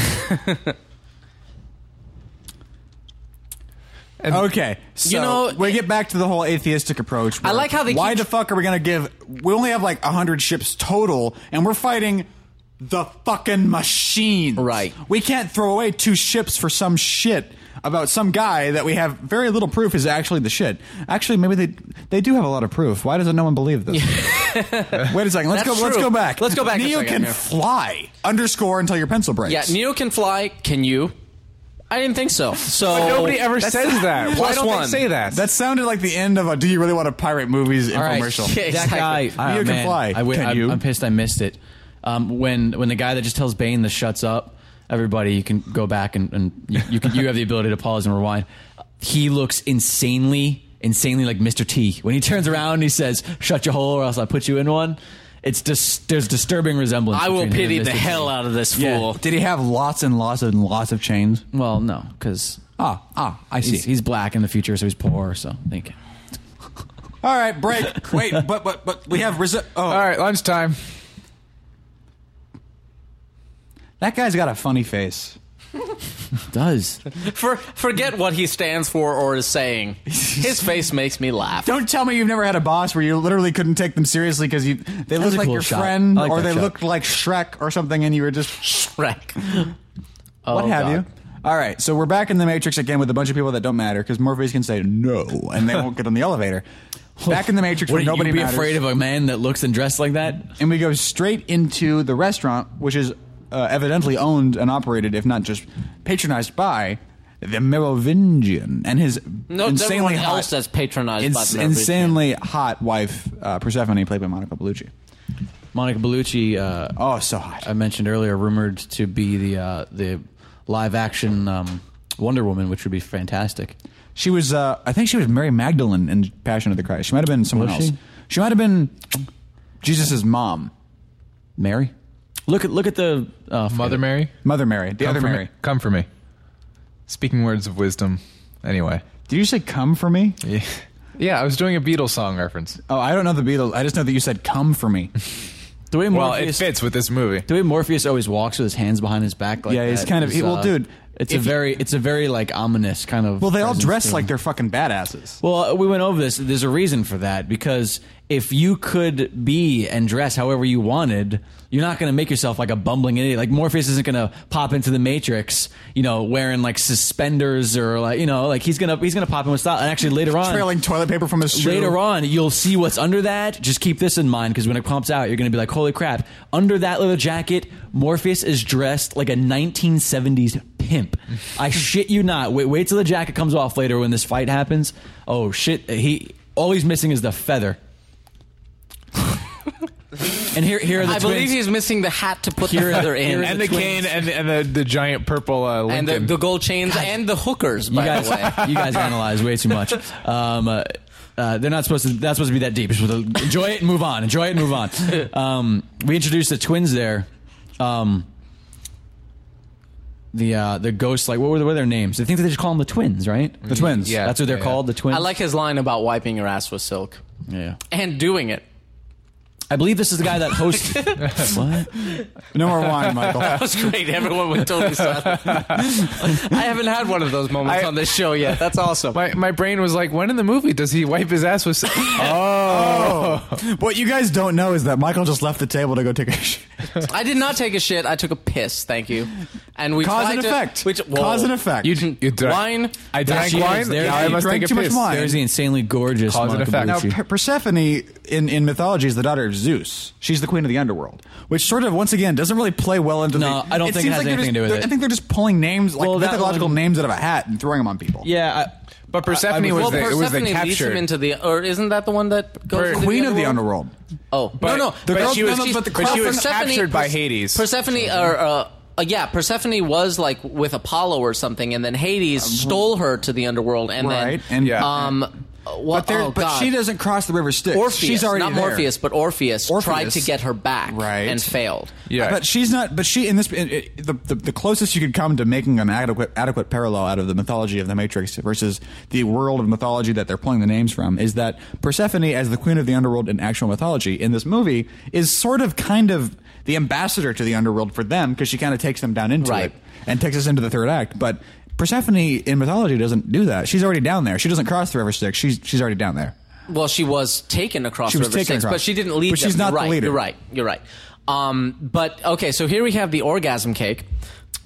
S5: And-
S2: okay, so
S3: You know,
S2: we get back to the whole atheistic approach.
S3: I
S2: where
S3: like how they
S2: Why
S3: keep-
S2: the fuck are we gonna give? We only have like hundred ships total, and we're fighting the fucking machines.
S3: Right.
S2: We can't throw away two ships for some shit about some guy that we have very little proof is actually the shit. Actually, maybe they they do have a lot of proof. Why doesn't no one believe this? Wait a second. Let's
S3: That's
S2: go. Let's
S3: true.
S2: go back.
S3: Let's go back a
S2: Neo
S3: second
S2: can
S3: here.
S2: fly. Underscore until your pencil breaks.
S3: yeah, Neo can fly. Can you? I didn't think so. So
S5: But nobody ever
S3: That's-
S5: says that. Why
S3: Plus
S5: don't
S3: one.
S5: they say that?
S2: That sounded like the end of a "Do you really want to pirate movies?" infomercial.
S3: Yeah,
S4: That guy,
S3: exactly.
S4: ah,
S2: You can
S4: man,
S2: fly.
S4: I win.
S2: Can
S4: I'm,
S2: you?
S4: I'm pissed. I missed it. Um, when when the guy that just tells Bane to shuts up, everybody, you can go back and, and you, you can you have the ability to pause and rewind. He looks insanely, insanely like Mr. T when he turns around and he says, "Shut your hole, or else I will put you in one." It's just there's disturbing resemblance.
S3: I will
S4: between him
S3: pity
S4: and
S3: the
S4: Mr. T.
S3: hell out of this
S2: Yeah.
S3: fool.
S2: Did he have lots and lots and lots of chains?
S4: Well, no, because
S2: Ah, ah, I see.
S4: he's, he's black in the future, so he's poor. So thank you.
S2: All right, break. Wait, but but but we have resi- oh,
S5: All right, lunchtime.
S2: that guy's got a funny face.
S4: Does
S3: For, forget what he stands for or is saying. His face makes me laugh.
S2: Don't tell me you've never had a boss where you literally couldn't take them seriously because you they
S4: was
S2: looked
S4: a
S2: like
S4: cool
S2: your
S4: shot.
S2: friend
S4: I like
S2: or
S4: that
S2: they
S4: shot.
S2: looked like Shrek or something, and you were just
S3: Shrek.
S2: what
S3: Oh,
S2: have
S3: God.
S2: you. All right, so we're back in the Matrix again with a bunch of people that don't matter because Morpheus can say no and they won't get on the elevator. Back in the Matrix where
S4: Would
S2: nobody
S4: you be
S2: matters.
S4: afraid of a man that looks and dressed like that?
S2: and we go straight into the restaurant, which is uh, evidently owned and operated, if not just patronized by the Merovingian and his
S3: No, it's
S2: insanely
S3: everyone
S2: hot,
S3: else that's patronized by
S2: ins-
S3: the Merovingian.
S2: insanely hot wife uh, Persephone, played by Monica Bellucci.
S4: Monica Bellucci. Uh,
S2: Oh, so hot.
S4: I mentioned earlier, rumored to be the uh, the live action um, Wonder Woman, which would be fantastic.
S2: She was, uh, I think she was Mary Magdalene in Passion of the Christ. She might have been someone
S4: Was
S2: else.
S4: she?
S2: she might have been Jesus' mom,
S4: Mary, look at look at the uh,
S5: Mother Mary,
S2: Mother Mary, the
S5: come
S2: other
S5: for
S2: Mary.
S5: me. Come for me. Speaking words of wisdom. Anyway,
S2: Did you say "come for me"?
S5: yeah, yeah I was doing a Beatles song reference.
S2: Oh, I don't know the Beatles. I just know that you said "come for me."
S4: The way
S5: Well, it
S4: Morpheus,
S5: fits with this movie.
S4: the way Morpheus always walks with his hands behind his back. Like
S2: Yeah, he's
S4: that
S2: kind of-
S4: is,
S2: he- well,
S4: uh,
S2: dude,
S4: It's a
S2: if you-
S4: very it's a very like ominous kind of.
S2: Well, they all
S4: presence to
S2: dress
S4: him.
S2: like they're fucking badasses.
S4: Well, uh, we went over this. There's a reason for that because if you could be and dress however you wanted, you're not going to make yourself like a bumbling idiot. Like Morpheus isn't going to pop into the Matrix, you know, wearing like suspenders or like you know, like he's gonna he's gonna pop in with style. And actually, later on,
S2: Trailing toilet paper from his shoe.
S4: later on, you'll see what's under that. Just keep this in mind because when it pumps out, you're going to be like, holy crap. Under that leather jacket, Morpheus is dressed like a 1970s pimp. I shit you not. Wait, wait till the jacket comes off later when this fight happens. Oh, shit. He All he's missing is the feather. and here, here are the
S3: I
S4: twins.
S3: believe he's missing the hat to put the feather in,
S5: And the cane and, and the, the giant purple uh,
S3: and
S5: Lincoln.
S3: the, the gold chains and the hookers.
S4: you
S3: By
S4: guys,
S3: the way,
S4: you guys analyze way too much. Um, uh, uh, they're not supposed to. That's supposed to be that deep. It's supposed to- enjoy it and move on. Enjoy it and move on. Um, we introduced the twins there. Um, the uh, the ghosts, like what were, the, what were their names? I think that they just call them the twins, right? The
S2: twins.
S5: Yeah.
S4: that's what they're
S5: Yeah,
S4: called.
S5: yeah.
S4: The twins.
S3: I like his line about wiping your ass with silk
S4: Yeah,
S3: and doing it.
S4: I believe this is the guy that hosts. what?
S2: No more wine, Michael.
S3: That was great. Everyone was totally silent. I haven't had one of those moments
S5: I-
S3: on this show yet. That's awesome.
S5: my, my brain was like, when in the movie does he wipe his ass with? Oh.
S2: what you guys don't know is that Michael just left the table to go take a shit.
S3: I did not take a shit. I took a piss. Thank you. And we
S2: Cause
S3: tried
S2: and
S3: to-
S2: effect.
S3: we t- whoa.
S2: Cause and effect. You
S5: you drank-
S3: wine.
S5: I
S4: There
S5: drank
S4: she is.
S5: wine.
S4: There
S5: yeah,
S4: she
S5: I
S4: is.
S5: must
S2: Drank
S5: take a
S2: too much
S5: piss.
S2: wine.
S4: There's the insanely gorgeous
S5: Cause and
S4: Monica
S5: effect.
S2: Now,
S4: Bellucci.
S2: Per- Persephone in, in mythology is the daughter of Zeus. She's the queen of the underworld, which sort of once again doesn't really play well into
S4: No,
S2: the.
S4: I don't think it
S2: seems
S4: has
S2: they're
S4: anything
S2: just-
S4: to do with
S2: they're-
S4: it.
S2: I think they're just pulling names like
S4: Well, that
S2: mythological
S4: one-
S2: names out of a hat and throwing them on people.
S4: yeah, I,
S5: But Persephone
S4: I-
S5: was,
S4: I was-
S3: well,
S5: the, it was the
S3: Persephone leads
S5: captured.
S3: him into the, or isn't that the one that goes into
S2: Queen
S3: the
S2: of the
S3: underworld?
S2: underworld.
S3: Oh
S5: But-
S3: no, no,
S5: the
S3: but
S5: girl-
S3: she
S5: no,
S3: was,
S5: no,
S3: she's-
S5: but the girl- she was captured by
S3: Pers-
S5: Hades.
S3: Persephone, or uh, uh, yeah, Persephone was like with Apollo or something, and then Hades stole her to the underworld, and
S2: Right,
S3: then
S2: and- Yeah.
S3: um, uh,
S2: But,
S3: what?
S2: there-
S3: oh,
S2: but
S3: God.
S2: she doesn't cross the river Styx.
S3: Orpheus,
S2: she's already
S3: not
S2: there.
S3: Morpheus, but Orpheus, tried
S2: Orpheus.
S3: to get her back,
S2: Right.
S3: and failed.
S5: Yeah.
S2: But she's not. But she in this in, in, the, the the closest you could come to making an adequate adequate parallel out of the mythology of the Matrix versus the world of mythology that they're pulling the names from is that Persephone as the queen of the underworld in actual mythology in this movie is sort of kind of the ambassador to the underworld for them because she kind of takes them down into it
S3: Right.
S2: and takes us into the third act, but. Persephone in mythology doesn't do that. She's already down there. She doesn't cross the river Styx. She's she's already down there.
S3: Well, she was taken across
S2: She was
S3: River
S2: taken
S3: Styx,
S2: across.
S3: but she didn't lead.
S2: But she's not
S3: them. You're
S2: the
S3: right.
S2: leader.
S3: You're right. You're right. Um, but okay, so here we have the orgasm cake,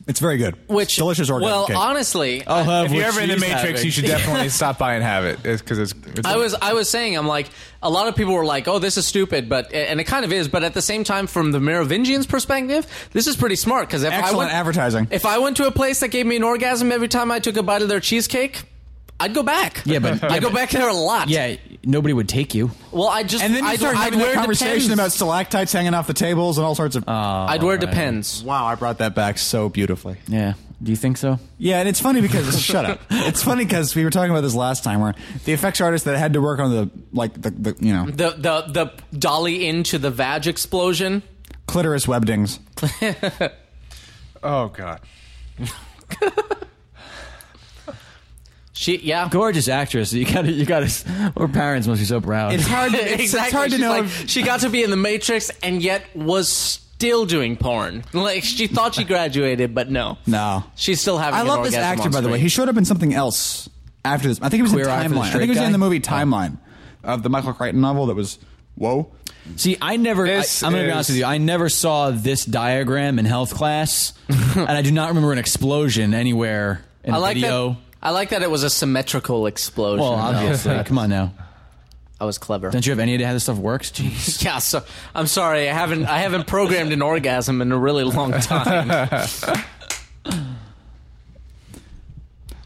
S2: It's very good.
S3: which
S2: It's delicious orgasm
S3: Well,
S2: cake. Oh,
S3: honestly, I-
S5: if you're ever in the
S4: she's
S5: Matrix,
S4: having.
S5: you should definitely stop by and have it because it's, it's.
S3: I was I was saying I'm like a lot of people were like oh this is stupid but and it kind of is but at the same time from the Merovingian's perspective this is pretty smart because if I
S2: Excellent
S3: went,
S2: advertising.
S3: if I went to a place that gave me an orgasm every time I took a bite of their cheesecake I'd go back
S4: Yeah, but-
S3: I'd
S4: yeah,
S3: go
S4: but-
S3: back there a lot
S4: yeah, nobody would take you.
S3: well I just
S2: And then you
S3: I'd,
S2: start
S3: I'd
S2: having
S3: wear
S2: that conversation Oh,
S3: Depends.
S2: about stalactites hanging off the tables and all sorts of.
S3: I'd wear depends
S2: wow, I brought that back so beautifully.
S4: Yeah, do you think so?
S2: Yeah, and it's funny because shut up. It's funny because we were talking about this last time where the effects artist that had to work on the like the, the you know
S3: the the the dolly into the vag explosion
S2: clitoris webdings.
S5: Oh god.
S3: she yeah
S4: gorgeous actress. You gotta, you gotta. Her parents must be so proud.
S2: It's hard. It's, it's
S3: exactly.
S2: hard to
S3: She's
S2: know.
S3: like-
S2: if-
S3: she got to be in the Matrix and yet was still doing porn. Like she thought she graduated, but no,
S2: No.
S3: she's still having.
S2: I
S3: an
S2: love this
S3: orgasm
S2: actor
S3: on
S2: by the way.
S3: screen.
S2: He showed up in something else after this. I think he was
S4: Queer Eye for
S2: in
S4: the
S2: Timeline. I
S4: Straight
S2: think he was in
S4: Guy? Oh.
S2: the movie Timeline of the Michael Crichton novel that was whoa.
S4: See, I never. I,
S5: This
S4: I'm gonna be
S5: is-
S4: honest with you. I never saw this diagram in health class, and I do not remember an explosion anywhere in
S3: I
S4: the
S3: like
S4: video.
S3: that. I like that it was a symmetrical explosion.
S4: Well,
S3: though.
S4: obviously, come on now.
S3: I was clever.
S4: Don't you have any idea how this stuff works? Jeez.
S3: yeah, so I'm sorry. I haven't I haven't programmed an orgasm in a really long time.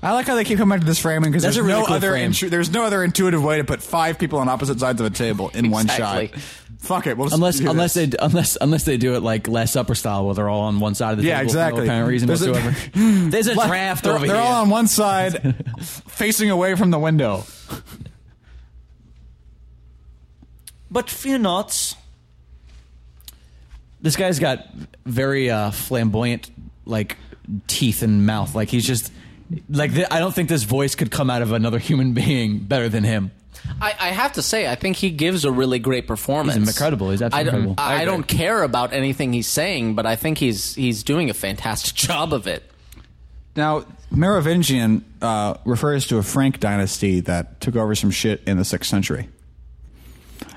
S2: I like how they keep coming back to this framing because
S4: That's
S2: there's
S4: a really
S2: no
S4: cool
S2: other
S4: frame.
S2: intu- there's no other intuitive way to put five people on opposite sides of a table in one shot.
S3: Exactly.
S2: Fuck it. We'll just
S4: Unless
S2: do
S4: unless
S2: this.
S4: they unless unless they do it like Last Supper style, where they're all on one side of the
S2: Yeah,
S4: table for no
S2: exactly.
S4: apparent reason
S2: There's a-
S4: whatsoever. There's a draft
S2: they're,
S4: over
S2: they're
S4: here.
S2: all on one side, facing away from the window.
S4: But fear not. This guy's got very uh, flamboyant, like teeth and mouth. Like he's just like th- I don't think this voice could come out of another human being better than him.
S3: I, I have to say, I think he gives a really great performance.
S4: He's incredible. He's absolutely
S3: I don't,
S4: incredible.
S3: I, I don't care about anything he's saying, but I think he's he's doing a fantastic job of it.
S2: Now, Merovingian uh, refers to a Frank dynasty that took over some shit in the sixth century.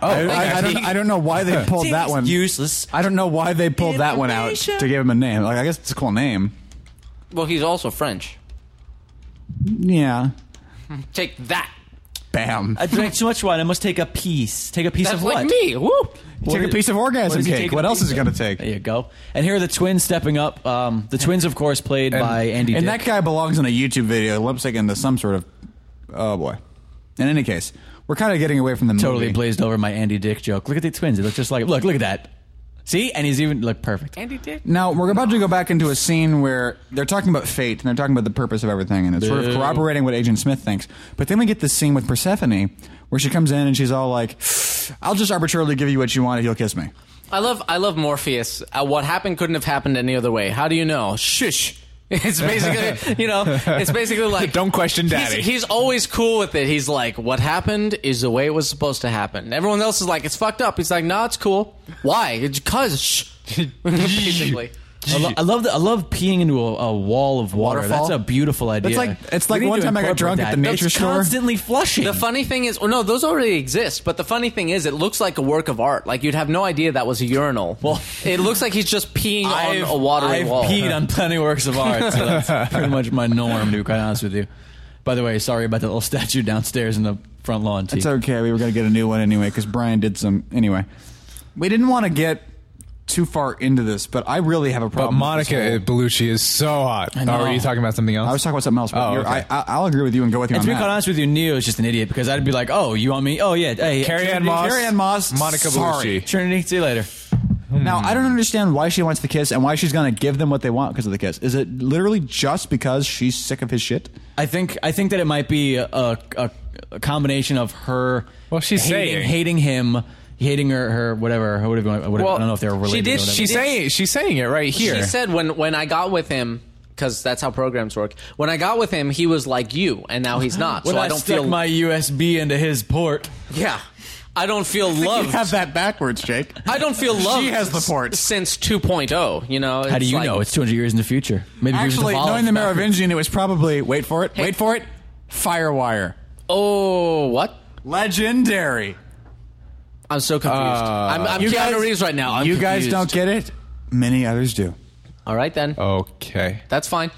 S2: Oh, I, I, I don't, I don't know why they pulled that one.
S4: useless.
S2: I don't know why they pulled that one out
S4: Information.
S2: to give him a name. Like, I guess it's a cool name.
S3: Well, he's also French.
S2: Yeah.
S3: Take that.
S2: Bam.
S4: I drank too much wine. I must take a piece. Take a piece
S3: That's
S4: of
S3: like
S4: what?
S3: me. Woo.
S2: take a piece of orgasm
S4: does he
S2: cake.
S4: take
S2: What
S4: a
S2: else is
S4: piece
S2: it
S4: of?
S2: going to take?
S4: There you go. And here are the twins stepping up. Um, the twins, of course, played by Andy.
S2: And
S4: Dick.
S2: that guy belongs in a YouTube video, lip sync into some sort of. Oh boy. In any case, we're kind of getting away from the
S4: totally
S2: movie.
S4: blazed over my Andy Dick joke. Look at the twins. They look just like look. Look at that. See, and he's even look perfect.
S3: Andy did.
S2: Now we're about to go back into a scene where they're talking about fate and they're talking about the purpose of everything, and it's sort of
S4: Boo.
S2: corroborating what Agent Smith thinks. But then we get this scene with Persephone where she comes in and she's all like, "I'll just arbitrarily give you what you want if you'll kiss me."
S3: I love I love Morpheus. Uh, what happened couldn't have happened any other way. How do you know? Shush. It's basically, you know, it's basically like
S5: Don't question
S3: he's-
S5: daddy.
S3: He's, always cool with it. He's like, what happened is the way it was supposed to happen. Everyone else is like, it's fucked up. He's like, no, it's cool. Why? It's cause shh. basically.
S4: I, lo- I love the, I love peeing into a, a wall of water.
S2: Waterfall?
S4: That's a beautiful idea.
S2: like- it's like
S4: We need
S2: one
S4: to
S2: time I got
S4: incorporate
S2: drunk at
S4: that.
S2: the nature
S4: it's
S2: store.
S4: Constantly flushing.
S3: The funny thing is, well, no, those already exist. But the funny thing is, it looks like a work of art. Like you'd have no idea that was a urinal. Well, it looks like he's just peeing
S4: I've-
S3: on a watery
S4: I've
S3: wall.
S4: peed on plenty of works of art. So that's pretty much my norm, to be quite honest with you. By the way, sorry about that little statue downstairs in the front lawn. T.
S2: It's okay. We were going to get a new one anyway because Brian did some. Anyway, we didn't want to get too far into this, but I really have a
S5: But
S2: problem. with this
S5: Monica
S2: whole-
S5: Bellucci is so hot. Oh,
S4: know.
S5: are you talking about something else?
S2: I was talking about something else. But
S5: Oh,
S2: you're,
S5: okay.
S2: I, I, I'll agree with you and go with you
S4: And
S2: on
S4: to be
S2: that.
S4: quite honest with you, Neo is just an idiot because I'd be like, "Oh, you want me? Oh yeah, hey,
S5: Carrie Ann Moss.
S2: Carrie Ann Moss,
S5: Monica
S2: sorry.
S5: Bellucci.
S4: Trinity, see you later."
S2: Now I don't understand why she wants the kiss and why she's going to give them what they want because of the kiss. Is it literally just because she's sick of his shit?
S4: I think I think that it might be a, a, a combination of her.
S5: Well, she's
S4: hating,
S5: saying-
S4: hating him, hating her, her whatever, her whatever, whatever. I don't know if they're
S3: she
S4: related.
S3: did-
S4: or whatever.
S3: she
S5: She's
S3: did-
S5: saying she's saying it right here.
S3: She said when when I got with him because that's how programs work. When I got with him, he was like you, and now he's not.
S4: When
S3: so
S4: I,
S3: I, don't
S4: stuck
S3: feel
S4: my USB into his port.
S3: yeah. I don't feel loved.
S2: that backwards, Jake.
S3: I don't feel loved.
S2: has the port.
S3: s- since 2.0. You know.
S4: How do
S3: It's
S4: you
S3: like-
S4: know? It's 200 years in the future. Maybe we
S2: Actually,
S4: evolved
S2: knowing the
S4: back-
S2: Merovingian, it was probably wait for it, wait for it, Firewire,
S3: Oh, what?
S2: legendary.
S3: I'm so confused.
S4: Uh,
S3: I'm, I'm
S2: you
S3: Keanu
S2: guys-
S3: Reeves right now. I'm
S2: you guys
S3: confused.
S2: don't get it. Many others do.
S3: All right then.
S4: Oh.
S5: okay.
S3: That's fine.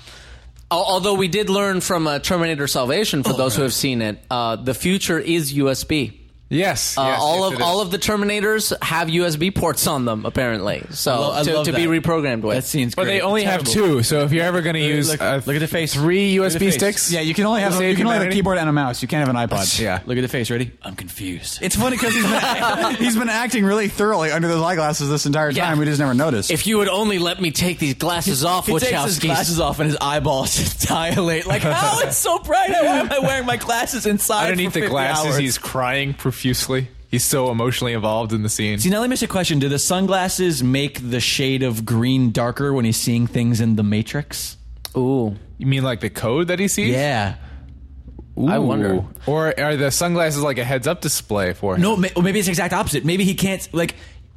S3: Al- Although we did learn from uh, Terminator Salvation,
S5: Oh,
S3: for those who have seen it, uh, the future is USB.
S5: Yes,
S3: Uh,
S5: yes,
S3: all
S5: yes,
S3: of
S5: it is.
S3: all of the Terminators have USB ports on them, apparently. So
S4: I lo- I
S3: to,
S4: love
S3: to be
S4: that.
S3: reprogrammed with.
S4: That scene's
S5: But
S4: great.
S5: they only have
S4: Terrible.
S5: two. So if you're ever going to use
S4: look-
S5: uh,
S4: look at the face.
S5: three
S4: Look at the
S5: USB
S4: face.
S5: sticks.
S2: Yeah, you can only have
S5: Save
S2: you can only have a
S5: humanity?
S2: keyboard and a mouse. You can't have an iPod.
S5: Yeah.
S4: Look at the face. Ready? I'm confused.
S2: It's funny because he's been, he's been acting really thoroughly under those eyeglasses this entire
S3: Yeah.
S2: time. We just never noticed.
S3: If you would only let me take these glasses off,
S4: He takes his
S3: Wachowskis.
S4: glasses off and his eyeballs just dilate. Like,
S3: "Oh,
S4: how? It's so bright. Why am I wearing my glasses inside?
S5: Underneath
S4: for
S5: the
S4: 50
S5: glasses,
S4: hours?
S5: he's crying profusely. He's so emotionally involved in the scene.
S4: See, now let me ask you a question. Do the sunglasses make the shade of green darker when he's seeing things in the Matrix?
S3: Ooh,
S5: You mean like the code that he sees?
S4: Yeah.
S5: Ooh.
S3: I wonder.
S5: Or are the sunglasses like a heads-up display for him?
S4: No, ma- or maybe it's the exact opposite. Maybe he can't, like,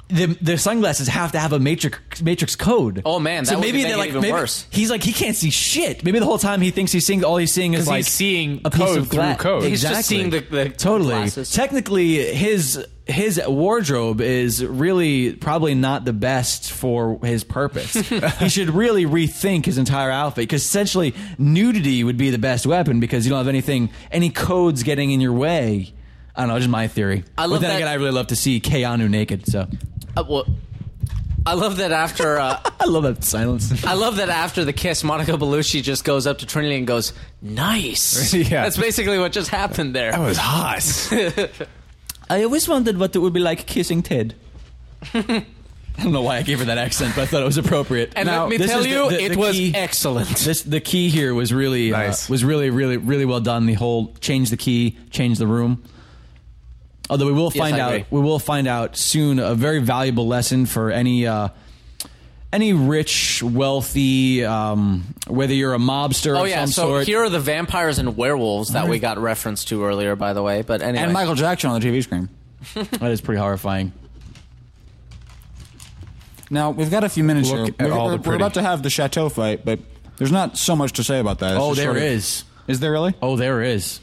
S4: the, the sunglasses have to have a matrix matrix code.
S3: Oh, man, that would make it even
S4: maybe-
S3: worse.
S4: He's like he can't see shit. Maybe the whole time he thinks he's seeing all he's seeing is
S5: 'Cause
S4: like
S5: he's seeing
S4: a piece
S5: code
S4: of
S5: through
S4: glass.
S5: code.
S4: Exactly.
S5: He's
S3: just seeing the- the
S4: totally.
S3: glasses.
S4: Technically, his his wardrobe is really probably not the best for his purpose. he should really rethink his entire outfit because essentially nudity would be the best weapon because you don't have anything any codes getting in your way. I don't know, just my theory.
S3: I love
S4: but then
S3: that-
S4: again, I really love to see Keanu naked. So
S3: Uh, well, I love that after uh,
S4: I love that silence.
S3: I love that after the kiss, Monica Bellucci just goes up to Trinity and goes, "Nice."
S5: Yeah.
S3: That's basically what just happened there.
S5: was hot.
S4: I always wondered what it would be like kissing Ted. I don't know why I gave her that accent, but I thought it was appropriate.
S3: and
S5: Now,
S3: let me
S4: this
S3: tell
S4: is the-
S3: you,
S4: the-
S3: it
S4: the
S3: was
S4: key-
S3: excellent.
S4: This the key here was really uh,
S5: Nice.
S4: was really really really well done. The whole change the key, change the room. Although we will
S3: Yes,
S4: find
S3: I
S4: out
S3: agree.
S4: we will find out soon a very valuable lesson for any uh, any rich wealthy um, whether you're a mobster
S3: Oh
S4: of
S3: yeah,
S4: some
S3: so
S4: sort.
S3: here are the vampires and werewolves that we got reference to earlier, by the way. But anyway,
S2: And Michael Jackson on the TV screen.
S4: that is pretty horrifying.
S2: Now we've got a few minutes
S5: Look
S2: here.
S5: at
S2: We're,
S5: all the
S2: we're- we're
S5: pretty.
S2: about to have the chateau fight, but there's not so much to say about that. It's
S4: Oh,
S2: just
S4: there
S2: sort of-
S4: is.
S2: Is there really?
S4: Oh, there is.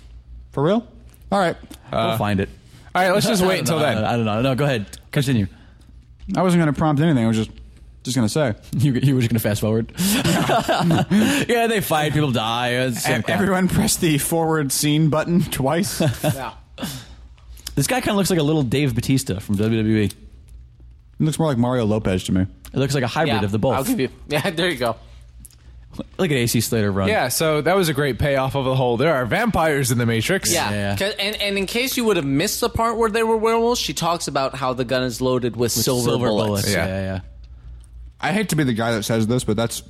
S2: For real? All right. Uh,
S3: Uh,
S4: we'll find it.
S5: All right, let's just
S4: I
S5: wait
S4: don't
S5: until
S4: know, I
S5: then.
S4: don't- I don't know. No, go ahead. Continue.
S2: I wasn't going to prompt anything. I was just just going to say.
S4: You, you were just gonna fast forward. yeah, they fight. People die. It's the same
S3: E-,
S2: Ev-
S4: crap.
S2: Everyone press the forward scene button twice. it
S4: This guy kind of looks like a little Dave Batista from WWE. It
S2: looks more like Mario Lopez to me.
S4: looks like a hybrid
S3: yeah,
S4: of the both.
S3: I'll give you. Yeah, there you go.
S4: Look at AC Slater run.
S5: Yeah, so that was a great payoff of the whole. There are vampires in the Matrix.
S3: Yeah,
S4: Yeah.
S3: 'Cause- And, and in case you would have missed the part where they were werewolves, she talks about how the gun is loaded with,
S4: With
S3: silver, bullets.
S4: Yeah,
S5: Yeah.
S4: yeah, yeah.
S2: I hate to be the guy that says this, but that's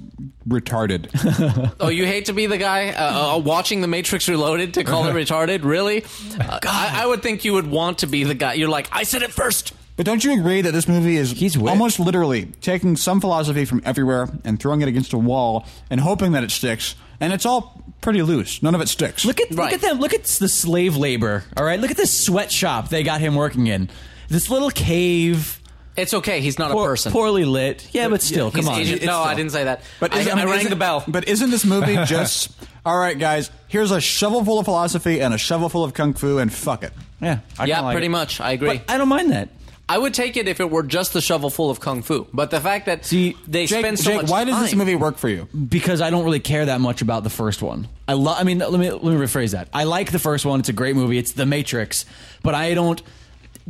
S2: retarded.
S3: Oh, you hate to be the guy uh, uh, watching The Matrix Reloaded to call it retarded? Really? Uh, I, I would think you would want to be the guy. You're like, I said it first.
S2: but don't you agree that this movie is
S4: He's wit.
S2: almost literally taking some philosophy from everywhere and throwing it against a wall and hoping that it sticks? And it's all pretty loose. None of it sticks.
S4: Look at look
S3: Right.
S4: at them. Look at the slave labor. All right. Look at this sweatshop they got him working in. This little cave,
S3: It's okay. He's not
S4: poor-
S3: a person.
S4: poorly lit. Yeah, but still,
S3: He's
S4: come on.
S3: Asian-
S2: It's
S3: no, I
S2: still-
S3: didn't say that.
S2: But
S3: But I,
S2: isn't-
S3: I,
S2: mean,
S3: rang
S2: isn't-
S3: the bell.
S2: But isn't this movie just all right, guys? Here's a shovel full of philosophy and a shovel full of kung fu, and fuck it.
S4: yeah, I kinda
S3: yeah,
S4: like
S3: pretty
S4: it.
S3: much. I agree.
S4: But I don't mind that.
S3: I would take it if it were just the shovel full of kung fu. But the fact that
S4: See,
S3: they
S2: Jake,
S3: spend so
S2: Jake,
S3: much
S2: why does this
S3: time-
S2: movie work for you?
S4: because I don't really care that much about the first one. I love. I mean, let me let me rephrase that. I like the first one. It's a great movie. It's The Matrix, but I don't.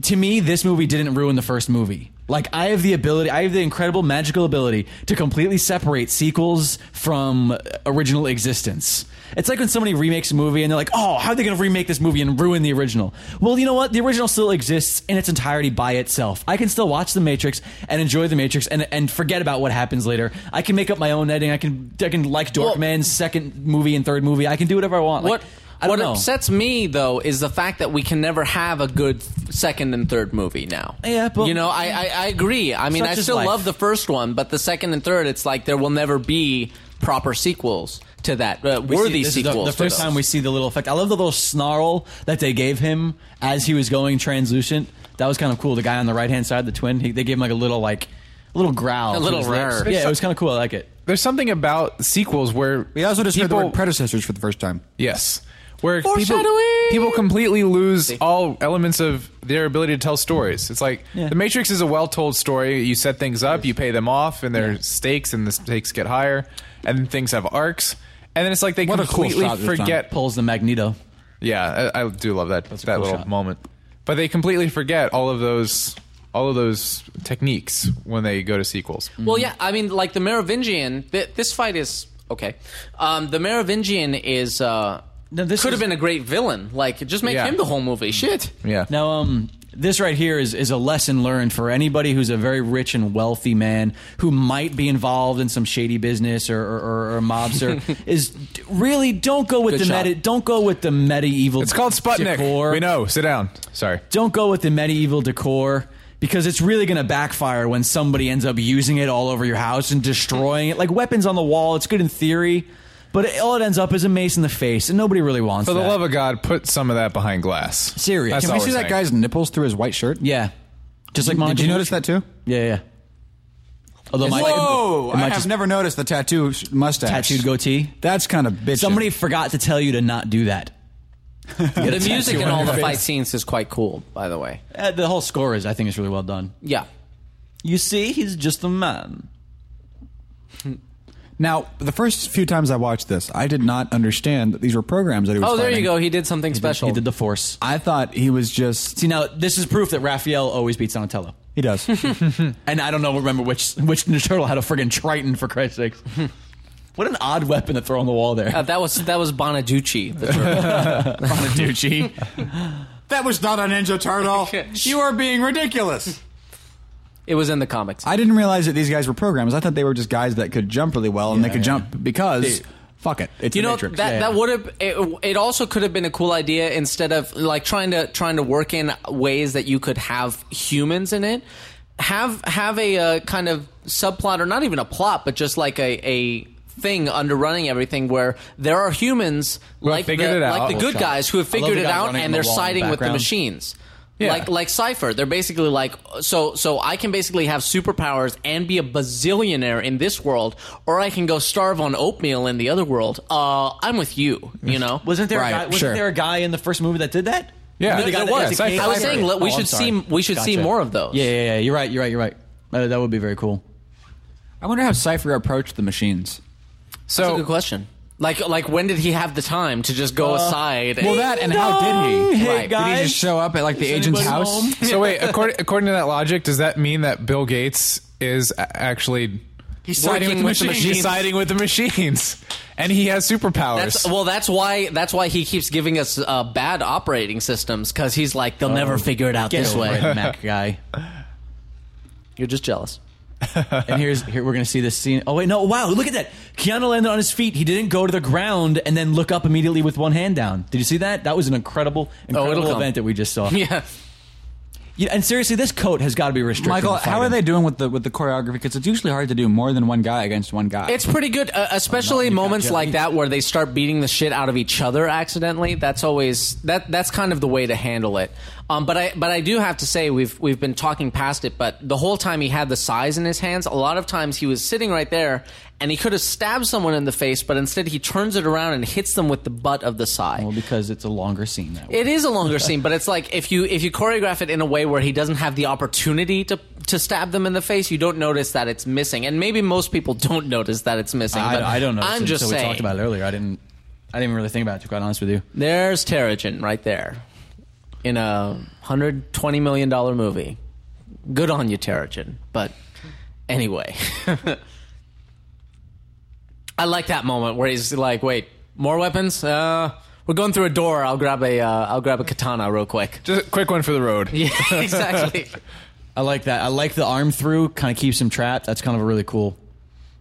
S4: To me, this movie didn't ruin the first movie. Like I have the ability, I have the incredible magical ability to completely separate sequels from original existence. It's like when somebody remakes a movie and they're like, "Oh, how are they going to remake this movie and ruin the original?" Well, you know what? The original still exists in its entirety by itself. I can still watch The Matrix and enjoy The Matrix and and forget about what happens later. I can make up my own editing. I can I can like
S3: Well-
S4: Dorkman's second movie and third movie. I can do whatever I want. Like,
S3: What
S4: I
S3: what
S4: don't know.
S3: upsets me though is the fact that we can never have a good th- second and third movie now.
S4: Yeah, but-
S3: you know, I I, I agree. I mean,
S4: Such
S3: I
S4: is
S3: still
S4: life.
S3: love the first one, but the second and third, it's like there will never be proper sequels to that. Uh,
S4: We see-
S3: worthy
S4: this is the-
S3: sequels.
S4: The,
S3: to
S4: first
S3: those.
S4: time we see the little effect. I love the little snarl that they gave him as he was going translucent. That was kind of cool. The guy on the right hand side, the twin, he, they gave him like a little like a little growl,
S3: A
S4: to
S3: little
S4: his lips.
S3: roar.
S4: Yeah, it was kind of cool. I like it.
S5: There's something about sequels where
S2: We also just heard the
S5: people-
S2: word predecessors for the first time.
S5: Yes. Where people,
S3: Foreshadowing!
S5: people completely lose all elements of their ability to tell stories. It's like
S4: Yeah.
S5: The Matrix is a well told story. You set things up, you pay them off, and their stakes and the stakes get higher, and things have arcs. And then it's like they
S2: What a cool
S5: completely
S2: shot this time.
S5: forget.
S4: Pulls the Magneto.
S5: Yeah, I, I do love that
S4: a
S5: that
S4: cool
S5: little
S4: shot.
S5: moment. But they completely forget all of those all of those techniques when they go to sequels.
S3: Well, yeah, I mean, like the Merovingian. Th- this fight is okay. Um, the Merovingian is. Uh,
S4: No, this
S3: could have
S4: is-
S3: been a great villain. Like, just make
S5: Yeah.
S3: him the whole movie. Shit.
S5: Yeah.
S4: Now, um, this right here is, is a lesson learned for anybody who's a very rich and wealthy man who might be involved in some shady business or or, or, or mobster. is d- really don't go with
S3: Good
S4: the
S3: shot.
S4: medi- don't go with the medieval.
S5: It's called Sputnik.
S4: decor.
S5: We know. Sit down. Sorry.
S4: Don't go with the medieval decor because it's really going to backfire when somebody ends up using it all over your house and destroying it. Like weapons on the wall, it's good in theory. But it, all it ends up is a mace in the face, and nobody really wants
S5: For the
S4: that.
S5: love of God, put some of that behind glass.
S4: Serious.
S5: That's
S4: Can
S2: Can we
S5: all
S2: see
S5: we're
S2: that
S5: saying.
S2: guy's nipples through his white shirt?
S4: yeah, just like
S2: Did
S4: Monica
S2: you notice
S4: Bellucci.
S2: that too?
S4: Yeah, yeah. Although my
S2: Whoa!
S4: it might
S2: I have
S4: just
S2: never noticed the tattoo sh- mustache.
S4: tattooed goatee.
S2: That's kind of bitch.
S4: Somebody forgot to tell you to not do that.
S3: The music in all the fight scenes is quite cool, by the way.
S4: Uh, the whole score is, I think, is really well done.
S3: Yeah.
S4: You see, he's just a man.
S2: Now, the first few times I watched this, I did not understand that these were programs that he was.
S3: Oh, there you
S2: fighting.
S3: go. He did something special.
S4: He did the Force.
S2: I thought he was just.
S4: See, now this is proof that Raphael always beats Donatello.
S2: He does.
S4: And I don't know, remember which which Ninja Turtle had a friggin' Triton for Christ's sakes. what an odd weapon to throw on the wall there.
S3: Uh, that was that was Bonaducci. The turtle.
S4: Bonaducci.
S2: that was not a Ninja Turtle. you are being ridiculous.
S3: it was in the comics.
S2: I didn't realize that these guys were programs. I thought they were just guys that could jump really well and they could
S4: yeah.
S2: jump because fuck it, it's
S3: you
S2: the
S3: know
S2: Matrix.
S3: that
S4: Yeah,
S3: that
S4: yeah.
S3: would have it, it also could have been a cool idea instead of like trying to trying to work in ways that you could have humans in it have have a uh, kind of subplot or not even a plot but just like a a thing underrunning everything where there are humans like the,
S5: figured it out.
S3: like the good
S4: Shot.
S3: guys who have
S4: I love
S3: figured
S4: the
S3: it
S4: guy
S3: out
S4: running on
S3: and
S4: the
S3: they're
S4: wall in the
S3: siding with the
S4: background.
S3: machines
S5: Yeah.
S3: like like cipher they're basically like so so i can basically have superpowers and be a bazillionaire in this world or i can go starve on oatmeal in the other world uh i'm with you you know
S4: Wasn't there
S2: Right,
S4: a guy, wasn't
S2: sure.
S4: there a guy in the first movie that did that?
S5: Yeah.
S4: the
S5: There-
S4: guy
S5: there
S4: that
S5: was.
S4: has the
S5: I-
S4: cave
S5: I was
S4: library?
S3: saying, let- we
S4: Oh, I'm
S3: should
S4: sorry.
S3: see- we should see more of those.
S4: Yeah, yeah, yeah. You're right. You're right. You're right. Uh, that would be very cool.
S2: I wonder how Cipher approached the machines.
S3: that's a
S5: So
S3: good question like like when did he have the time to just go aside and,
S2: Uh, Well, that and how did he?
S4: Hey,
S3: Right. Did he
S4: guys.
S2: Did he just show up at like the agent's
S4: anybody
S2: house?
S4: home?
S5: so wait, according according to that logic, does that mean that Bill Gates is a- actually
S3: He's
S5: siding
S3: working with the machines.
S5: He's siding with the machines, and he has superpowers.
S3: that's, well, that's why that's why he keeps giving us uh, bad operating systems because he's like they'll never figure it out
S4: Oh. Get
S3: this
S4: over
S3: way.
S4: it, Mac guy.
S3: You're just jealous.
S4: And here's here we're gonna see this scene. Oh wait, no! Wow, look at that! Keanu landed on his feet. He didn't go to the ground and then look up immediately with one hand down. Did you see that? That was an incredible,
S3: it'll
S4: incredible
S3: come.
S4: event that we just saw.
S3: Yeah,
S4: Yeah, and seriously, this coat has got to be restricted.
S2: Michael,
S4: to
S2: how are
S4: fighting.
S2: they doing with the with the choreography? Because it's usually hard to do more than one guy against one guy.
S3: it's pretty good, uh, especially
S4: you got
S3: moments
S4: jelly.
S3: like that where they start beating the shit out of each other accidentally. That's always that. That's kind of the way to handle it. Um, but I but I do have to say we've we've been talking past it. But the whole time he had the size in his hands, a lot of times he was sitting right there and he could have stabbed someone in the face, but instead he turns it around and hits them with the butt of the sai.
S4: Well, because it's a longer scene. That way.
S3: It is a longer scene, but it's like if you if you choreograph it in a way where he doesn't have the opportunity to to stab them in the face, you don't notice that it's missing, and maybe most people don't notice that it's missing. but
S4: I, I don't know.
S3: I'm just
S4: so
S3: saying.
S4: we talked about it earlier. I didn't. I didn't really think about it. To be quite honest with you,
S3: There's Terrigen right there in a hundred twenty million dollar movie. Good on you, Terrigen. But anyway, I like that moment where he's like, "Wait, more weapons? Uh, we're going through a door. I'll grab a uh, I'll grab a katana real quick."
S5: Just a quick one for the road.
S3: Yeah, exactly.
S4: I like that. I like the arm through. Kind of keeps him trapped. That's kind of a really cool.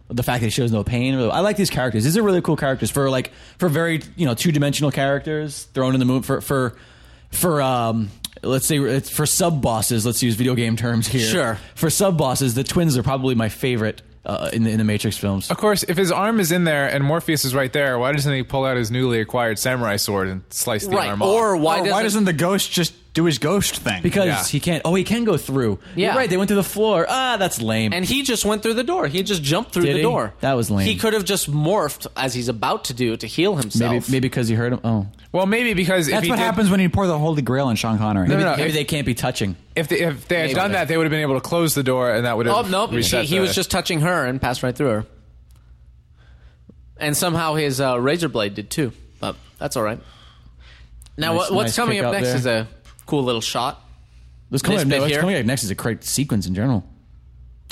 S4: The fact that he shows no pain. I like these characters. These are really cool characters for like for very you know two dimensional characters thrown in the movie for for for um let's say it's for sub bosses. Let's use video game terms here.
S3: Sure.
S4: For sub bosses, the twins are probably my favorite uh, in the in the Matrix films.
S5: Of course, if his arm is in there and Morpheus is right there, why doesn't he pull out his newly acquired samurai sword and slice the
S3: right.
S5: arm
S3: Or
S5: off?
S3: why,
S2: Or
S3: doesn't,
S2: why doesn't the ghost just do his ghost thing?
S4: Because
S5: Yeah.
S4: he can't. Oh, he can go through.
S3: Yeah.
S4: You're right. They went through the floor. Ah, that's lame.
S3: and he just went through the door. He just jumped through
S4: Did
S3: the
S4: he?
S3: door.
S4: That was lame.
S3: He could have just morphed as he's about to do to heal himself.
S4: maybe maybe because you heard him. Oh,
S5: Well, maybe because if
S2: that's
S5: he
S2: what
S5: did,
S2: happens when you pour the Holy Grail on Sean Connery.
S5: no, no.
S4: maybe
S5: if-
S4: they can't be touching.
S5: If they, if they had
S3: Maybe.
S5: done that, they would have been able to close the door and that would
S3: Oh
S5: have
S3: nope. He,
S5: reset
S3: he
S5: the-
S3: was just touching her and passed right through her. And somehow his uh, razor blade did too. But that's all right. Now
S4: Nice-
S3: what, what's
S4: nice
S3: coming
S4: kick
S3: up
S4: out
S3: next
S4: there.
S3: is a cool little shot.
S4: This coming,
S3: This
S4: up,
S3: bit
S4: what's
S3: here?
S4: coming up next is a great sequence in general.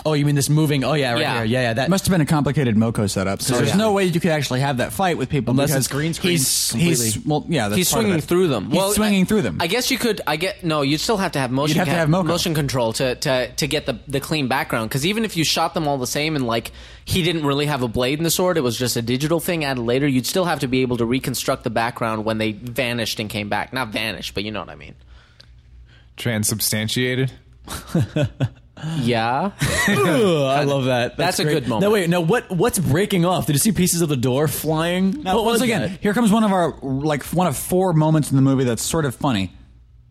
S4: Oh, you mean this moving? Oh yeah, right
S3: Yeah.
S4: here. Yeah, yeah. That
S2: Must have been a complicated moco setup. So there's
S4: Oh, yeah.
S2: no way you could actually have that fight with people
S4: Unless
S2: because
S4: it's green screen
S2: He's,
S4: completely.
S2: he's well, yeah. That's
S3: He's
S2: part of
S3: swinging
S2: it.
S3: through them.
S2: He's swinging
S3: I-
S2: through them.
S3: I guess you could. I get no. You'd still have to have motion.
S2: You'd have to
S3: ca-
S2: have Moco.
S3: motion control to, to to get the the clean background. Because even if you shot them all the same and like he didn't really have a blade in the sword, it was just a digital thing added later. You'd still have to be able to reconstruct the background when they vanished and came back. Not vanished, but you know what I mean.
S5: transubstantiated.
S3: Yeah.
S4: Ugh, oh, I love that.
S3: That's a
S4: great.
S3: good moment.
S4: No, wait. No, what? What's breaking off? Did you see pieces of the door flying?
S2: Now,
S4: What
S2: once
S4: was
S2: again,
S4: that?
S2: here comes one of our like one of four moments in the movie that's sort of funny.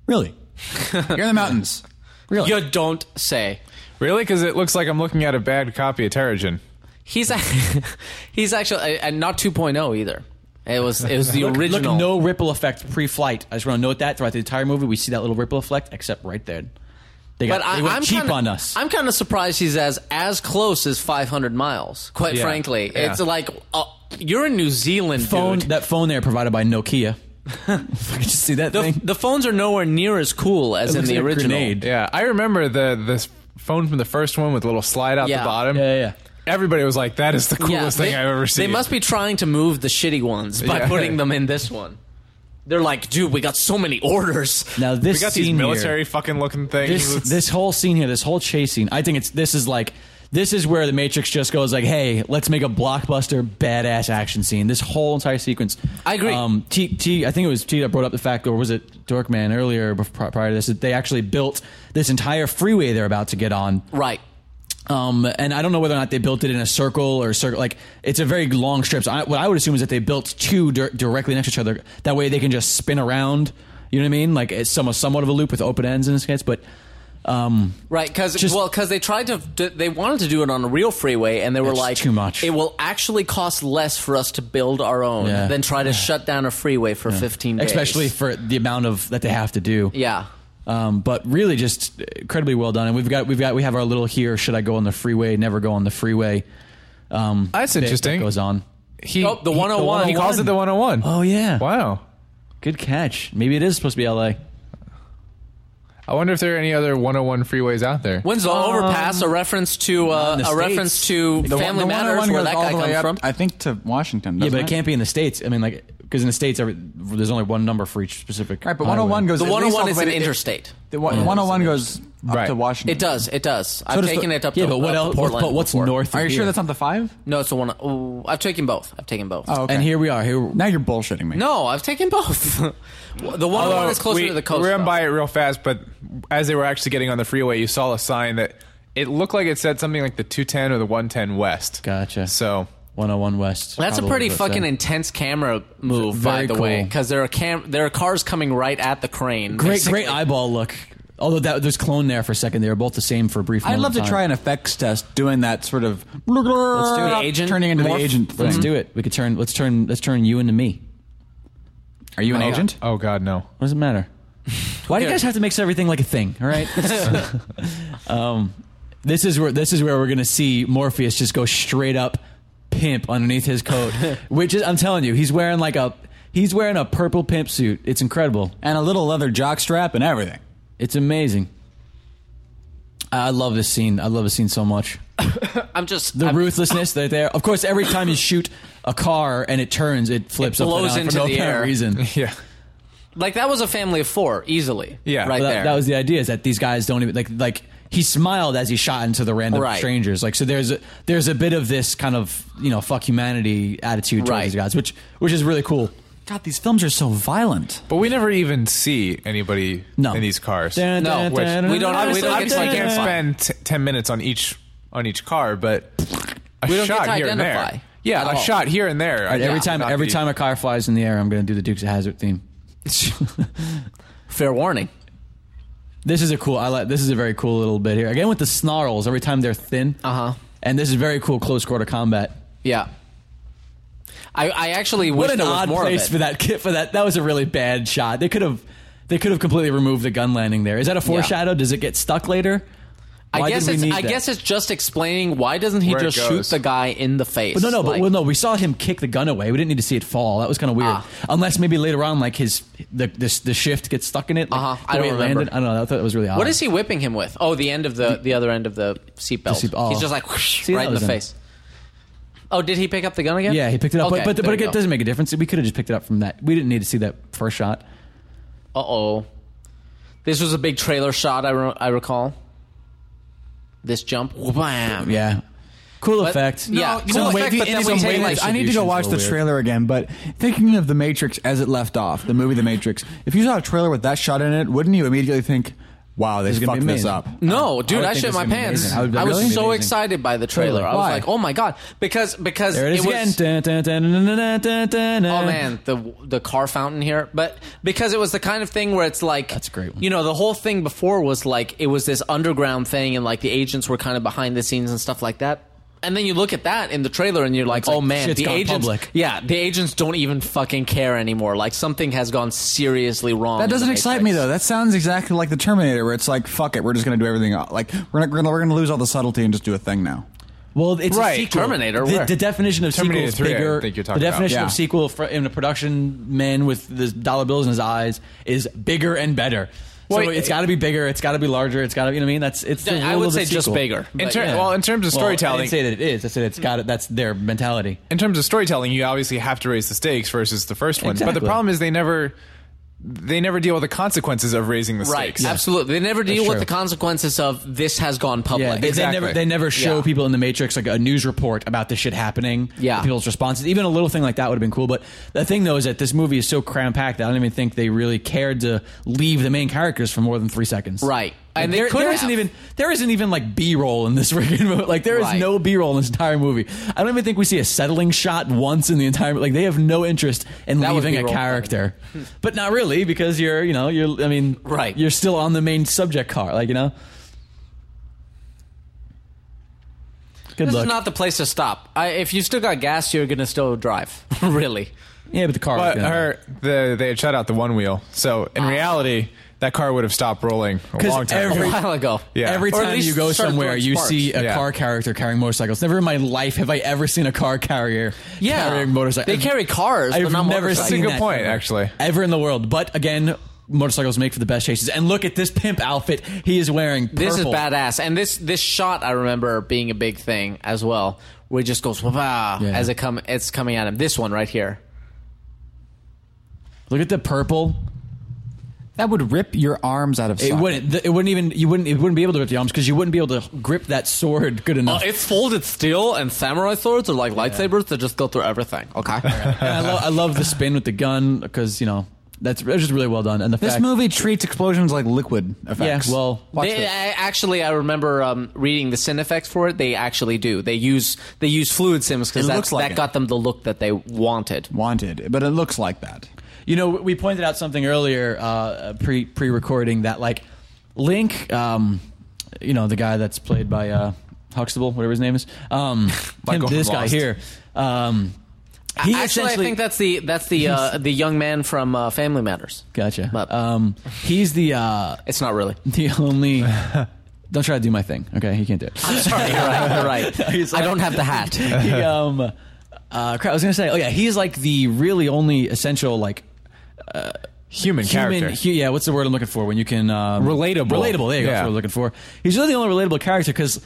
S2: Really, you're in the mountains. Really,
S3: you don't say.
S5: Really? Because it looks like I'm looking at a bad copy of Terrigen.
S3: He's a- he's actually and not 2.0 either. It was it was the
S4: Look,
S3: original.
S4: no ripple effect pre-flight. I just want to note that throughout the entire movie, we see that little ripple effect, except right there. They got
S3: but I,
S4: they went
S3: am
S4: cheap
S3: kinda,
S4: on us.
S3: I'm kind of surprised he's as as close as 500 miles. Quite
S5: Yeah.
S3: frankly,
S5: Yeah.
S3: it's like uh, you're in New Zealand,
S4: phone
S3: dude.
S4: that phone there provided by Nokia. Fucking just see that
S3: The,
S4: thing.
S3: the phones are nowhere near as cool as in
S4: looks
S3: the
S4: like a
S3: original.
S4: grenade.
S5: Yeah, I remember the this phone from the first one with a little slide out
S3: Yeah.
S5: the bottom.
S4: yeah, yeah.
S5: Everybody was like, "That is the coolest
S3: Yeah,
S5: thing
S3: they-
S5: I've ever seen."
S3: They must be trying to move the shitty ones by
S5: Yeah.
S3: putting them in this one. They're like, dude, we got so many orders.
S4: Now this
S5: We got these
S4: scene
S5: military
S4: here,
S5: fucking looking things.
S4: this
S5: It's-
S4: this whole scene here, this whole chase scene. I think it's this is like this is where the Matrix just goes like, hey, let's make a blockbuster badass action scene. This whole entire sequence.
S3: I agree.
S4: Um, T, T, I think it was T that brought up the fact, or was it Dorkman earlier bef- prior to this? That they actually built this entire freeway they're about to get on
S3: Right.
S4: Um, and I don't know whether or not they built it in a circle or circle. Like it's a very long strip. So I, what I would assume is that they built two dir- directly next to each other. That way they can just spin around. You know what I mean? Like it's somewhat somewhat of a loop with open ends in this case. But um,
S3: Right, because
S4: Just-
S3: well, because they tried to, d- they wanted to do it on a real freeway, and they were
S4: It's
S3: like,
S4: too much.
S3: It will actually cost less for us to build our own
S4: Yeah.
S3: than try to shut down a freeway for fifteen days,
S4: especially for the amount of that they have to do.
S3: yeah,
S4: Um, but really, just incredibly well done. And we've got we've got we have our little here. Should I go on the freeway? Never go on the freeway. Um,
S5: That's
S4: bit
S5: interesting.
S4: That goes on.
S5: he,
S3: Oh, the 101.
S5: He calls it the 101.
S4: Oh yeah.
S5: Wow.
S4: Good catch. Maybe it is supposed to be L.A.
S5: I wonder if there are any other 101 freeways out there.
S3: When's the overpass a reference to uh,
S4: Um, in
S3: a
S4: the
S3: reference
S4: States.
S3: to
S4: The
S3: Family
S2: the
S3: Matters
S2: 101
S3: where
S2: goes
S3: that
S2: all
S3: guy
S2: the way
S3: comes
S2: up,
S3: from?
S2: I think to Washington.
S4: Yeah,
S2: Doesn't
S4: but it can't be in the states. I mean, like, because in the states, every, there's only one number for each specific.
S2: Right, but
S4: highway.
S2: 101 goes.
S3: the
S2: at least
S3: 101
S2: all
S3: is
S2: way
S3: an
S2: to-
S3: interstate.
S2: The one- 101 goes up
S5: Right.
S2: to Washington.
S3: It does. It does.
S4: So
S3: I've
S4: does the-
S3: taken it up.
S4: Yeah,
S3: to,
S4: but
S3: up
S4: what
S3: to
S4: else? What's,
S3: Portland
S4: but what's
S3: before.
S4: north?
S2: Are you
S4: of
S2: sure
S4: here?
S2: that's not the five?
S3: No, it's the one. oh, I've taken both. I've taken both.
S2: Oh, okay.
S4: And here we are. Here,
S2: Now you're bullshitting me.
S3: No, I've taken both. the one
S5: Although,
S3: one is closer
S5: we,
S3: to the coast.
S5: We ran
S3: though.
S5: by it real fast, but as they were actually getting on the freeway, you saw a sign that it looked like it said something like the 210 or the 110 West.
S4: Gotcha.
S5: So
S4: 101 west.
S3: That's a
S4: probably
S3: pretty
S4: goes
S3: fucking
S4: there.
S3: intense camera move, by
S4: Very
S3: the way,
S4: cool.
S3: because there are cam- there are cars coming right at the crane.
S4: great,
S3: basically.
S4: great eyeball look. Although that there's clone there for a second. They were both the same for a brief.
S2: I'd
S4: moment
S2: love
S4: of
S2: to
S4: time.
S2: try an effects test doing that sort of. Let's
S4: do it. The
S3: agent
S2: Turning into
S3: morph?
S2: the agent thing.
S4: Let's do it. We could turn. Let's turn. Let's turn you into me.
S2: Are you an agent?
S5: Oh God, no.
S4: What does it matter? Why do you
S3: Okay.
S4: guys have to make everything like a thing? All right. um, this is where this is where we're gonna see Morpheus just go straight up pimp underneath his coat, which is I'm telling you, he's wearing like a he's wearing a purple pimp suit. It's incredible.
S2: And a little leather jockstrap and everything.
S4: It's amazing. I I love this scene. I love this scene so much.
S3: I'm just
S4: The
S3: I'm-
S4: ruthlessness that there. Of course, every time you shoot a car and it turns, it flips up
S3: blows
S4: down
S3: into
S4: for no
S3: the
S4: apparent
S3: air.
S4: reason.
S5: Yeah.
S3: like that was a family of four easily.
S5: Yeah.
S3: right
S5: Well,
S4: that,
S3: there.
S4: that was the idea is that these guys don't even like like he smiled as he shot into the random
S3: Right.
S4: strangers like so there's a, there's a bit of this kind of you know fuck humanity attitude towards
S3: Right.
S4: these guys which which is really cool
S2: God, these films are so violent.
S5: But we never even see anybody
S4: no
S5: in these cars.
S4: Dun,
S3: No,
S4: dun,
S5: which-
S4: dun,
S3: we don't-
S4: dun,
S3: we don't
S4: dun,
S3: get
S5: Obviously,
S3: to
S4: dun,
S5: I can't
S4: dun.
S3: identify.
S5: spend t- ten minutes on each on each car, but a
S3: We don't get
S5: shot
S3: to
S5: here and
S3: identify
S5: there. Yeah,
S3: at
S5: a
S3: all.
S5: shot here and there.
S4: Every
S5: Yeah.
S4: time
S5: Not
S4: every
S5: the-
S4: time a car flies in the air I'm going to do the Dukes of Hazard theme
S3: Fair warning.
S4: this is a cool I like this is a very cool little bit here again with the snarls every time they're thin
S3: Uh-huh.
S4: and this is very cool close quarter combat
S3: Yeah. I, I actually
S4: What
S3: wish
S4: an
S3: there was
S4: odd
S3: more
S4: place
S3: of it.
S4: for that kid for that. That was a really bad shot. They could have they could have completely removed the gun landing there. Is that a foreshadow? Does it get stuck later?
S3: I
S4: Why
S3: guess
S4: did we
S3: it's
S4: need
S3: I
S4: that?
S3: guess it's just explaining why doesn't he
S5: Where it
S3: just shoot
S5: goes.
S3: the guy in the face?
S4: But no, no, but
S3: like-
S4: well, no. We saw him kick the gun away. We didn't need to see it fall. That was kind of weird.
S3: Ah.
S4: Unless maybe later on, like his the the, the shift gets stuck in it. Like,
S3: Uh-huh.
S4: the
S3: I don't
S4: way it landed.
S3: remember.
S4: I don't know. I thought that was really odd.
S3: What is he whipping him with? Oh, the end of the the other end of the seatbelt.
S4: The seat- oh.
S3: He's just like whoosh,
S4: See, that
S3: right in the
S4: was in it.
S3: face. Oh, did he pick up the gun again?
S4: Yeah, he picked it up.
S3: Okay,
S4: but but,
S3: there
S4: but
S3: you
S4: it
S3: go.
S4: doesn't make a difference. We could have just picked it up from that. We didn't need to see that first shot.
S3: Uh oh. This was a big trailer shot, I, re- I recall. This jump. Wham.
S4: Yeah. Cool
S3: But-
S4: effect.
S3: No, Yeah, cool
S2: in a way-
S3: effect,
S2: the-
S3: but
S2: in
S3: then
S2: some
S3: we take,
S2: way,
S3: like,
S2: I need to go watch the
S4: distributions were weird.
S2: trailer again. But thinking of the Matrix as it left off, the movie The Matrix. If you saw a trailer with that shot in it, wouldn't you immediately think, "Wow, they
S4: is gonna be
S2: fucked this
S4: amazing.
S2: up"?
S3: No,
S4: I
S3: dude,
S4: would
S3: I,
S4: think
S3: shit
S4: it's
S3: my
S4: gonna be
S3: pants.
S4: amazing. I would-
S3: I was
S4: Really?
S3: so
S4: Amazing.
S3: excited by the trailer. I was
S2: Why?
S3: like, oh my god, because because
S4: There it is again.
S3: was,
S4: Dun, dun, dun, dun, dun, dun, dun, dun,
S3: Oh
S4: dun.
S3: man, the the car fountain here, but because it was the kind of thing where it's like
S4: That's a great one.
S3: You know, the whole thing before was like it was this underground thing, and like the agents were kind of behind the scenes and stuff like that. And then you look at that in the trailer, and you're like,
S4: like
S3: "Oh man,
S4: shit's
S3: the
S4: gone
S3: agents,
S4: public.
S3: yeah, the agents don't even fucking care anymore. Like something has gone seriously wrong." in
S2: That
S3: the
S2: doesn't excite me
S3: Matrix.
S2: though. That sounds exactly like the Terminator, where it's like, fuck it, we're just gonna do everything. Like we're gonna, we're gonna, we're gonna lose all the subtlety and just do a thing now.
S4: Well, it's
S5: Right,
S4: a sequel.
S3: Terminator,
S4: The,
S3: where?
S4: the definition of sequel
S5: Terminator
S4: is
S5: 3, I
S4: bigger.
S5: think you're
S4: the
S5: talking about.
S4: definition
S2: Yeah.
S4: of sequel for, in a production man with the dollar bills in his eyes is bigger and better. So
S5: Well,
S4: it's got to be bigger. It's got to be larger. It's got to. You know what I mean? That's it's. The
S3: I
S4: rule
S3: would
S4: of the
S3: say just
S4: sequel.
S3: bigger.
S5: In
S3: but
S5: ter-
S3: yeah.
S5: Well, in terms of
S4: Well, I
S5: storytelling,
S4: didn't say that it is. I said it's got. That's their mentality.
S5: in terms of storytelling, you obviously have to raise the stakes versus the first one. But the
S4: Exactly.
S5: problem is they never they never deal with the consequences of raising the
S3: Right,
S5: stakes.
S3: absolutely. They never deal with
S4: true.
S3: the consequences of this has gone public.
S4: Yeah, they,
S5: exactly.
S4: they never they never show
S3: Yeah.
S4: people in the Matrix like a news report about this shit happening.
S3: Yeah.
S4: people's responses, even a little thing like that would have been cool. But the thing though is that this movie is so cram packed that I don't even think they really cared to leave the main characters for more than three seconds.
S3: Right.
S4: Like,
S3: And they
S4: there,
S3: could
S4: there
S3: have.
S4: isn't even there isn't even like B roll in this freaking movie. Like there is
S3: Right.
S4: no B roll in this entire movie. I don't even think we see a settling shot once in the entire. Like they have no interest in
S3: That would
S4: leaving
S3: be
S4: a
S3: roll
S4: character, but not really because you're you know you're I mean
S3: Right.
S4: you're still on the main subject car like you know. Good
S3: This
S4: luck.
S3: is not the place to stop. I, if you still got gas, you're gonna still drive. really.
S4: yeah, but the car. was
S5: But
S4: gonna-
S5: her the they had shut out the one wheel. So in reality, that car would have stopped rolling a
S4: 'Cause
S5: long time. ago.
S4: every-
S3: a while ago.
S5: Yeah.
S4: Every
S5: Or at
S4: time
S3: least
S4: you go
S3: start
S4: somewhere,
S3: throwing
S4: you
S3: sparks.
S4: see a
S5: Yeah.
S4: car character carrying motorcycles. Never in my life have I ever seen a car carrier
S3: Yeah.
S4: carrying motorcycles.
S3: They carry cars,
S4: I've
S3: but not
S4: never
S3: motorcycles.
S5: That's a
S4: seen
S5: good
S4: that
S5: point,
S4: ever.
S5: actually.
S4: ever in the world. But again, motorcycles make for the best chases. And look at this pimp outfit he is wearing. Purple.
S3: This is badass. And this this shot I remember being a big thing as well. Where it just goes wow
S4: Yeah.
S3: as it come it's coming at him. This one right here.
S4: Look at the purple.
S2: That would rip your arms out of.
S4: It
S2: socket.
S4: wouldn't. th- It wouldn't even. You wouldn't. It wouldn't be able to grip the arms because you wouldn't be able to grip that sword good enough.
S3: Uh, it's folded steel and samurai swords are like lightsabers that just go through everything. Okay.
S4: and I, lo- I love the spin with the gun because you know that's, that's just really well done. And the
S2: This
S4: fact,
S2: movie treats explosions like liquid
S4: yeah.
S2: effects.
S4: Well,
S2: Watch
S3: They, uh,
S2: this.
S3: I, actually, I remember um, reading the Cinefex for it. They actually do. They use they use fluid sims
S2: It
S3: because
S2: looks
S3: that's
S2: like
S3: that
S2: it.
S3: got them the look that they wanted.
S2: wanted, but it looks like that.
S4: You know, we pointed out something earlier, uh, pre pre recording that like Link, um, you know, the guy that's played by uh, Huxtable, whatever his name is, um, him,
S5: Michael
S4: this
S5: from
S4: guy
S5: Lost.
S4: here. Um,
S3: actually,
S4: he
S3: I
S4: essentially-
S3: think that's the that's the uh, the young man from uh, Family Matters. But-
S4: gotcha. Um, he's the uh,
S3: It's not really.
S4: the only. Don't try to do my thing, okay? He can't do it.
S3: I'm sorry. You're right. You're right.
S4: He's like-
S3: I don't have the hat.
S4: he, um, uh, crap, I was gonna say, oh yeah, he's like the really only essential like uh,
S5: Human, character.
S4: hu- yeah, what's the word I'm looking for when you can um,
S5: Relatable.
S4: Relatable. There you go. That's
S5: Yeah.
S4: what I'm looking for. He's really the only relatable character because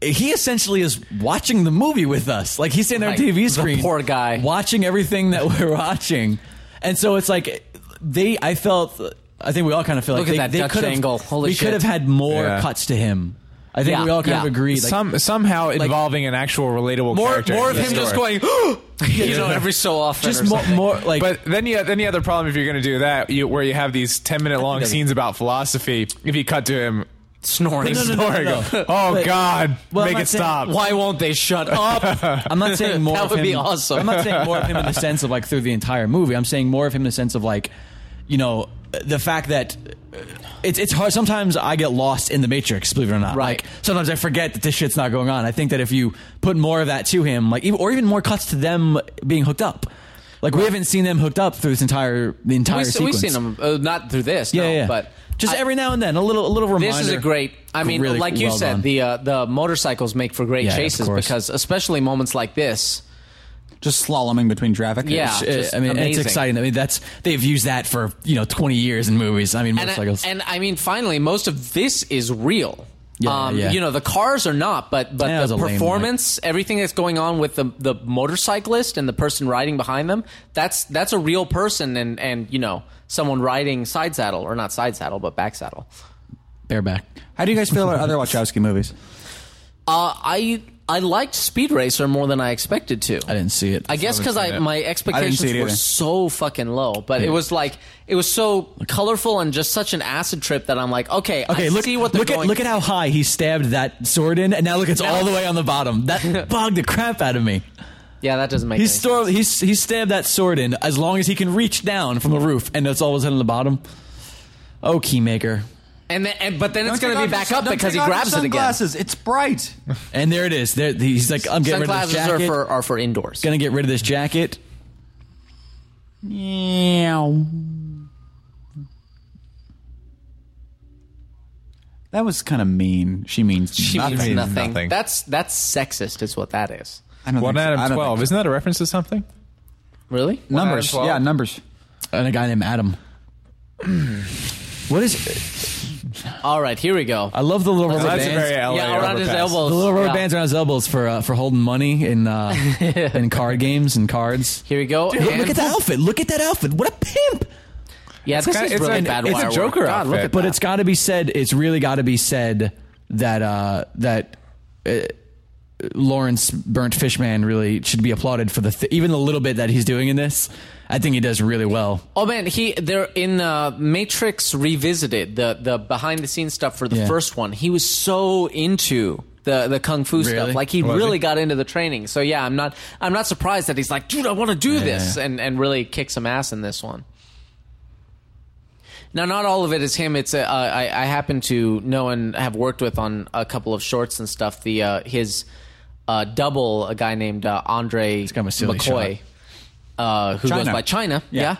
S4: he essentially is watching the movie with us. Like he's sitting there on
S3: Right.
S4: TV
S3: The
S4: screen,
S3: poor guy.
S4: watching everything that we're watching, and so it's like they. I felt. I think we all kind of feel
S3: Look
S4: like
S3: at that
S4: they, they
S3: Dutch
S4: could have-
S3: angle. Holy
S4: we could
S3: shit.
S4: have had more
S5: Yeah.
S4: cuts to him. I think
S3: Yeah,
S4: we all kind
S3: yeah.
S4: of agreed. Like,
S5: Some somehow involving an actual relatable
S3: More,
S5: character.
S3: more of
S5: in the
S3: him just
S5: story.
S3: going, you know, every so often.
S4: just
S3: or
S4: more,
S3: something.
S4: more like.
S5: But then you then you have the problem if you're going to do that, you, where you have these ten minute long
S4: that'd be-
S5: scenes about philosophy. If you cut to him
S3: snoring.
S4: No, no, no,
S5: snoring,
S4: no.
S5: oh
S4: But-
S5: God,
S4: Well, I'm
S5: make
S4: not
S5: it
S4: saying-
S5: stop.
S3: Why won't they shut up?
S4: I'm not saying more.
S3: That
S4: of
S3: would
S4: him-
S3: be awesome.
S4: I'm not saying more of him in the sense of like through the entire movie. I'm saying more of him in the sense of like, you know, the fact that uh, it's it's hard. Sometimes I get lost in the matrix, believe it or not.
S3: Right.
S4: Like, sometimes I forget that this shit's not going on. I think that if you put more of that to him, like, even, or even more cuts to them being hooked up. Like we haven't seen them hooked up through this entire the entire
S3: we,
S4: sequence.
S3: have seen him, uh, not through this,
S4: yeah,
S3: no,
S4: yeah, yeah.
S3: but
S4: just
S3: I-
S4: every now and then, a little a little reminder.
S3: This is a great. I mean,
S4: Really
S3: like you
S4: well
S3: said,
S4: done.
S3: the uh, the motorcycles make for great
S4: Yeah, of
S3: chases
S4: course.
S3: because, especially moments like this,
S2: Just slaloming between traffic.
S3: Yeah.
S4: Uh,
S3: just
S4: I mean, it's
S3: amazing.
S4: exciting. I mean, that's they've used that for you know twenty years in movies. I mean,
S3: and I,
S4: motorcycles.
S3: and I mean, finally, most of this is real.
S4: Yeah,
S3: um,
S4: yeah.
S3: You know, the cars are not, but but
S4: Yeah, it was
S3: the
S4: a lame, like-
S3: performance, everything that's going on with the the motorcyclist and the person riding behind them, that's that's a real person, and and you know, someone riding side saddle or not side saddle, but back saddle.
S4: bareback.
S2: How do you guys feel about other Wachowski movies?
S3: Uh, I I liked Speed Racer more more than I expected to.
S4: I didn't see it.
S3: I guess because I,
S5: it.
S3: my
S2: I didn't see
S3: expectations
S2: it
S3: were
S2: either.
S3: so fucking low, but it was like it was so colorful and just such an acid trip that I'm like, okay,
S4: Okay,
S3: I
S4: look,
S3: see what they're
S4: look at
S3: going.
S4: look at how high he stabbed that sword in, and now look, it's
S3: Now-
S4: all the way on the bottom. That bugged the crap out of me.
S3: yeah, that doesn't make
S4: He
S3: any
S4: stor- he s- he stabbed that sword in as long as he can reach down from the roof, and that's all was on the bottom. Oh, Keymaker.
S3: and then and, but then it's
S2: Don't take
S3: going to be
S2: off
S3: back
S2: your-
S3: up
S2: don't
S3: because he
S2: take off your
S3: grabs it again.
S2: sunglasses. It's bright.
S4: And there it is. There, he's like, I'm getting rid of this
S3: Sunglasses are
S4: jacket.
S3: for are for indoors.
S4: Gonna get rid of this jacket. Meow.
S2: That was kind of mean. She means
S3: she
S2: nothing.
S3: means nothing.
S5: nothing.
S3: That's that's sexist, is what that is.
S2: I don't
S5: One
S2: think so. I
S5: out of
S2: don't
S5: twelve.
S2: think
S5: Isn't that a reference to something?
S3: Really?
S2: so. numbers.
S5: One out of
S2: Yeah,
S5: 12.
S2: numbers.
S4: And a guy named Adam. what is?
S3: All right, here we go.
S4: I love the little rubber
S5: That's a
S4: bands.
S5: very LA
S3: yeah, around his
S5: overpass.
S3: elbows.
S4: the little rubber
S3: Yeah.
S4: bands around his elbows for uh, for holding money in uh, in card games and cards.
S3: Here we go.
S4: Look,
S3: and-
S4: look at that outfit! Look at that outfit! What a pimp!
S3: Yeah, this
S5: kinda-
S3: is
S5: it's
S3: really
S5: an-
S3: bad
S5: it's a
S3: wire work.
S5: Joker
S3: God, look
S5: outfit.
S3: at
S4: But
S3: that.
S4: it's got to be said. It's really got to be said that uh, that uh, Lawrence Burnt Fishman really should be applauded for the th- even the little bit that he's doing in this. I think he does really well.
S3: Oh man, he there in uh, Matrix Revisited, the the behind the scenes stuff for the
S4: Yeah.
S3: first one. He was so into the the kung fu
S4: Really?
S3: stuff, like he
S5: Was
S3: really
S5: he?
S3: got into the training. So yeah, I'm not I'm not surprised that he's like, dude, I want to do this, and and really kick some ass in this one. Now, not all of it is him. It's uh, I, I happen to know and have worked with on a couple of shorts and stuff. The uh, his uh, double, a guy named uh, Andre
S4: kind of a silly
S3: McCoy, uh, who
S2: China.
S3: goes by China. Yeah.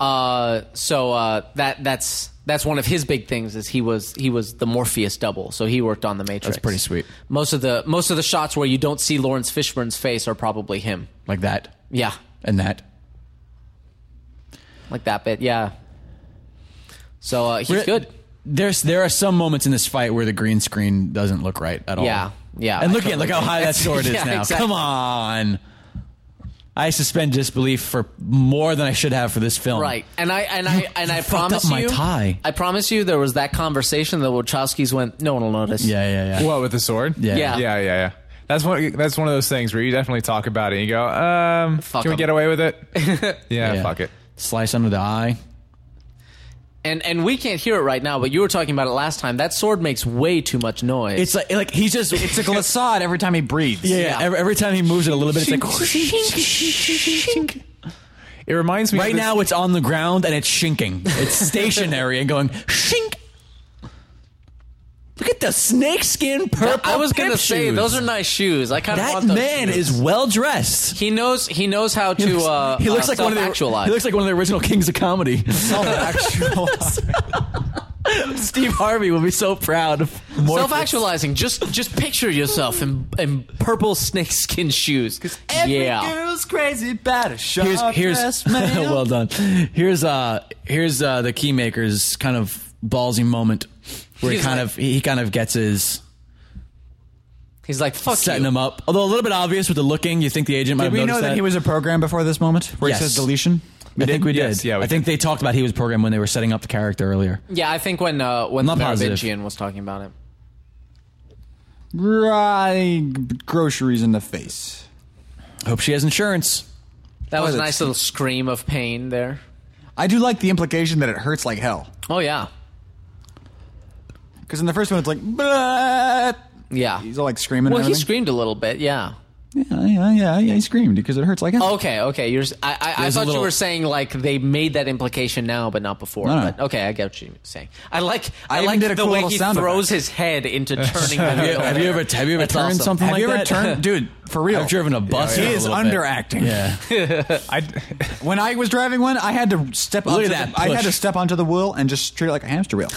S3: Uh, so uh, that that's that's one of his big things is he was he was the Morpheus double. So he worked on the Matrix.
S4: pretty sweet.
S3: Most of the most of the shots where you don't see Lawrence Fishburne's face are probably him.
S4: Like that
S3: Yeah,
S4: and that.
S3: like that bit. Yeah. So uh, he's
S4: Re-
S3: good.
S4: There's there are some moments in this fight where the green screen doesn't look right at all.
S3: Yeah, yeah,
S4: And
S3: I
S4: look at look how high that sword is
S3: Yeah,
S4: now.
S3: exactly.
S4: Come on. I suspend disbelief for more than I should have for this film.
S3: Right, and I and I and I
S4: you fucked
S3: promise
S4: up my
S3: you,
S4: tie.
S3: I promise you, there was that conversation that Wachowskis went, no one will notice.
S4: Yeah, yeah, yeah.
S5: What with the sword?
S4: yeah.
S3: yeah.
S5: yeah, yeah, yeah. That's one. That's one of those things where you definitely talk about it. and You go, um,
S3: Fuck
S5: can we
S3: 'em.
S5: get away with it? yeah,
S4: Yeah.
S5: fuck it.
S4: Slice under the eye.
S3: and and we can't hear it right now, but you were talking about it last time. That sword makes way too much noise.
S4: It's like like he's just
S2: It's a glissade every time he breathes.
S4: yeah,
S3: yeah.
S4: Every, every time he moves it a little bit, it's like
S5: It reminds me of
S4: right
S5: this-
S4: now it's on the ground and it's shinking. It's stationary and going shink. Look at the snakeskin purple.
S3: I was gonna
S4: pimp
S3: say
S4: shoes.
S3: those are nice shoes. I kind of
S4: That
S3: want those
S4: man
S3: shoes.
S4: is well dressed.
S3: He knows. He knows how to. uh,
S4: he looks
S3: uh,
S4: like one of the
S3: self-actualize.
S4: he looks like one of the original kings of comedy. Steve Harvey will be so proud of Morpheus.
S3: self-actualizing. Just just picture yourself in in purple snakeskin shoes. Yeah.
S2: girl's crazy about a sharp
S4: Here's here's
S2: ass man.
S4: well done. Here's uh here's uh the keymaker's kind of ballsy moment where he
S3: He's
S4: kind
S3: like-
S4: of he kind of gets his
S3: He's like fuck
S4: setting
S3: you.
S4: him up. Although a little bit obvious with the looking, you think the agent might
S2: Did
S4: have
S2: we know
S4: noticed
S2: that he was a program before this moment where
S4: Yes.
S2: he says deletion?
S4: I think we
S5: Yes,
S4: did.
S5: yeah, we
S4: I think they talked about he was programmed when they were setting up the character earlier.
S3: Yeah, I think when uh, when
S4: Not positive.
S3: Merovingian was talking about him.
S2: Right, groceries in the face.
S4: Hope she has insurance.
S3: That was a
S2: that's-
S3: nice little scream of pain there.
S2: I do like the implication that it hurts like hell.
S3: Oh yeah,
S2: Because in the first one, it's like, "Bleh."
S3: yeah.
S2: he's all like screaming.
S3: well,
S2: and
S3: he
S2: everything.
S3: screamed a little bit. Yeah.
S2: Yeah, yeah, yeah, yeah. He screamed because it hurts like hell.
S4: Oh,
S3: Okay, okay. You're. s- I, I, I
S4: There's a
S3: thought
S4: little-
S3: you were saying like they made that implication now, but not before.
S2: No, no.
S3: But okay, I get what you're saying. I like. I,
S2: I even
S3: like
S2: did a
S3: the
S2: cool
S3: way
S2: little
S3: he
S2: sound
S3: throws
S2: effect.
S3: his head into turning.
S4: Have you, have you ever have you ever
S3: That's
S4: turned
S3: awesome.
S4: something
S2: Have
S4: like
S2: you ever
S4: that?
S2: turned, dude? For real,
S4: I've driven a bus.
S2: He
S4: with a
S2: is
S4: little bit.
S2: underacting.
S4: Yeah.
S5: I,
S2: When I was driving one, I had to step.
S4: Look
S2: onto
S4: at
S2: the-
S4: that
S2: I
S4: push.
S2: had to step onto the wheel and just treat it like a hamster wheel.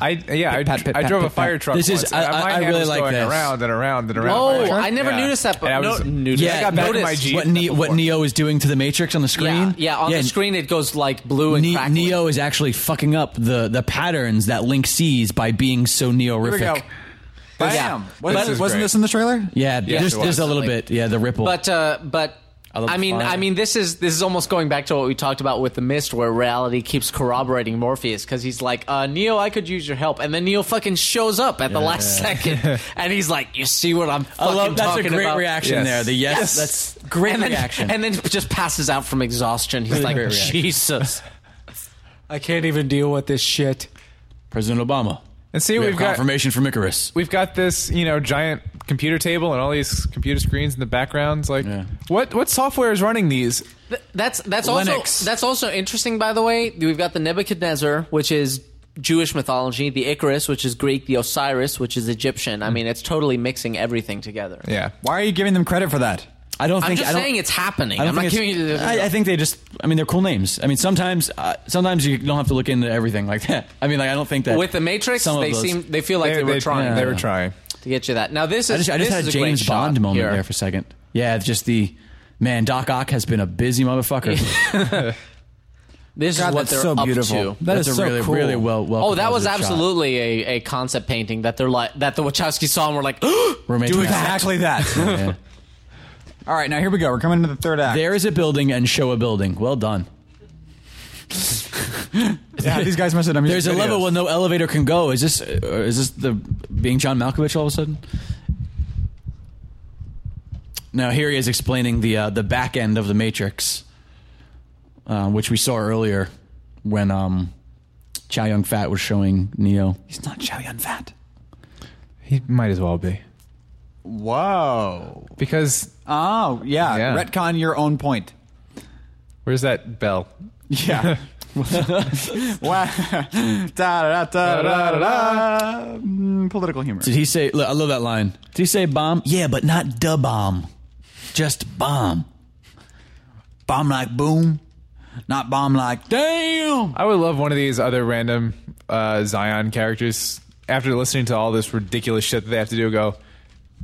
S5: I yeah, I,
S2: pat, pit,
S5: I
S2: pat,
S5: drove
S2: pit,
S5: a fire
S2: pat.
S5: truck.
S4: This is-
S5: once,
S4: I-
S5: and
S4: I-
S5: my
S4: I
S5: hand
S4: really
S5: was
S4: like
S5: going
S4: this.
S5: around and around and around.
S3: Oh,
S5: Yeah.
S3: I never
S5: Yeah.
S3: noticed that. But
S5: And I
S3: no,
S5: was-
S3: noticed.
S5: I got back in my
S3: Noticed.
S5: Jeep.
S4: What, ne- what Neo is doing to the Matrix on the
S3: Yeah,
S4: screen?
S3: yeah. On the screen, it goes like blue and
S4: Ne-
S3: crackly.
S4: Neo is actually fucking up the the patterns that Link sees by being so neorific.
S2: Bam!
S3: Yeah.
S2: Wasn't,
S5: This is
S2: wasn't
S5: great.
S2: this in the trailer?
S4: Yeah, there's,
S5: it was.
S4: there's a little bit. Yeah, the ripple.
S3: But uh, but
S4: I love
S3: I,
S4: the
S3: mean
S4: fire.
S3: I mean this is this is almost going back to what we talked about with the mist, where reality keeps corroborating Morpheus because he's like, uh, Neo, I could use your help, and then Neo fucking shows up at the last second, and he's like, you see what I'm
S4: I
S3: fucking
S4: love that's a
S3: talking
S4: great
S3: about?
S4: reaction
S5: Yes.
S4: there. The yes,
S3: Yes.
S4: that's great
S3: and then,
S4: reaction.
S3: and then just passes out from exhaustion. He's like,
S4: Great reaction.
S3: Jesus, I can't even deal with this shit.
S4: President Obama.
S5: And see,
S4: we
S5: we've
S4: have
S5: got
S4: confirmation from Icarus.
S5: we've got this you know giant computer table and all these computer screens in the backgrounds. Like,
S4: Yeah.
S5: what what software is running these?
S3: Th- That's that's
S4: Linux.
S3: also that's also interesting. By the way, we've got the Nebuchadnezzar, which is Jewish mythology, the Icarus, which is Greek, the Osiris, which is Egyptian. I mean, it's totally mixing everything together.
S5: Yeah.
S2: Why are you giving them credit for that?
S4: I don't
S3: I'm
S4: think
S3: just
S4: I don't,
S3: saying it's happening.
S4: I
S3: I'm
S4: don't
S3: not
S4: think
S3: giving
S4: it's-
S3: you. The,
S4: I, I think they just. I mean, they're cool names. I mean, sometimes, uh, sometimes you don't have to look into everything like that. I mean, like I don't think that
S3: with the Matrix,
S4: some of
S3: they
S4: those-
S3: seem they feel like they, were trying
S5: They were trying.
S3: to get you that. Now this is
S4: I just, I just
S3: this
S4: had a
S3: is great
S4: James
S3: shot
S4: Bond moment
S3: here.
S4: there for a second. Yeah, it's just the man. Doc Ock has been a busy motherfucker.
S3: This is
S2: God,
S3: what
S2: that's
S3: they're
S2: so
S3: up
S2: beautiful.
S3: to.
S2: That
S4: That's
S2: is
S4: a
S2: so
S4: really,
S2: cool.
S4: really well, well.
S3: Oh, that was
S4: composed shot.
S3: absolutely a, a concept painting that they're like that the Wachowski saw and were like,
S4: We're making
S2: Do
S4: that.
S2: exactly that.
S4: Yeah.
S2: All right, now here we go. We're coming to the third act.
S4: There is a building and show a building. Well done.
S2: yeah, these guys must have done music
S4: There's a level
S2: videos.
S4: where no elevator can go. Is this uh, is this the being John Malkovich all of a sudden? Now here he is explaining the uh, the back end of the Matrix, uh, which we saw earlier when um, Chow Yun Fat was showing Neo.
S2: He's not Chow Yun Fat.
S5: He might as well be.
S2: Whoa.
S5: Because
S2: Oh, yeah.
S5: Yeah.
S2: Retcon your own point.
S5: where's that bell?
S2: Yeah. Wow. Da, da, da, da, da, da, da. Mm, Political humor.
S4: Did he say? Look, I love that line. Did he say bomb? Yeah, but not da bomb, just bomb.
S2: Bomb like boom, not bomb like.
S4: Damn.
S5: I would love one of these other random uh, Zion characters after listening to all this ridiculous shit that they have to do. Go,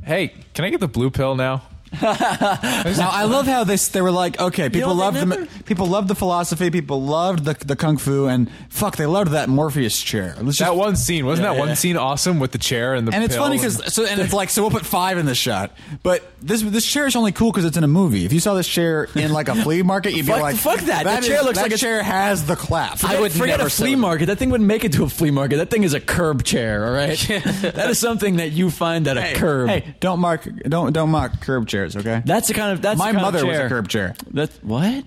S5: hey, can I get the blue pill now?
S2: Now I love how this. They were like, okay, people
S4: don't
S2: loved the
S4: remember?
S2: people loved the philosophy, people loved the the kung fu, and fuck, they loved that Morpheus chair. Let's just
S5: That one scene wasn't
S4: Yeah,
S5: that one
S4: yeah.
S5: scene awesome with the chair and the
S2: And it's
S5: pill
S2: funny
S5: and-
S2: because so and it's like so we'll put five in this shot, but this this chair is only cool because it's in a movie. If you saw this chair in like a flea market, you'd
S4: Fuck-
S2: be like,
S4: fuck that. That
S2: is-
S4: chair looks
S2: that
S4: like a-
S2: chair has the clap.
S4: I would forget a flea market. That thing wouldn't make it to a flea market. That thing is a curb chair. All right, that is something that you find at a curb.
S2: Hey, don't mark don't don't mock curb chairs, okay?
S4: That's the kind of that's
S2: My
S4: the kind
S2: mother
S4: of
S2: was
S4: chair.
S2: a curb chair.
S4: That what?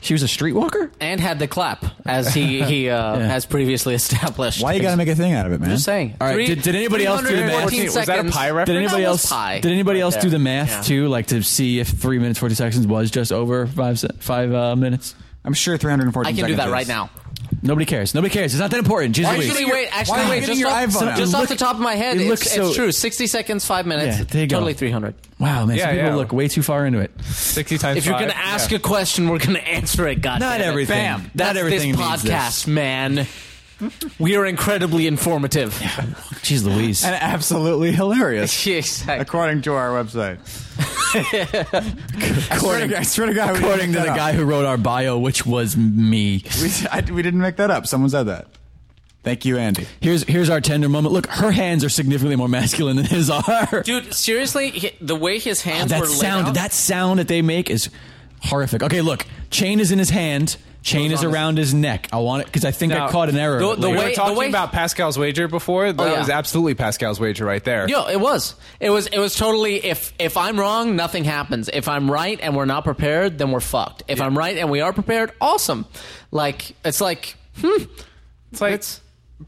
S4: She was a streetwalker.
S3: and had the clap as he he uh, has previously established.
S2: Why you gotta make a thing out of it, man?
S3: I'm just saying.
S4: All right, did- did anybody else do the math?
S3: 314
S5: Was that a
S3: seconds.
S5: pie reference?
S4: Did
S5: That
S4: anybody
S3: was
S4: else?
S3: pie
S4: Did anybody
S3: right
S4: else do
S3: there.
S4: the math
S3: Yeah.
S4: too, like to see if three minutes forty seconds was just over five se- five uh, minutes?
S2: I'm sure 314.
S3: I can do that
S2: seconds
S3: right
S2: is-
S3: now.
S4: Nobody cares. Nobody cares. It's not that important. Jesus.
S2: you
S4: Louise.
S3: Actually,
S2: getting
S3: wait.
S2: your- why are
S3: Actually,
S2: you
S3: wait.
S2: getting
S3: Just,
S2: your
S3: off,
S2: iPhone out?
S3: just
S4: You
S3: off the
S4: look-
S3: top of my head,
S4: you
S3: it's,
S4: look so-
S3: it's true. Sixty seconds, five minutes.
S4: Yeah, there you go.
S3: Totally three hundred.
S4: Wow, man.
S5: Yeah,
S4: some people
S5: yeah.
S4: look way too far into it.
S5: sixty times.
S3: If you're
S5: going
S3: gonna
S5: to
S3: ask a question, we're gonna answer it. God,
S4: Not everything. Bam. Not
S3: That's
S4: everything
S3: This
S4: means this.
S3: podcast, man. We are incredibly informative.
S4: Jeez Louise.
S2: And absolutely hilarious,
S3: exactly.
S2: according to our website. I swear to- I swear to God, we didn't
S4: According to
S2: make
S4: the
S2: that
S4: guy
S2: up.
S4: who wrote our bio, which was me.
S2: we, I, we didn't make that up. Someone said that. Thank you, Andy.
S4: Here's here's our tender moment. Look, her hands are significantly more masculine than his are.
S3: Dude, seriously, hi- the way his hands
S4: Ah, that
S3: were laid out,
S4: sound that sound that they make is horrific. Okay, look, chain is in his hand, chain
S3: Goes
S4: is
S3: on his-
S4: around his neck. I want it because I think
S5: Now,
S4: I caught an error.
S3: the- the
S5: we
S4: later.
S3: way-
S5: were talking
S3: way- Oh,
S5: about Pascal's wager before. That
S3: yeah.
S5: was absolutely Pascal's wager right there.
S3: Yo, it was. It was. It was totally. If if I'm wrong, nothing happens. If I'm right and we're not prepared, then we're fucked. If I'm right and we are prepared, awesome. Like it's like hmm,
S5: It's like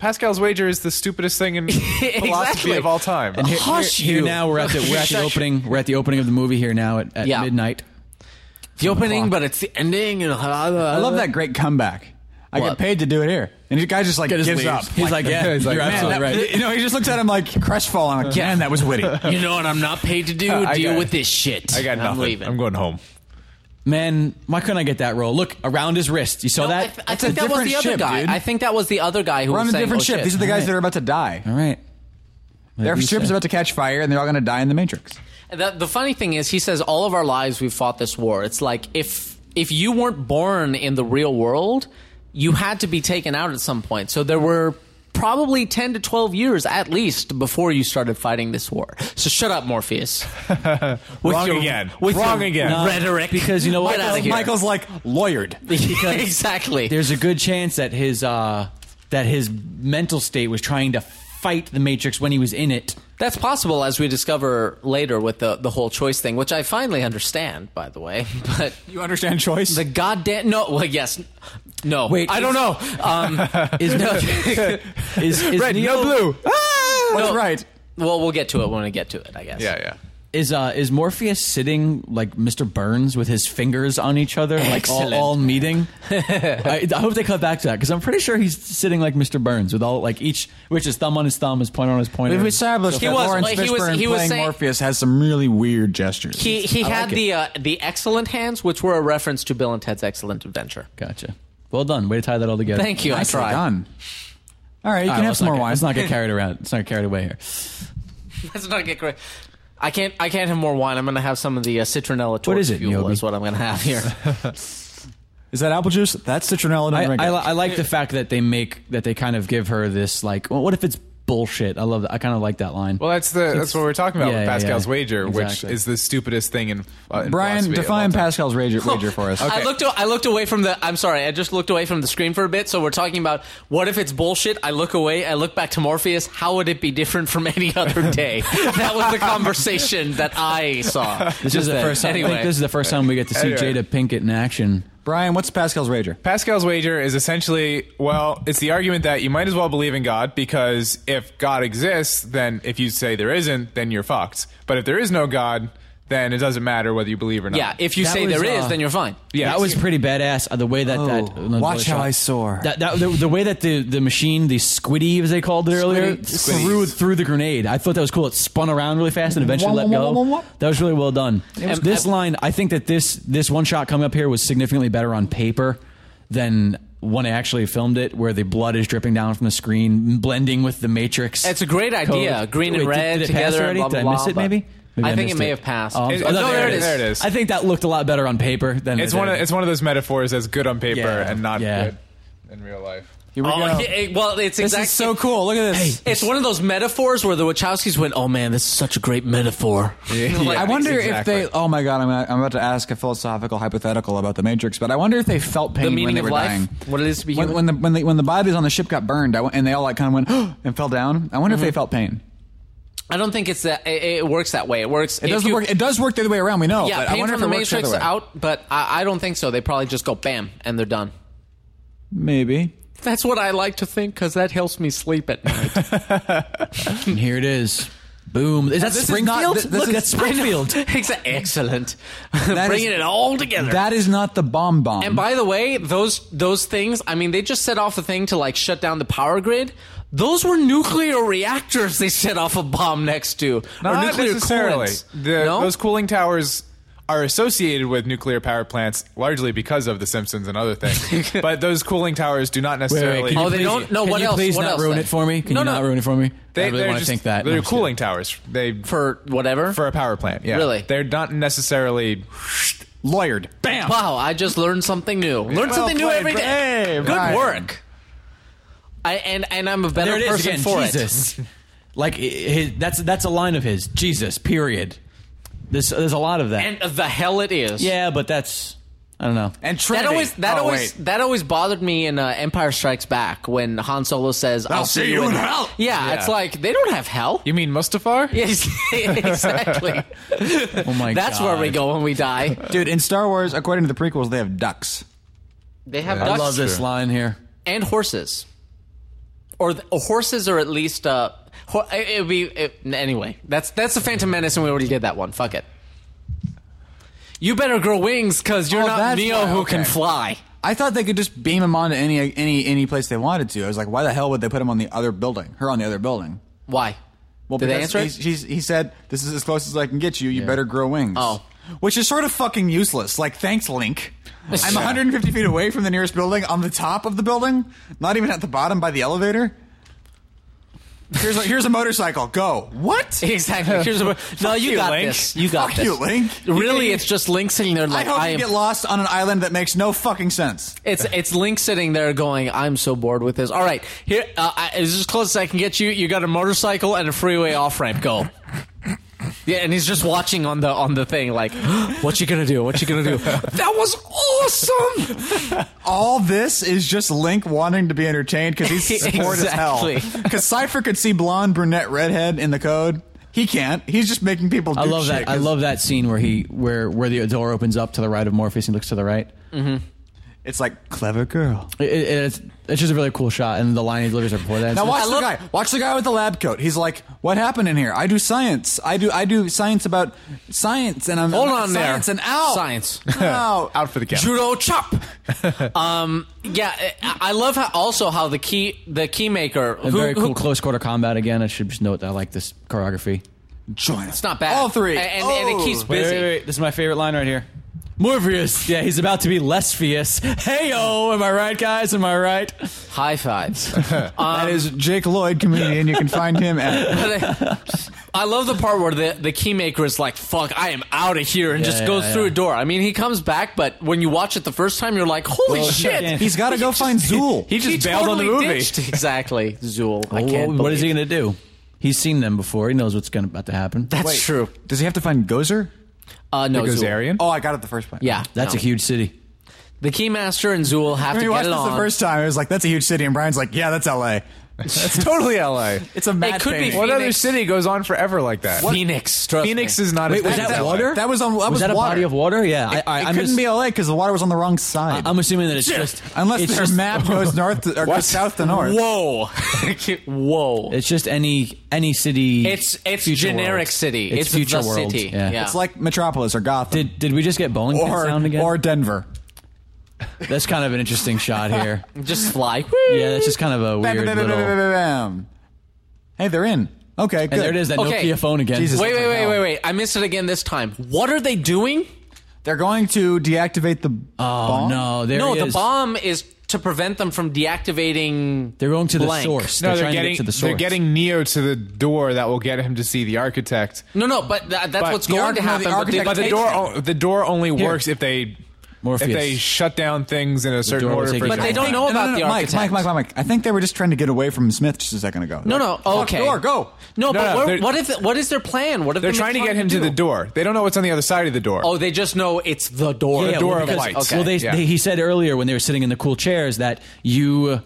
S5: Pascal's wager is the stupidest thing in philosophy of all time.
S4: And here, here-
S3: Hush
S4: here
S3: you.
S4: now we're at the we're at the opening we're at the opening of the movie here now at, at
S3: Yeah.
S4: midnight.
S3: the opening, but it's the ending. And
S2: I love that great comeback. I
S3: What?
S2: get paid to do it here, and the guy just like gives
S4: Leaves.
S2: up.
S4: He's like, yeah,
S5: He's like,
S4: you're
S5: man,
S4: absolutely
S2: that-
S4: right.
S2: You know, he just looks at him like crestfallen. Like, man, that was witty.
S3: You know what I'm not paid to do?
S5: I
S3: deal
S5: got-
S3: with this shit.
S5: I got
S3: And
S5: nothing.
S3: I'm leaving.
S5: going home.
S4: Man, why couldn't I get that role? Look around his wrist. You saw
S3: No, I,
S4: that?
S3: th- I
S2: That's
S3: think
S2: a
S3: that was
S2: different
S3: the other
S2: ship,
S3: guy.
S2: dude.
S3: I think that was the other guy who
S2: We're
S3: was
S2: on a
S3: saying,
S2: different
S3: "Oh,
S2: ship.
S3: shit."
S2: These are the guys
S4: Alright.
S2: that are about to die.
S4: All right.
S2: Their
S4: you
S2: ship's
S4: say.
S2: about to catch fire, and they're all going to die in the Matrix.
S3: The, the funny thing is, he says all of our lives we've fought this war. It's like if if you weren't born in the real world, you had to be taken out at some point. So there were probably ten to twelve years at least before you started fighting this war. So shut up, Morpheus. With
S5: Wrong again.
S3: With
S5: Wrong
S3: your
S5: again.
S4: No,
S3: Rhetoric.
S4: because you know what?
S3: Get out of here.
S2: Michael's like lawyered.
S3: exactly.
S4: there's a good chance that his uh, that his mental state was trying to fight the Matrix when he was in it.
S3: That's possible, as we discover later with the the whole choice thing, which I finally understand, by the way. But
S2: You understand choice?
S3: the goddamn no, well, yes, no,
S4: Wait,
S3: I don't know. Um,
S4: Is no, is, is
S2: Red, no
S4: Neo
S2: blue. Ah! That's
S3: No.
S2: right.
S3: well, we'll get to it when we get to it, I guess.
S5: Yeah, yeah.
S4: Is uh is Morpheus sitting like Mr. Burns with his fingers on each other, like all,
S3: Excellent.
S4: all meeting? I, I hope they cut back to that because I'm pretty sure he's sitting like Mr. Burns with all like each, which is thumb on his thumb, his pointer on his pointer.
S2: We've established
S3: He
S2: that
S3: was-
S2: Lawrence
S3: like, he was-
S2: Fishburne
S3: he was
S2: playing
S3: saying-
S2: Morpheus has some really weird gestures.
S3: He he had
S4: like it.
S3: the uh, the excellent hands, which were a reference to Bill and Ted's Excellent Adventure.
S4: Gotcha. Well done. Way to tie that all together.
S3: Thank you.
S2: Nicely
S3: I tried.
S2: done. All right, you
S4: All
S2: can
S4: right,
S2: have
S4: let's
S2: some
S4: not
S2: more
S4: get-
S2: wine.
S4: Let's not get carried around. Let's not get carried away here.
S3: Let's not get cra I can't. I can't have more wine. I'm going to have some of the uh, citronella.
S4: What is
S3: torch
S4: it,
S3: Fuel
S4: Niobe?
S3: is what I'm going to have here.
S7: Is that apple juice? That's citronella. Don't
S4: I,
S7: drink it.
S4: I, li- I like the fact that they make that they kind of give her this like. Well, what if it's bullshit? I love. That. I kind of like that line.
S5: Well, that's the that's what we're talking about
S4: Yeah,
S5: with
S4: yeah,
S5: Pascal's
S4: yeah.
S5: wager,
S4: Exactly.
S5: which is the stupidest thing in, uh, in
S2: Brian,
S5: philosophy of all
S2: define
S5: time.
S2: Pascal's wager, wager for us.
S3: I looked. a- I looked away from the. I'm sorry. I just looked away from the screen for a bit. So we're talking about what if it's bullshit. I look away. I look back to Morpheus. How would it be different from any other day? that was the conversation that I saw.
S4: this is the first time. I
S3: Anyway.
S4: think this is the first time we get to see
S5: Anyway.
S4: Jada Pinkett in action.
S2: Brian, what's Pascal's wager?
S5: Pascal's wager is essentially, well, it's the argument that you might as well believe in God because if God exists, then if you say there isn't, then you're fucked. But if there is no God, then it doesn't matter whether you believe or not.
S3: Yeah. If you
S4: That
S3: say
S4: was,
S3: there is,
S4: uh,
S3: then you're fine.
S5: Yeah.
S4: that was pretty badass. Uh, the way that that
S2: Oh,
S4: uh, the
S2: watch how
S4: shot-
S2: I soar.
S4: That, that the, the way that the, the machine, the squiddy as they called it earlier,
S5: Squiddy.
S4: threw through the grenade. I thought that was cool. It spun around really fast and eventually let go. That was really well done.
S3: was-
S4: this line, I think that this this one shot coming up here was significantly better on paper than when I actually filmed it, where the blood is dripping down from the screen, blending with the matrix.
S3: It's a great idea.
S4: code.
S3: Green and
S4: Wait, did-
S3: red
S4: did it pass
S3: together and
S4: already?
S3: blah,
S4: Did I
S3: blah,
S4: miss it?
S3: blah.
S4: Maybe. Maybe
S3: I think
S4: missed
S3: it may have passed.
S4: Oh, I'm
S5: It-
S4: sorry.
S5: no, there it
S4: it is.
S5: is. There it is.
S4: I think that looked a lot better on paper than
S5: it's
S4: it
S5: one. Of,
S4: did.
S5: it's one of those metaphors that's good on paper
S4: Yeah.
S5: and not
S4: Yeah.
S5: good in real life.
S3: Oh, yeah, well, it's
S2: This
S3: exactly
S2: is so cool. Look at this.
S3: It's one of those metaphors where the Wachowskis went, "Oh man, this is such a great metaphor." Like,
S2: I wonder
S5: Exactly.
S2: if they. Oh my god, I'm, I'm about to ask a philosophical hypothetical about the Matrix, but I wonder if they felt pain
S3: the
S2: when
S3: meaning
S2: they
S3: of
S2: were
S3: life,
S2: dying.
S3: what it is to be
S2: When,
S3: human.
S2: when the when the when the bodies on the ship got burned, I, went- and they all like kind of went and fell down. I wonder
S3: Mm-hmm.
S2: if they felt pain.
S3: I don't think it's that. It, it works that way. It works.
S2: It doesn't work. It does work the other way around. We know.
S3: Yeah,
S2: but
S3: pain
S2: I wonder
S3: from
S2: if it
S3: the
S2: works the other
S3: matrix
S2: way.
S3: out, but I, I don't think so. They probably just go bam and they're done.
S2: Maybe.
S3: That's what I like to think because that helps me sleep at night.
S4: And here it is. Boom. Is that
S2: is
S4: Springfield?
S2: not- th- this
S4: Look,
S2: is-
S4: that's Springfield.
S3: Exa- Excellent,
S2: is-
S3: bringing it all together.
S2: That is not the bomb bomb.
S3: And by the way, those those things, I mean, they just set off a thing to like shut down the power grid. Those were nuclear reactors they set off a bomb next to. or
S5: Not
S3: nuclear
S5: necessarily.
S3: coolants.
S5: The-
S3: no?
S5: Those cooling towers are associated with nuclear power plants largely because of The Simpsons and other things. but those cooling towers do not necessarily.
S4: can you
S3: Oh, they
S4: please-
S3: don't- no,
S4: Can
S3: what
S4: you
S3: else?
S4: please
S3: What
S4: not
S3: else
S4: ruin
S3: then?
S4: it for me? Can
S3: No,
S4: you
S3: no.
S4: not ruin it for me?
S5: They,
S4: I really
S5: they're
S4: want to
S5: just-
S4: think that.
S5: They're
S4: No,
S5: cooling towers. They
S3: for whatever.
S5: for a power plant. Yeah,
S3: Really?
S5: They're not necessarily
S2: lawyered. Bam.
S3: wow, I just learned something new. Learn
S5: Well
S3: something new
S5: played,
S3: every day.
S5: Brian.
S3: Good
S2: Brian.
S3: work. I and and I'm a better
S4: There it is
S3: person
S4: again.
S3: for it.
S4: Jesus. like i- his, that's that's a line of his. Jesus. Period. This there's a lot of that.
S3: And the hell it is.
S4: yeah, but that's I don't know.
S2: And Trinity.
S3: That always that
S2: Oh,
S3: always
S2: wait.
S3: that always bothered me in uh, Empire Strikes Back when Han Solo says, "I'll,
S2: see you in hell."
S3: Yeah, it's like they don't have hell.
S5: You mean Mustafar?
S3: Yes, exactly.
S4: Oh my god.
S3: That's where we go when we die.
S2: dude. In Star Wars, according to the prequels, they have ducks.
S3: They have
S4: I
S3: ducks
S4: love this line here.
S3: and horses, or th- horses, or at least uh, ho- it would be it, anyway. That's that's the Phantom Menace, and we already did that one. Fuck it. You better grow wings, cause you're
S2: Oh,
S3: not
S2: that's
S3: Neo
S2: why-
S3: who
S2: okay.
S3: can fly.
S2: I thought they could just beam him onto any any any place they wanted to. I was like, why the hell would they put him on the other building? Her on the other building.
S3: Why?
S2: Well,
S3: did they
S2: because
S3: answer
S2: he,
S3: it?
S2: she's, he said, "This is as close as I can get you. You better grow wings."
S3: Oh.
S2: which is sort of fucking useless. Like, thanks, Link. I'm 150 feet away from the nearest building, on the top of the building, not even at the bottom by the elevator. Here's a, here's a motorcycle. Go. What?
S3: Exactly. Here's a, no, you,
S5: you,
S3: got
S5: Link.
S3: this. You got
S2: Fuck
S3: this.
S2: you, Link.
S3: Really, it's just Link sitting there
S2: I
S3: like
S2: hope
S3: I
S2: you
S3: am.
S2: get lost on an island that makes no fucking sense.
S3: It's it's Link sitting there going, "I'm so bored with this." All right, here uh, I, is as close as I can get you. You got a motorcycle and a freeway off ramp. Go. Yeah, and he's just watching on the on the thing, like, "What you gonna do? What you gonna do?" that was awesome.
S2: All this is just Link wanting to be entertained because he's bored as hell.
S3: Exactly.
S2: Because Cipher could see blonde, brunette, redhead in the code. He can't. He's just making people. Do
S4: I love
S2: shit
S4: that. I
S2: 'cause-
S4: love that scene where he where where the door opens up to the right of Morpheus and he looks to the right.
S2: It's like clever girl.
S4: It- it- it's, it's just a really cool shot, and the line he delivers right before that.
S2: Now
S4: it's-
S2: watch
S3: I
S2: the
S3: love-
S2: guy. Watch the guy with the lab coat. He's like, "What happened in here? I do science. I do. I do science about science." And I'm
S3: Hold
S2: I'm-
S3: on there.
S2: science and out.
S3: Science.
S2: out.
S5: Out for the count.
S3: Judo chop. um, yeah, I I love how also how the key the key maker
S4: and
S3: who-
S4: very
S3: who-
S4: cool close quarter combat again. I should just note that I like this choreography.
S2: Join us.
S3: It's not bad.
S2: All three.
S3: A- and, and,
S2: Oh.
S3: it keeps busy.
S4: This is my favorite line right here. Morpheus. Yeah, he's about to be Lesfius. Hey, oh, am I right, guys? Am I right?
S3: High fives. Um,
S2: that is Jake Lloyd, comedian. You can find him at.
S3: But I, I love the part where the, the keymaker is like, fuck, I am out of here, and
S4: Yeah,
S3: just
S4: yeah,
S3: goes through
S4: yeah.
S3: a door. I mean, he comes back, but when you watch it the first time, you're like, holy
S4: Well,
S3: shit.
S4: yeah.
S2: He's got to go find Zool.
S4: He just bailed
S3: totally
S4: on the movie.
S3: ditched. Exactly, Zool. I can't
S4: Well, what is he
S3: believe-
S4: going to do? He's seen them before. He knows what's gonna, about to happen.
S3: That's
S2: Wait,
S3: true.
S2: Does he have to find Gozer?
S3: Uh, no, Zool.
S5: Gozarian.
S2: Oh, I got it the first time.
S3: Yeah,
S4: That's
S3: no.
S4: a huge city.
S3: The Keymaster and Zool have
S2: When we
S3: to get
S2: watched
S3: it
S2: this
S3: on.
S2: the first time, it was like, "That's a huge city," and Brian's like, "Yeah, that's L.A."
S5: It's totally LA.
S2: It's a mad
S3: could be
S2: painting.
S5: what other
S3: Phoenix.
S5: city goes on forever like that?
S3: Phoenix. Trust
S5: Phoenix
S3: me.
S5: is not. as
S4: Wait, was
S5: big
S4: that
S5: as LA.
S4: water?
S2: That was on. That
S4: was,
S2: was
S4: that
S2: water.
S4: a body of water? Yeah,
S2: It,
S4: I, I,
S2: it
S4: I'm
S2: couldn't
S4: just,
S2: be L.A. because the water was on the wrong side.
S4: I'm assuming that it's just
S2: Unless
S4: it's
S2: their
S4: just-
S2: map goes north to, or goes south to north.
S3: Whoa, whoa!
S4: It's just any any city.
S3: It's it's
S4: future
S3: generic
S4: world.
S3: city. It's,
S4: future
S3: the
S4: world.
S3: city.
S4: Yeah.
S2: It's like Metropolis or Gotham
S4: Did did we just get bowling pin sound
S2: or
S4: again?
S2: or Denver.
S4: that's kind of an interesting shot here.
S3: just fly.
S4: Yeah, that's just kind of a
S2: Bam,
S4: weird
S2: bam, bam, bam, bam,
S4: little.
S2: bam. Hey, they're in. Okay, good.
S4: And there it is, that
S3: Okay.
S4: Nokia phone again.
S2: Jesus.
S3: Wait, wait,
S2: Like
S3: wait,
S2: hell.
S3: wait, wait! I missed it again this time. What are they doing?
S2: They're going to deactivate the
S4: Oh
S2: bomb.
S4: no, there
S3: no,
S4: he
S3: the
S4: is.
S3: bomb is to prevent them from deactivating.
S4: They're going to the
S3: blank.
S4: source.
S5: No,
S4: they're,
S5: they're,
S4: trying
S5: getting
S4: to get to the source.
S5: they're getting Neo to the door that will get him to see the architect.
S3: No, no, but tha- that's
S5: But
S3: what's
S5: the
S3: going
S2: arch-
S3: to
S2: no, the
S3: happen. but
S2: architect
S5: But the
S2: Takes
S5: door
S2: him.
S5: o- the door only works if they
S4: Morpheus.
S5: if they shut down things in a certain
S4: door will
S5: order.
S4: take
S5: For
S4: you
S5: but
S4: down.
S5: they
S3: they
S5: don't.
S3: don't know
S2: No, no,
S3: about
S2: no,
S3: the
S2: Mike,
S3: architect.
S2: Mike, Mike, Mike, Mike. I think they were just trying to get away from Smith just a second ago.
S3: No, no,
S2: Fuck
S3: okay.
S2: Door, go.
S3: No,
S5: no,
S3: but
S5: they're-
S3: what, what if? What is their plan? What if
S5: They're trying to get him to the door. They don't know what's on the other side of the door.
S3: Oh, they just know it's the door.
S4: Yeah,
S5: The door
S4: well,
S5: of
S4: because-
S5: lights.
S4: Well, they,
S5: Yeah.
S4: they, he said earlier when they were sitting in the cool chairs that you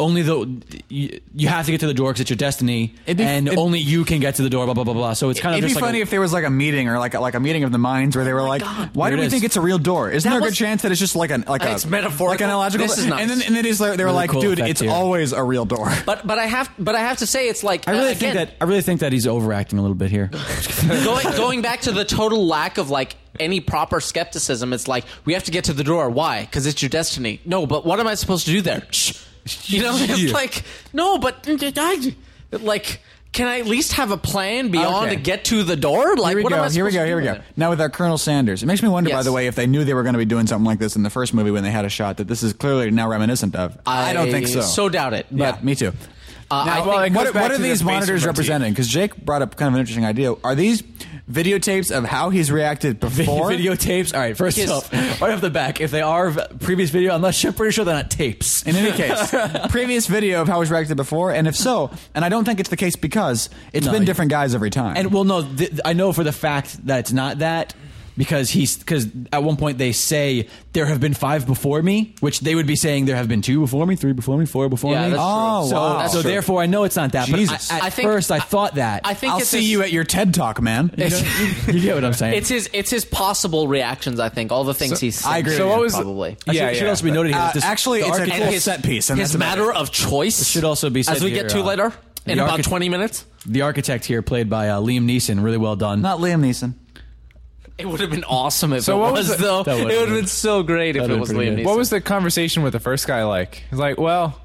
S4: only the you, you have to get to the door because it's your destiny,
S2: It'd be-
S4: and
S2: it'd-
S4: only you can get to the door. Blah blah blah blah. So it's kind
S2: It'd
S4: of
S2: be
S4: just like
S2: funny
S4: a-
S2: if there was like a meeting or like a, like a meeting of the minds where they
S3: Oh
S2: were like, "Why
S4: There
S2: do
S4: it
S2: we
S4: is.
S2: think it's a real door? Isn't there a good
S3: was-
S2: chance that it's just like an like a
S3: It's metaphorical.
S2: like an illogical?"
S3: This is nice.
S2: And then and then it's like, they were
S4: Really
S2: like,
S4: cool
S2: "Dude,
S4: effect
S2: it's
S4: here.
S2: always a real door."
S3: But but I have but I have to say it's like
S4: I really
S3: uh,
S4: think
S3: again,
S4: that I really think that he's overacting a little bit here.
S3: going going back to the total lack of like any proper skepticism. It's like we have to get to the door. Why? Because it's your destiny. No, but what am I supposed to do there? Shh. You know, it's like no, but I like. Can I at least have a plan beyond
S2: Okay.
S3: to get to the door? Like,
S2: Here we
S3: what am
S2: go.
S3: I
S2: Here we
S3: supposed
S2: go.
S3: to
S2: Here we
S3: do
S2: go.
S3: there?
S2: Now with our Colonel Sanders, it makes me wonder, by
S3: Yes.
S2: the way, if they knew they were going to be doing something like this in the first movie when they had a shot that this is clearly now reminiscent of. I, don't think so.
S3: So doubt it.
S2: yeah,
S3: But
S2: me too.
S3: Uh, I
S2: now,
S3: think- Well, it
S5: goes
S2: what,
S5: back
S2: what
S5: to
S2: are
S5: the
S2: these
S5: space
S2: monitors
S5: motif.
S2: representing? Because Jake brought up kind of an interesting idea. Are these videotapes of how he's reacted before?
S4: Videotapes. All right, first
S3: Kiss.
S4: off, right off the back, if they are v- previous video, unless I'm pretty sure they're not tapes.
S2: In any case, previous video of how he's reacted before, and if so, and I don't think it's the case because it's
S4: No,
S2: been
S4: you-
S2: different guys every time.
S4: And well, no, th- I know for the fact that it's not that because he's because at one point they say there have been five before me, which they would be saying there have been two before me, three before me, four before
S3: Yeah,
S4: me.
S3: that's
S2: Oh,
S3: true.
S4: so
S2: wow.
S4: so
S3: true.
S4: therefore I know it's not that.
S2: Jesus.
S4: But I, at
S3: I think-
S4: first I,
S3: I-
S4: thought that.
S3: I think
S2: I'll
S3: it's
S2: see
S3: a-
S2: you at your TED talk, man.
S4: you, know, you get what I'm saying.
S3: It's his it's his possible reactions. I think all the things he's.
S2: I agree
S5: So
S2: with
S5: what
S2: you,
S5: was
S3: probably.
S4: I should,
S5: yeah,
S4: should
S5: yeah,
S4: also be noted here.
S2: Uh,
S4: that this,
S2: actually,
S4: the
S2: it's an
S4: architect-
S2: cool set piece, and
S3: his
S2: that's about
S3: matter
S2: it.
S3: of choice
S4: should also be said
S3: as we
S4: here,
S3: get to
S4: uh,
S3: later in
S4: the
S3: about
S4: archi-
S3: twenty minutes.
S4: the architect here, played by uh, Liam Neeson, really well done.
S2: Not Liam Neeson.
S3: It would have been awesome if
S5: So
S3: it
S5: what
S3: was,
S5: was the-
S3: though.
S4: That
S3: it
S4: would've
S3: would have
S4: been-
S3: been so great if
S4: that'd
S3: it
S4: been
S3: was
S4: pretty
S3: Liam
S4: good.
S3: Neeson.
S5: What was the conversation with the first guy like? He's like, well,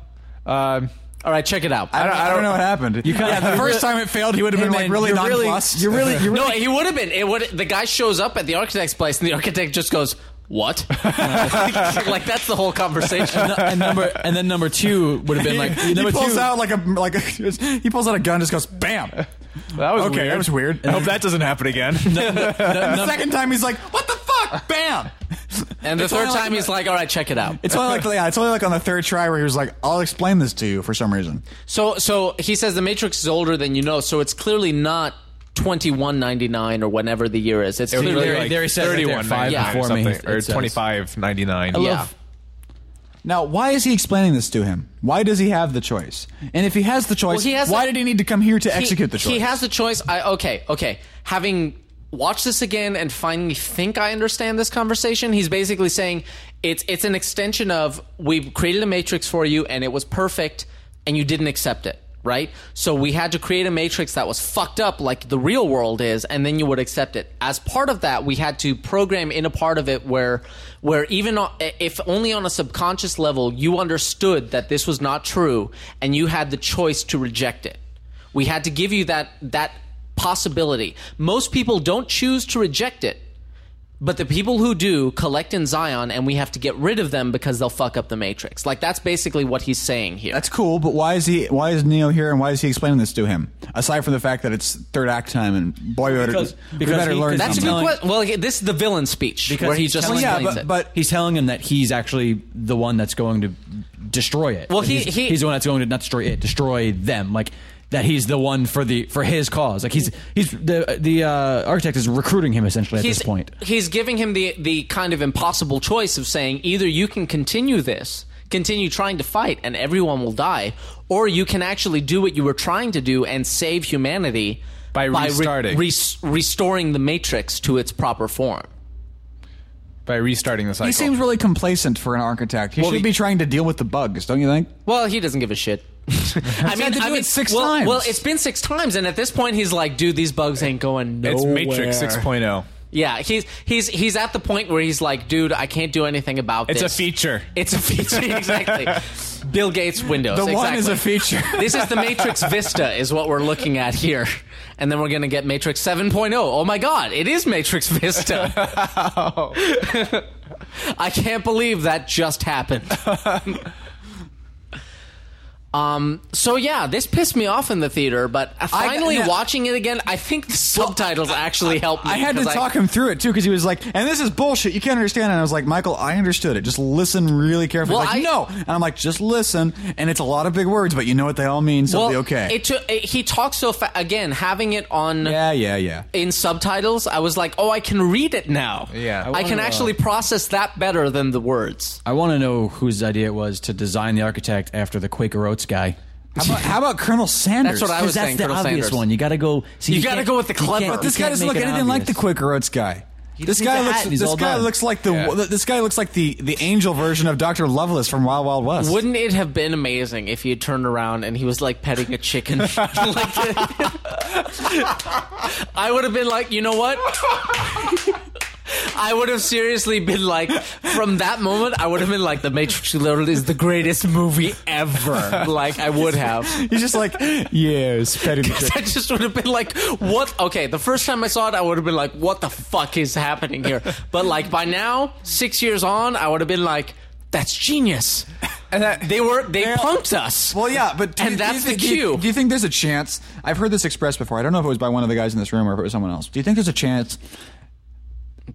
S5: um,
S3: All right, check it out.
S2: I don't, I don't know what happened. yeah, the first time it failed, he would have
S4: Hey,
S2: been
S4: man,
S2: like really
S4: you're really-
S2: nonplussed.
S4: you're really- you're
S3: no, he would have been. It would. The guy shows up at the architect's place, and the architect just goes, "What?" like that's the whole conversation.
S4: and number and then number two would have been like
S2: he
S4: number
S2: pulls
S4: two.
S2: out like a like a, he pulls out a gun, just goes bam.
S5: that was
S2: okay,
S5: weird.
S2: that was weird.
S5: I hope that doesn't happen again.
S2: the second time he's like, what the fuck, bam.
S3: And the
S2: It's
S3: third
S2: only like-
S3: time, he's like, "All right, check it out."
S2: It's only like yeah, it's only like on the third try where he was like, I'll explain this to you for some reason.
S3: So, so he says the Matrix is older than you know. So it's clearly not twenty one ninety nine or whenever the year is. It's
S5: It was
S3: clearly
S5: really
S4: there-
S5: like
S4: there he said right
S5: 31,
S4: there, five
S5: 99
S4: before
S5: or
S4: me, it
S5: something, or
S4: says.
S5: twenty five ninety nine.
S3: yeah.
S2: Now, why is he explaining this to him? Why does he have the choice? And if he has the choice,
S3: Well, he has
S2: why
S3: the-
S2: did he need to come here to
S3: He-
S2: execute the choice?
S3: He has the choice. I okay, okay. Having watch this again and finally think I understand this conversation. He's basically saying it's it's an extension of we created a matrix for you and it was perfect and you didn't accept it, right? So we had to create a matrix that was fucked up like the real world is and then you would accept it. As part of that, we had to program in a part of it where where even o- if only on a subconscious level you understood that this was not true and you had the choice to reject it. We had to give you that that possibility. Most people don't choose to reject it. But the people who do collect in Zion and we have to get rid of them because they'll fuck up the matrix. Like that's basically what he's saying here.
S2: That's cool, but why is he? Why is Neo here, and why is he explaining this to him? Aside from the fact that it's third act time, and boy, we better,
S4: Because-
S2: we
S4: because
S2: better
S4: he-
S2: learn
S4: that's
S3: That's a
S2: something.
S3: good
S4: telling-
S3: question. Well, this is the villain speech where he
S4: he's
S3: just
S4: telling-
S3: explains
S2: yeah,
S3: it.
S2: but-
S4: he's telling him that he's actually the one that's going to destroy it.
S3: Well,
S4: That
S3: he-
S4: he's,
S3: he-
S4: he's the one that's going to not destroy it, destroy them. Like that he's the one for the for his cause. Like he's he's the the uh, architect is recruiting him essentially at
S3: he's,
S4: this point.
S3: He's giving him the the kind of impossible choice of saying either you can continue this, continue trying to fight, and everyone will die, or you can actually do what you were trying to do and save humanity
S5: By
S3: re-
S5: restarting.
S3: res- restoring the matrix to its proper form.
S5: by restarting the cycle.
S2: He seems really complacent for an architect. He should
S5: he-
S2: be trying to deal with the bugs, don't you think?
S3: Well, he doesn't give a shit. I mean,
S2: had to do it six
S3: well,
S2: times.
S3: Well, it's been six times, and at this point, he's like, "Dude, these bugs ain't going nowhere."
S5: it's Matrix oh. 6.0.
S3: Yeah, he's he's he's at the point where he's like, "Dude, I can't do anything about
S5: It's
S3: this."
S5: a feature.
S3: It's a feature, exactly. Bill Gates Windows.
S2: The
S3: exactly.
S2: one is a feature.
S3: this is the Matrix Vista, is what we're looking at here. And then we're going to get Matrix 7.0. Oh my God, it is Matrix Vista. I can't believe that just happened. um. So yeah, this pissed me off in the theater, but finally
S2: yeah.
S3: watching it again, I think the subtitles actually helped me.
S2: I had to
S3: 'cause
S2: talk him through it too because he was like, "And this is bullshit. You can't understand." And I was like, "Michael, I understood it. Just listen really carefully."
S3: Well,
S2: He's like,
S3: I-
S2: no, and I'm like, "Just listen." And it's a lot of big words, but you know what they all mean, so
S3: Well,
S2: it'll be okay.
S3: It took. It, he talks so fa- again, having it on.
S2: yeah, yeah, yeah.
S3: in subtitles, I was like, oh, I can read it now.
S5: Yeah. I
S3: I, can
S4: wanna, uh,
S3: actually process that better than the words.
S4: I want to know whose idea it was to design the architect after the Quaker Oats guy.
S2: How about, how about Colonel Sanders?
S3: That's what I was
S4: Because that's
S3: saying,
S4: the
S3: Colonel
S4: obvious
S3: Sanders.
S4: one. You got to go. See,
S3: You gotta
S4: can't-
S3: go with the
S4: you can't-
S3: clever.
S4: you
S2: But this guy
S4: can't
S2: doesn't
S4: make
S2: look
S4: it
S2: anything like the
S4: obvious.
S2: Quaker Oats guy. This
S4: just needs
S2: guy
S4: a
S2: looks.
S4: hat and he's
S2: This
S4: all
S2: guy
S4: done.
S2: looks like the
S5: Yeah.
S2: this guy looks like the the angel version of Doctor Lovelace from Wild Wild West.
S3: Wouldn't it have been amazing if he had turned around and he was like petting a chicken? Like, I would have been like, you know what? I would have seriously been like, from that moment, I would have been like, The Matrix Reloaded is the greatest movie ever. Like, I would have.
S2: He's just like, yes, petty
S3: I just would have been like, what? Okay, the first time I saw it, I would have been like, what the fuck is happening here? But like by now, six years on, I would have been like, that's genius.
S5: And that-
S3: they were they
S2: Yeah.
S3: punked us.
S2: Well, yeah, but do
S3: And
S2: you- do
S3: that's
S2: you think-
S3: the
S2: do you-
S3: cue.
S2: Do you think there's a chance? I've heard this expressed before. I don't know if it was by one of the guys in this room or if it was someone else. Do you think there's a chance?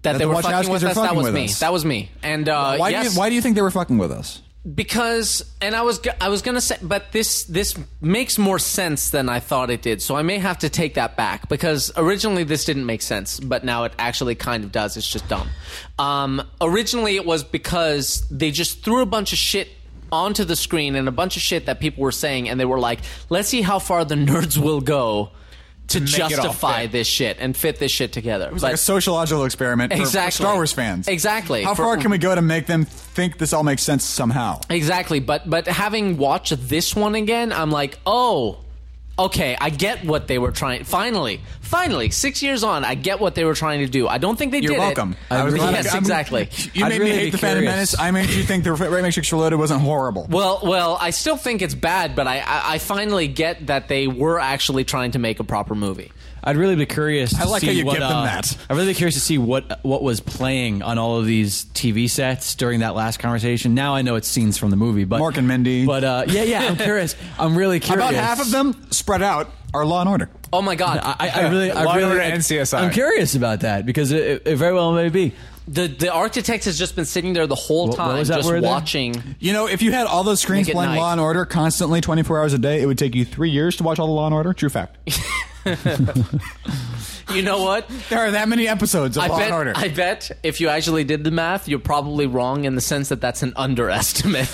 S3: that they
S2: the
S3: were fucking
S2: Wachowskis
S3: with
S2: are
S3: us. that
S2: fucking
S3: was
S2: with
S3: me.
S2: us.
S3: That was me. And uh,
S2: Why
S3: yes,
S2: do you, Why do you think they were fucking with us?
S3: because and I was g- I was gonna say, but this this makes more sense than I thought it did. So I may have to take that back because originally this didn't make sense, but now it actually kind of does. It's just dumb. Um, originally it was because they just threw a bunch of shit onto the screen and a bunch of shit that people were saying, and they were like, "Let's see how far the nerds will go." To
S5: make it all
S3: justify
S5: fit.
S3: this shit and fit this shit together,
S2: It's like a sociological experiment for-
S3: Exactly.
S2: for Star Wars fans.
S3: Exactly.
S2: How
S3: For-
S2: far can we go to make them think this all makes sense somehow?
S3: Exactly, but but having watched this one again, I'm like, oh, okay, I get what they were trying. Finally, finally, six years on, I get what they were trying to do. I don't think they
S2: You're
S3: did it.
S2: welcome.
S4: I was glad-
S3: yes,
S4: I'm-
S3: exactly.
S2: You
S4: I'd
S2: made me
S4: really
S2: hate
S4: be
S2: the Phantom
S4: curious.
S2: Menace. I made you think the Ray Matrix Reloaded wasn't horrible.
S3: Well, well, I still think it's bad, but I, I I finally get that they were actually trying to make a proper movie.
S4: I'd really be curious. To
S2: I like
S4: see
S2: how you
S4: what,
S2: give them
S4: uh,
S2: that.
S4: I'd really be curious to see what what was playing on all of these TV sets during that last conversation. Now I know it's scenes from the movie, but
S2: Mork and Mindy.
S4: But uh, yeah, yeah, I'm curious. I'm really curious.
S2: About half of them spread out are Law and Order.
S3: Oh my god,
S4: I, I really, I
S5: Law and
S4: really,
S5: Order
S4: I-
S5: and CSI.
S4: I'm curious about that because it, it very well may be.
S3: the the architect has just been sitting there the whole
S4: What- what
S3: time,
S4: was that
S3: just
S4: word there?
S3: watching.
S2: You know, if you had all those screens
S3: Make it
S2: playing
S3: nice.
S2: Law and Order constantly, 24 hours a day, it would take you three years to watch all the Law and Order. True fact.
S3: You know what?
S2: there are that many episodes of
S3: I
S2: Law
S3: bet,
S2: and Order.
S3: I bet if you actually did the math, you're probably wrong in the sense that that's an underestimate.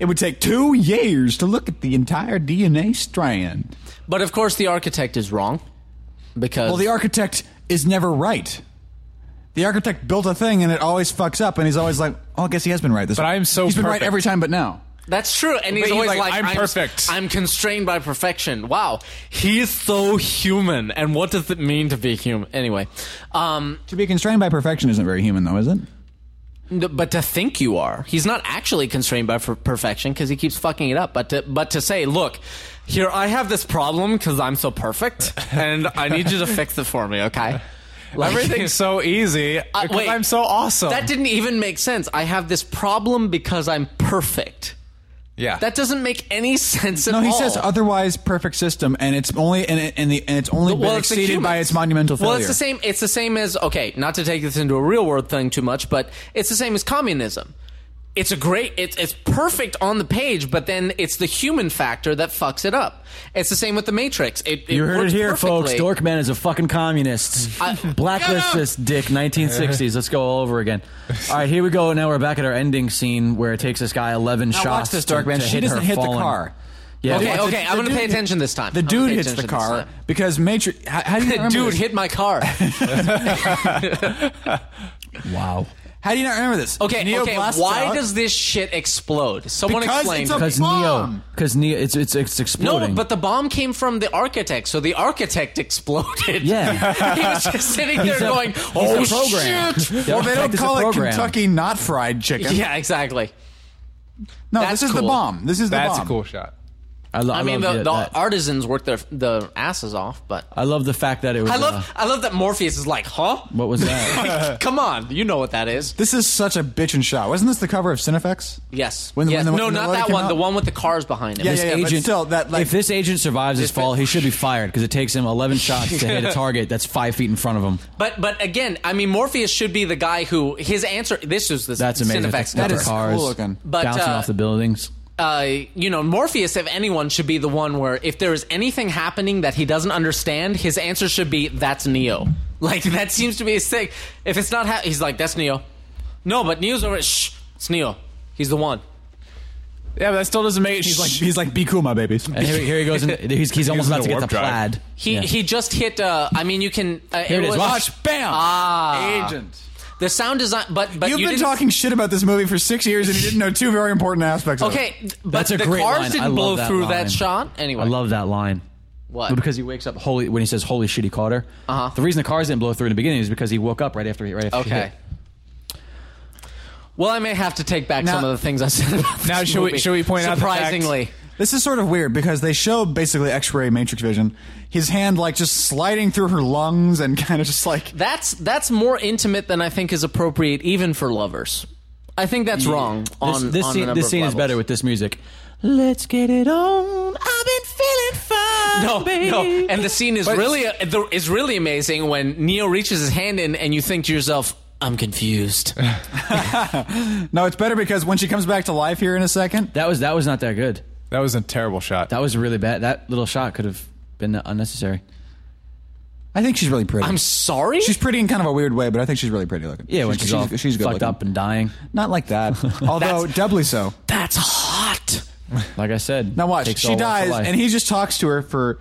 S2: it would take two years to look at the entire DNA strand.
S3: But of course, the architect is wrong because
S2: Well, the architect is never right. The architect built a thing and it always fucks up, and he's always like, "Oh, I guess he has been right this."
S5: But
S2: one."
S5: I'm so
S2: he's been right
S5: perfect.
S2: every time, but now.
S3: That's true. And he's
S5: he's
S3: always
S5: like,
S3: like,
S5: "I'm perfect."
S3: I'm constrained by perfection. Wow. He's so human. And what does it mean to be human? Anyway. Um,
S2: To be constrained by perfection isn't very human, though, is it?
S3: n- but to think you are. He's not actually constrained by per- perfection because he keeps fucking it up. But to, but to say, look, here, I have this problem because I'm so perfect and I need you to fix it for me, okay? Like-
S5: Everything's so easy
S3: Uh,
S5: because
S3: wait.
S5: I'm so awesome.
S3: That didn't even make sense. I have this problem because I'm perfect.
S5: yeah.
S3: That doesn't make any sense at
S2: No,
S3: all.
S2: he says otherwise perfect system, and it's only and, it, and the and it's only been
S3: it's the
S2: exceeded by
S3: humans.
S2: its monumental failure.
S3: Well, it's the same. It's the same as okay. Not to take this into a real world thing too much, but it's the same as communism. It's a great. It's it's perfect on the page, but then it's the human factor that fucks it up. It's the same with the Matrix. It, it
S4: You heard it
S3: works
S4: here, folks.
S3: perfectly.
S4: Dorkman is a fucking communist.
S3: I-
S4: Blacklist
S3: Shut up!
S4: this dick. 1960s. Let's go all over again. All right, here we go. Now we're back at our ending scene where it takes this guy 11
S2: Now
S4: shots.
S2: watch this,
S4: to-
S2: Dorkman.
S4: to
S2: She
S4: hit
S2: doesn't
S4: her
S2: hit the
S4: fallen-
S2: car.
S4: Yeah.
S3: Okay,
S2: Watch
S3: okay, I'm gonna
S2: dude-
S3: pay attention this time.
S2: The
S3: I'm gonna
S2: dude
S3: pay
S2: hits the
S3: attention this
S2: car
S3: time.
S2: because Matrix. How, how do you not remember
S3: Dude
S2: this?
S3: hit my car.
S4: Wow.
S2: How do you not remember this?
S3: Okay,
S2: Neo
S3: okay.
S2: blasts
S3: Why
S2: out.
S3: does this shit explode? Someone
S2: Because
S3: explain.
S2: it's
S3: to
S2: a
S3: me.
S4: Because Neo.
S2: Bomb!
S4: Because Neo. It's it's it's
S3: No,
S4: exploding.
S3: but the bomb came from the architect, so the architect exploded.
S4: Yeah.
S3: he was just sitting there
S4: He's a-
S3: going,
S4: he's a
S3: "Oh
S4: program."
S3: shit!"
S4: The
S2: Well, they
S4: architect
S2: don't
S4: is a
S2: call it
S4: program.
S2: Kentucky not fried chicken.
S3: yeah, exactly.
S2: no,
S3: that's
S2: this is the
S3: cool.
S2: bomb. This is the
S5: That's
S2: bomb.
S5: a cool shot.
S4: I, lo-
S3: I, mean,
S4: love
S3: the,
S4: it,
S3: the
S4: that-
S3: artisans worked their the asses off, but
S4: I love the fact that it was.
S3: I
S4: uh,
S3: love I love that Morpheus is like, "Huh?
S4: what was that?
S3: Come on, you know what that is?"
S2: This is such a bitchin' shot. Wasn't this the cover of Cinefex?
S3: Yes.
S2: When the-
S3: yes.
S2: when the-
S3: no,
S2: when the
S3: not
S2: letter
S3: that
S2: came
S3: one.
S2: out?
S3: The one with the cars behind him.
S2: Yeah,
S4: This
S2: yeah, yeah, but
S4: agent,
S2: still, that, like-
S4: if this agent survives his
S3: This
S4: fall,
S3: bit-
S4: he should be fired because it takes him 11 shots to hit a target that's five feet in front of him.
S3: But but again, I mean, Morpheus should be the guy who his answer. This is the
S4: That's amazing.
S3: Cinefex
S4: That
S3: cover.
S4: is cars
S2: cool looking.
S3: But,
S4: bouncing
S3: uh,
S4: off the buildings.
S3: uh, you know, Morpheus, if anyone, should be the one where if there is anything happening that he doesn't understand, his answer should be, that's Neo. Like, that seems to be his thing. If it's not, ha- he's like, that's Neo. No, but Neo's over, shh, it's Neo. He's the one.
S5: Yeah, but that still doesn't make it.
S2: He's like, he's like, be cool, my babies.
S4: And here, here he goes. In, he's, he's almost
S5: in
S4: about
S5: a
S4: to get the
S5: warp drive.
S4: plaid.
S3: He,
S4: Yeah.
S3: he just hit, uh, I mean, you can. Uh,
S4: Here it is.
S3: was-
S4: Watch.
S2: Bam!
S3: Ah.
S2: Agent.
S3: The sound design, but, but
S2: You've
S3: Uh, you
S2: been
S3: didn't-
S2: talking shit about this movie for six years, and you didn't know two very important aspects.
S3: Okay, but
S4: That's a
S3: the
S4: great
S3: cars
S4: line. I
S3: didn't
S4: love
S3: blow
S4: that
S3: through
S4: line.
S3: that shot. Anyway,
S4: I love that line.
S3: What?
S4: Because he wakes up holy when he says "Holy shit, he caught her."
S3: Uh-huh.
S4: The reason the cars didn't blow through in the beginning is because he woke up right after he right after. He
S3: Okay.
S4: hit.
S3: Well, I may have to take back some
S2: Now-
S3: of the things I said about this
S5: Now, should we-
S3: movie.
S5: should we point out the fact-
S3: surprisingly.
S2: of it. This is sort of weird because they show basically X-ray Matrix vision. His hand like just sliding through her lungs and kind of just like
S3: That's that's more intimate than I think is appropriate even for lovers. I think that's wrong. On
S4: this this
S3: on a
S4: scene,
S3: number
S4: this
S3: of
S4: scene is
S3: levels.
S4: better with this music. Let's get it on. I've been feeling fine.
S3: No,
S4: baby.
S3: no, and the scene is really uh, the- is really amazing when Neo reaches his hand in, and you think to yourself, "I'm confused."
S2: no, it's better because when she comes back to life here in a second,
S4: that was that was not that good.
S5: that was a terrible shot.
S4: That was really bad. That little shot could have been unnecessary.
S2: I think she's really pretty.
S3: I'm sorry.
S2: she's pretty in kind of a weird way, but I think she's really pretty looking.
S4: Yeah, when she's, all
S2: good
S4: fucked
S2: looking.
S4: up and dying.
S2: Not like that, although doubly so.
S3: that's hot.
S4: Like I said.
S2: Now watch,
S4: takes
S2: she
S4: all walks of
S2: dies,
S4: life.
S2: and he just talks to her for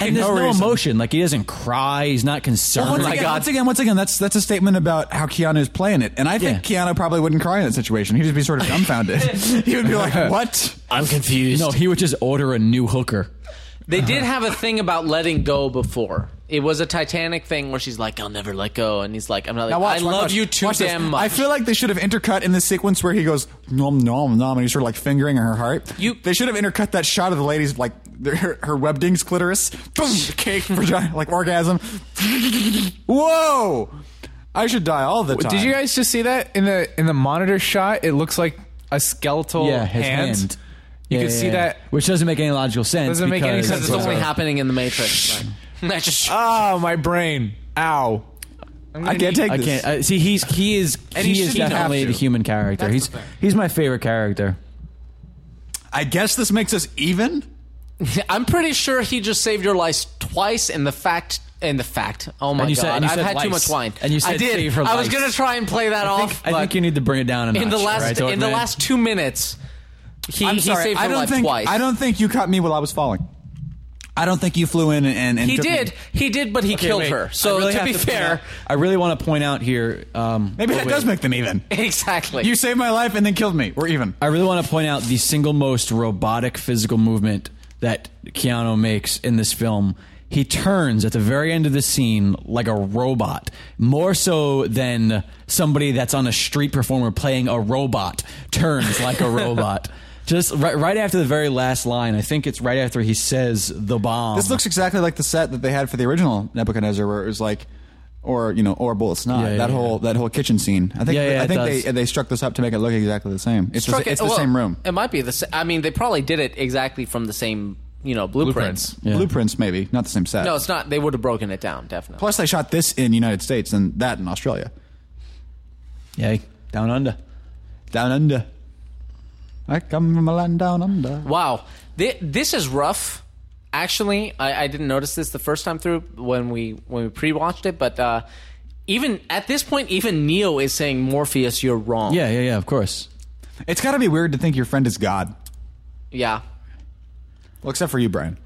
S4: and there's
S2: no
S4: no,
S2: reason.
S4: emotion. Like he doesn't cry. He's not concerned.
S2: Once,
S3: my
S2: again,
S3: God.
S2: once again, once again, that's that's a statement about how Keanu's playing it, and I think Keanu probably wouldn't cry in that situation. He'd just be sort of dumbfounded. he would be like, "What?"
S3: I'm confused.
S4: no, he would just order a new hooker.
S3: They did have a thing about letting go before. It was a Titanic thing where she's like, "I'll never let go," and he's like, "I'm not." Like,
S2: Now watch,
S3: I
S2: watch,
S3: love
S2: watch.
S3: you too
S2: Watch this.
S3: damn much.
S2: I feel like they should have intercut in the sequence where he goes nom nom nom, and he's sort of like fingering her heart.
S3: You-
S2: they should have intercut that shot of the lady's like their- her, her webdings clitoris, boom, cake vagina, like orgasm. Whoa! I should die all the time.
S5: Did you guys just see that in the in the monitor shot? It looks like a skeletal
S4: Yeah, his
S5: hand.
S4: hand.
S5: You
S4: Yeah,
S5: can
S4: yeah,
S5: see
S4: yeah.
S5: that.
S4: which doesn't make any logical sense.
S5: Doesn't make any
S4: because-
S5: sense
S3: because it's only happening in the Matrix. I just
S5: Oh, my brain. Ow.
S2: I can't take
S4: I
S2: this.
S4: can't uh, see. He's he is he,
S5: he
S4: is
S5: shouldn't have
S4: definitely
S5: to.
S4: the human character. he's he's my favorite character.
S2: I guess this makes us even.
S3: I'm pretty sure he just saved your life twice in the fact. In the fact, oh my
S4: And you
S3: god,
S4: said- and you
S3: I've
S4: said
S3: had too much
S4: lice.
S3: wine.
S4: And you said
S3: I did.
S4: save her
S3: I was
S4: lice.
S3: gonna try and play that
S4: I
S3: off.
S4: think, I
S3: but
S4: think you need to bring it down a
S3: in the
S4: notch,
S3: last
S4: right,
S3: in the
S4: Dorkman?
S3: last two minutes, he,
S2: I'm
S3: he
S2: sorry.
S3: saved her
S2: I don't
S3: life
S2: think
S3: twice.
S2: I don't think you caught me while I was falling. I don't think you flew in and, and
S3: He
S2: took me-
S3: did. He did, but he
S4: Okay,
S3: killed
S4: wait.
S3: her.
S4: I
S3: So
S4: really
S3: to
S4: have
S3: be
S4: point
S3: fair,
S4: out- I really want to point out here. Um,
S2: Maybe
S4: oh,
S2: that
S4: wait.
S2: does make them even.
S3: exactly.
S2: You saved my life and then killed me. We're even.
S4: I really want to point out the single most robotic physical movement that Keanu makes in this film. He turns at the very end of the scene like a robot, more so than somebody that's on a street performer playing a robot turns like a robot. Just right, right after the very last line, I think it's right after he says the bomb.
S2: This looks exactly like the set that they had for the original Nebuchadnezzar, where it was like, or you know, or bullets not
S4: Yeah, yeah,
S2: that
S4: yeah.
S2: whole that whole kitchen scene. I think
S4: Yeah, yeah,
S2: I
S4: it
S2: think
S4: does.
S2: they they struck this up to make it look exactly the same. It's the,
S3: Struck
S2: sa-
S3: it-
S2: it's the
S3: well,
S2: same room.
S3: It might be the. Sa- I mean, they probably did it exactly from the same, you know, blueprints.
S5: Blueprints.
S4: Yeah.
S2: Blueprints maybe not the same set.
S3: No, it's not. They would have broken it down definitely.
S2: Plus they shot this in United States and that in Australia.
S4: Yay, down under.
S2: Down under. I come from a land down under.
S3: Wow, Thi- this is rough. Actually, I, I didn't notice this the first time through when we when we pre-watched it, but uh, even at this point, even Neo is saying Morpheus, you're wrong.
S4: Yeah, yeah, yeah. Of course.
S2: It's got to be weird to think your friend is God.
S3: yeah.
S2: Well, except for you, Brian.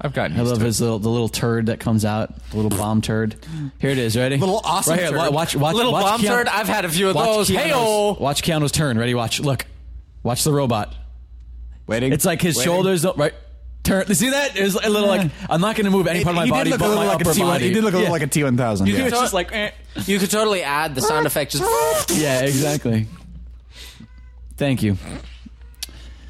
S5: I've gotten
S4: I
S5: used
S4: love
S5: to it.
S4: his little the little turd that comes out, the little bomb turd. Here it is, ready?
S2: Little awesome
S4: right here,
S2: turd.
S4: wa- Watch, watch,
S3: Little
S4: watch
S3: bomb
S4: Keanu-
S3: turd? I've had a few of
S4: watch
S3: those.
S4: Keanu's-
S3: Hey-o.
S4: watch Keanu's turn. Ready? Watch. Look, watch the robot.
S2: Waiting.
S4: It's like his
S2: Waiting.
S4: shoulders don't right. Turn. See that? It's a little like I'm not going to move any
S2: He-
S4: part of my
S2: he did
S4: body
S2: look a
S4: but
S2: little
S4: my
S2: like a
S4: upper
S2: T1
S4: body.
S2: He did look a
S4: Yeah.
S2: little like a T1000.
S4: Yeah,
S2: yeah.
S4: It's just like eh.
S3: You could totally add the sound effect. Just
S4: yeah, exactly. Thank you.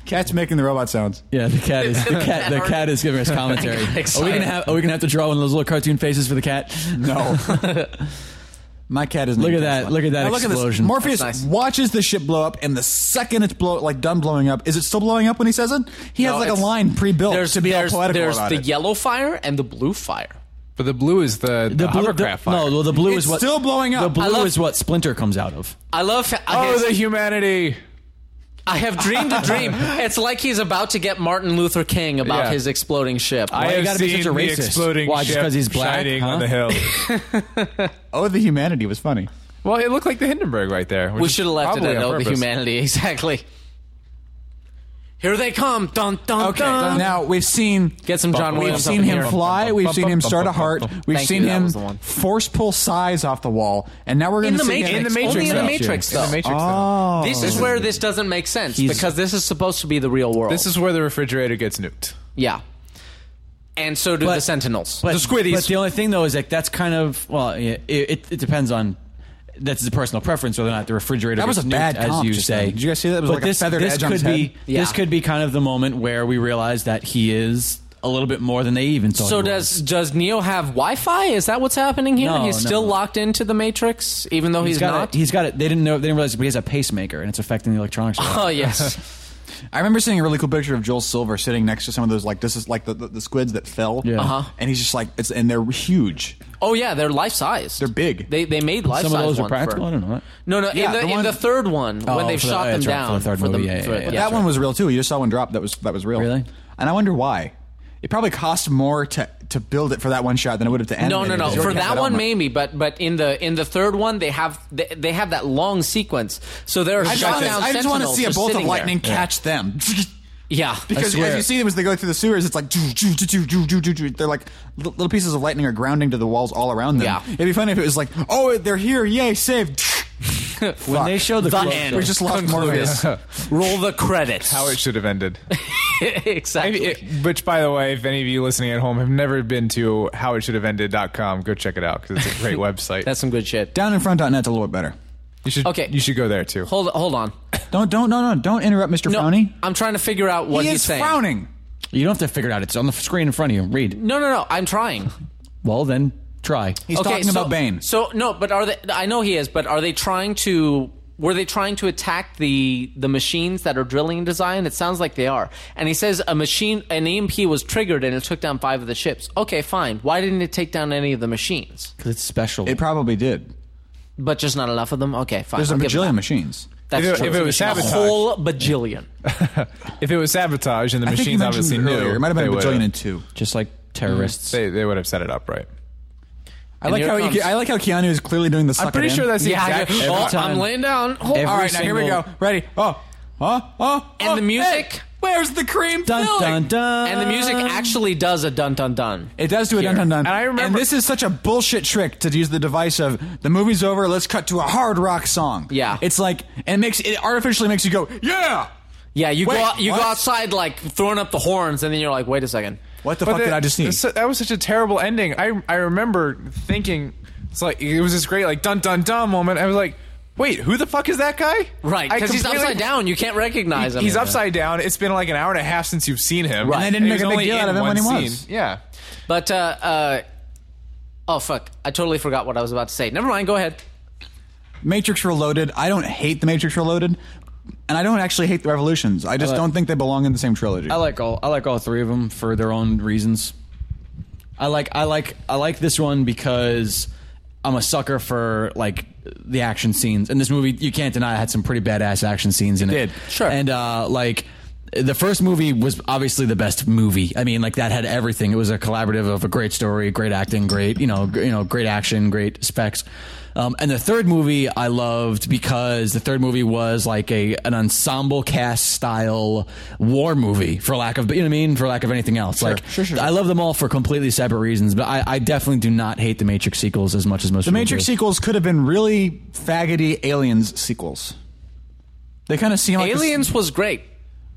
S2: Cat's making the robot sounds.
S4: Yeah, the cat is the cat. The cat is giving us commentary. Are we
S3: Excited.
S4: gonna have? Are we gonna have to draw one of those little cartoon faces for the cat?
S2: No. My cat isn't.
S4: Look at
S2: even
S4: that!
S2: Tesla.
S4: Look at that
S2: Now look
S4: explosion!
S2: this. Morpheus
S3: That's nice.
S2: watches the ship blow up, and the second it's blow like done blowing up, is it still blowing up when he says it? He has
S3: No,
S2: like a
S3: it's-
S2: line pre-built
S3: there's
S2: to be all
S3: there's,
S2: poetical
S3: there's
S2: about
S3: the
S2: it.
S3: yellow fire and the blue fire.
S5: But the blue is the, the, hovercraft
S4: the,
S5: fire.
S4: No, well, the blue
S2: It's
S4: is what
S2: still blowing up.
S4: The
S2: I
S4: blue
S3: love-
S4: is what Splinter comes out of.
S3: I love. Okay,
S5: Oh,
S3: so-
S5: the humanity.
S3: I have dreamed a dream. It's like he's about to get Martin Luther King about
S5: Yeah.
S3: his exploding ship.
S5: I
S4: you
S5: have
S4: gotta
S5: seen
S4: be such a
S5: the
S4: racist?
S5: exploding
S4: Why, just
S5: ship
S4: 'cause he's black,
S5: shining
S4: huh?
S5: on the hill.
S2: oh, the humanity was funny.
S5: well, it looked like the Hindenburg right there. which
S3: we
S5: is
S3: should have left it at
S5: probably on
S3: oh, the
S5: purpose.
S3: humanity. Exactly. Here they come. Dun dun
S2: Okay,
S3: dun.
S2: now we've seen
S3: Get some John
S2: We've
S3: Williams
S2: seen
S3: up in
S2: him
S3: here.
S2: fly. We've seen him start a heart. We've
S3: Thank
S2: seen
S3: you, that
S2: him
S3: was the one.
S2: force pull size off the wall, and now we're going
S3: in
S2: to
S3: the
S2: see
S3: Matrix.
S2: him
S5: the Matrix,
S3: Only in the
S5: though.
S3: Matrix,
S5: In
S3: though.
S5: the Matrix. though.
S2: Oh,
S3: This is where this doesn't make sense
S4: He's-
S3: because this is supposed to be the real world.
S5: This is where the refrigerator gets nuked.
S3: yeah. And so do
S4: But-
S3: the Sentinels.
S4: But,
S3: the Squiddies.
S4: But the only thing though is like that's kind of well, yeah, it, it, it depends on. That's a personal preference, whether or not the refrigerator.
S2: That was
S4: gets
S2: a bad
S4: nuked, as
S2: comp
S4: you
S2: just
S4: say.
S2: then. Did you guys see that? It was
S4: but
S2: like a
S4: this,
S2: feathered
S4: this
S2: edge on
S4: could
S2: his
S4: be
S2: head.
S3: Yeah.
S4: this could be kind of the moment where we realize that he is a little bit more than they even thought.
S3: so
S4: he
S3: does
S4: was.
S3: does Neo have Wi-Fi? Is that what's happening here?
S4: No,
S3: he's
S4: no.
S3: still locked into the Matrix, even though he's,
S4: got
S3: not.
S4: A, he's got it. They didn't know. They didn't realize, but he has a pacemaker, and it's affecting the electronics.
S3: oh yes.
S2: I remember seeing a really cool picture of Joel Silver sitting next to some of those like this is like the, the, the squids that fell.
S4: Yeah.
S3: Uh-huh.
S2: And he's just like it's and they're huge.
S3: Oh yeah, they're life size.
S2: They're big.
S3: They they made life size.
S4: Some of those are
S3: one
S4: practical.
S3: for-
S4: I don't know.
S3: No, no.
S2: Yeah,
S3: in, the,
S2: the
S3: in
S2: one-
S3: the third one,
S4: Oh,
S3: when they've
S4: for the-
S3: shot
S4: oh,
S3: them
S4: that's right,
S3: down
S4: for the third movie, yeah, yeah,
S3: for-
S4: yeah, yeah.
S2: that
S3: that's
S2: one
S3: right.
S2: was real too. You just saw one drop that was that was real.
S4: Really?
S2: And I wonder why. It probably cost more to to build it for that one shot than it would have to animate.
S3: No, no,
S2: it.
S3: no.
S2: Because you
S3: For
S2: already had
S3: that one,
S2: element.
S3: maybe, but but in the in the third one, they have they, they have that long sequence. So there are
S2: I just,
S3: shot down.
S2: I just want to
S3: sentinels
S2: see a
S3: just
S2: bolt of
S3: sitting there.
S2: lightning catch them.
S3: Yeah,
S2: Because
S4: swear.
S2: as you see them as they go through the sewers, it's like "Joo, joo, joo, joo, joo, joo, joo." they're like li- little pieces of lightning are grounding to the walls all around them.
S3: Yeah.
S2: It'd be funny if it was like, oh, they're here, yay, saved.
S4: When they show the,
S3: The
S4: close-
S3: end.
S2: We just lost Morpheus.
S3: roll the credits.
S5: How it should have ended. I-
S3: exactly.
S5: it- which, by the way, if any of you listening at home have never been to howitshouldhaveended.com, go check it out because it's a great website.
S3: That's some good shit.
S2: Down in front.net's a little bit better.
S5: you should
S3: Okay.
S5: you should go there too.
S3: Hold hold on.
S2: Don't don't no no don't interrupt Mr.
S3: No,
S2: Frowny.
S3: I'm trying to figure out what
S2: he
S3: he's
S2: is
S3: saying.
S2: frowning.
S4: You don't have to figure it out. It's on the screen in front of you. Read.
S3: No, no, no. I'm trying.
S4: Well, then try.
S2: He's talking
S3: so,
S2: about Bane.
S3: So no, but are they? I know he is, but are they trying to? Were they trying to attack the the machines that are drilling into Zion? It sounds like they are. And he says a machine, an EMP was triggered and it took down five of the ships. Okay, fine. Why didn't it take down any of the machines?
S4: Because it's special.
S2: It probably did.
S3: But just not enough of them. Okay, fine.
S2: There's a
S3: I'll give it
S2: bajillion
S3: that.
S2: machines.
S3: That's
S5: If it-
S3: true.
S5: if it was
S3: a
S5: sabotage.
S3: whole bajillion.
S5: If it was sabotage and the
S2: I think you
S5: machines
S2: mentioned
S5: obviously
S2: it earlier.
S5: knew,
S2: It might have been a
S5: they
S2: bajillion
S5: would've-
S2: and two.
S4: just like
S2: Mm-hmm.
S4: terrorists.
S5: They, they would have set it up right.
S2: I like
S3: here
S2: how
S3: it
S2: you
S3: comes.
S2: can, I like how Keanu is clearly doing the. Suck
S5: I'm pretty
S2: it in.
S5: sure that's the
S3: Yeah.
S5: exact.
S3: oh,
S4: time.
S3: I'm laying down. Hold-
S4: Every
S3: all right,
S2: Now here we go.
S4: single-
S2: Ready? Oh, oh, oh,
S3: And
S2: oh,
S3: the music?
S2: Hey,
S6: Where's the cream
S4: Dun
S6: filling?
S4: dun dun.
S3: and the music actually does a dun dun dun.
S2: It does do a dun dun dun.
S5: And I
S2: And
S5: remember-
S2: this is such a bullshit trick to use the device of the movie's over. Let's cut to a hard rock song.
S3: Yeah.
S2: it's like and it makes it artificially makes you go yeah.
S3: Yeah, you
S2: Wait,
S3: go out, you
S2: what?
S3: go outside like throwing up the horns, and then you're like, wait a second.
S2: What the
S5: But
S2: fuck did
S5: that-
S2: I just need?
S5: that's- That was such a terrible ending. I I remember thinking it's like it was this great like dun dun dun moment. I was like, wait, who the fuck is that guy?
S3: Right,
S5: I
S3: because he's
S5: completely-
S3: upside down. You can't recognize him.
S5: He's upside down. It's been like an hour and a half since you've seen him.
S2: Right. And they didn't
S5: he
S2: make
S5: was
S2: a big
S5: only
S2: deal out
S5: in
S2: of him when
S5: one
S2: he was.
S5: scene. Yeah.
S3: But uh, uh, oh fuck, I totally forgot what I was about to say. Never mind. Go ahead.
S2: Matrix Reloaded. I don't hate the Matrix Reloaded, and I don't actually hate the Revolutions. I just
S4: like-
S2: don't think they belong in the same trilogy.
S4: I like all I like all three of them for their own reasons. I like I like I like this one because I'm a sucker for like the action scenes. And this movie, you can't deny, it had some pretty badass action scenes in it.
S2: did.
S3: Sure.
S4: And uh, like the first movie was obviously the best movie. I mean, like that had everything. It was a collaborative of a great story, great acting, great you know, gr- you know, great action, great specs. Um, and the third movie I loved because the third movie was like a an ensemble cast style war movie, for lack of you know what I mean, for lack of anything else. like
S2: sure, sure.
S4: I love them all for completely separate reasons, but I, I definitely do not hate the Matrix sequels as much as most.
S2: the Matrix sequels could have been really faggoty aliens sequels. They kind of seem like the-
S3: Aliens was great.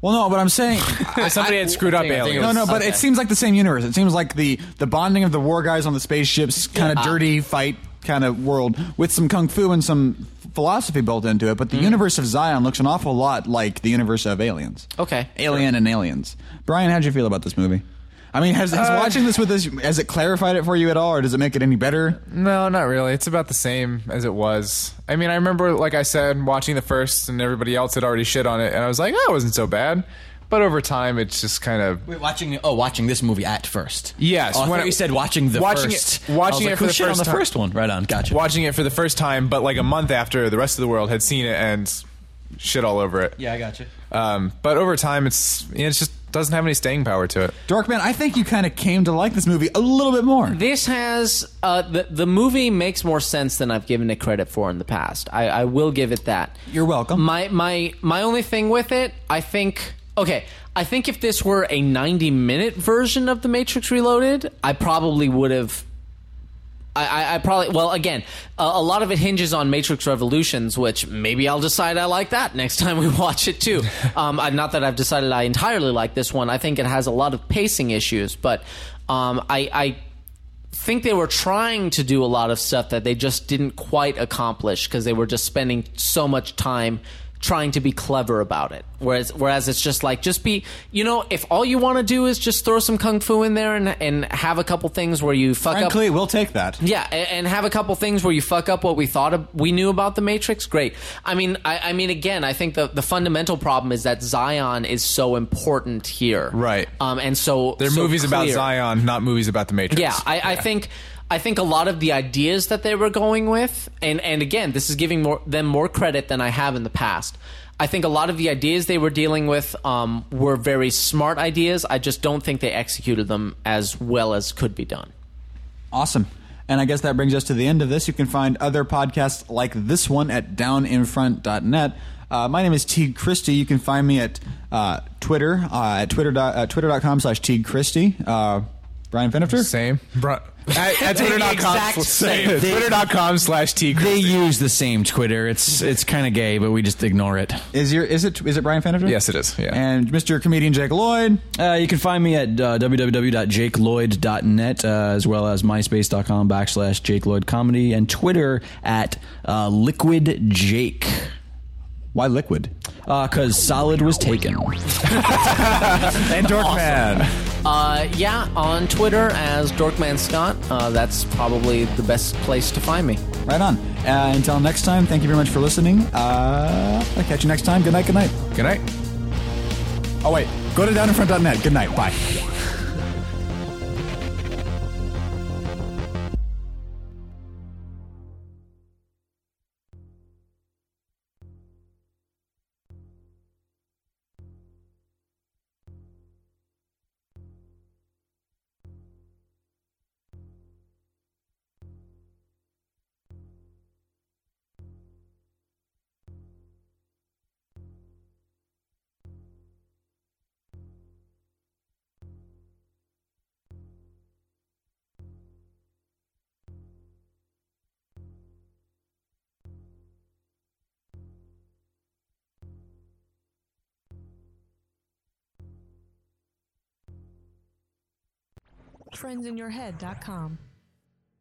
S2: well, no, but I'm saying
S5: Somebody had screwed up
S3: I think it
S5: aliens.
S2: No,
S3: was-
S2: no, but
S3: Okay.
S2: it seems like the same universe. It seems like the the bonding of the war guys on the spaceships, kind
S3: uh,
S2: of dirty fight kind of world with some kung fu and some philosophy built into it. But
S3: Hmm.
S2: the universe of Zion looks an awful lot like the universe of Aliens.
S3: Okay.
S2: Alien and Aliens. Brian, how'd you feel about this movie? I mean, has,
S3: Uh,
S2: has watching this with this has it clarified it for you at all, or does it make it any better?
S5: No, not really. It's about the same as it was. I mean, I remember, like I said, watching the first, and everybody else had already shit on it, and I was like, oh, it wasn't so bad. But over time, it's just kind of
S4: Wait, watching oh, watching this movie at first.
S5: Yes,
S4: oh, I
S5: when
S4: thought
S5: I-
S4: you said watching the
S5: watching it-
S4: first.
S5: watching
S4: I was
S5: it
S4: like,
S5: for
S4: "Oh,
S5: the
S4: shit,
S5: first
S4: on the
S5: time."
S4: first one. Right on, gotcha.
S5: watching it for the first time, but like a month after the rest of the world had seen it and shit all over it.
S4: I gotcha.
S5: Um, but over time, it's you know, it just doesn't have any staying power to it.
S2: Dorkman, I think you kind of came to like this movie a little bit more.
S3: This has uh, the the movie makes more sense than I've given it credit for in the past. I, I will give it that.
S2: You're welcome.
S3: My my my only thing with it, I think. Okay, I think if this were a 90 minute version of The Matrix Reloaded, I probably would have. I, I, I probably well again a, a lot of it hinges on Matrix Revolutions, which maybe I'll decide I like that next time we watch it too. um, I, not that I've decided I entirely like this one. I think it has a lot of pacing issues, but um, I, I think they were trying to do a lot of stuff that they just didn't quite accomplish because they were just spending so much time trying to be clever about it. Whereas, whereas it's just like, just be, you know, if all you want to do is just throw some kung fu in there and and have a couple things where you fuck up.
S2: Frankly, we'll take that.
S3: Yeah, a- and have a couple things where you fuck up what we thought of, we knew about the Matrix. Great. I mean, I, I mean, again, I think the the fundamental problem is that Zion is so important here,
S5: Right.
S3: Um, and so
S5: They're
S3: so
S5: movies about
S3: clear.
S5: Zion, not movies about the Matrix.
S3: Yeah, I, I think I think a lot of the ideas that they were going with, and and again, this is giving more, them more credit than I have in the past. I think a lot of the ideas they were dealing with um, were very smart ideas. I just don't think they executed them as well as could be done.
S2: Awesome. And I guess that brings us to the end of this. You can find other podcasts like this one at downinfront.net. Uh, my name is Teague Christie. You can find me at uh, Twitter, uh, at twitter dot, uh, twitter.com slash Teague Christie. Uh, Brian Finifter?
S5: Same. Bru- at, at
S3: exact
S5: twitter.com,
S3: same
S5: same. twitter.com slash T.
S4: They use the same Twitter. It's it's kind of gay, but we just ignore it.
S2: Is, your, is, it, is it Brian Finifter?
S5: Yes, it is, yeah.
S2: And Mr. Comedian Jake Lloyd.
S4: Uh, you can find me at uh, www.jakeloyd.net uh, as well as myspace.com backslash Jake Lloyd Comedy and Twitter at uh, Liquid Jake
S2: Why Liquid?
S4: because Solid was taken.
S2: And Dorkman.
S3: Uh, yeah, on Twitter as Dorkman Scott. Uh, that's probably the best place to find me.
S2: Right on. Uh, until next time, thank you very much for listening. Uh, I'll catch you next time. Good night, good night.
S5: Good night.
S2: Oh, wait. Go to downinfront.net. Good night. Bye.
S1: friendsinyourhead.com.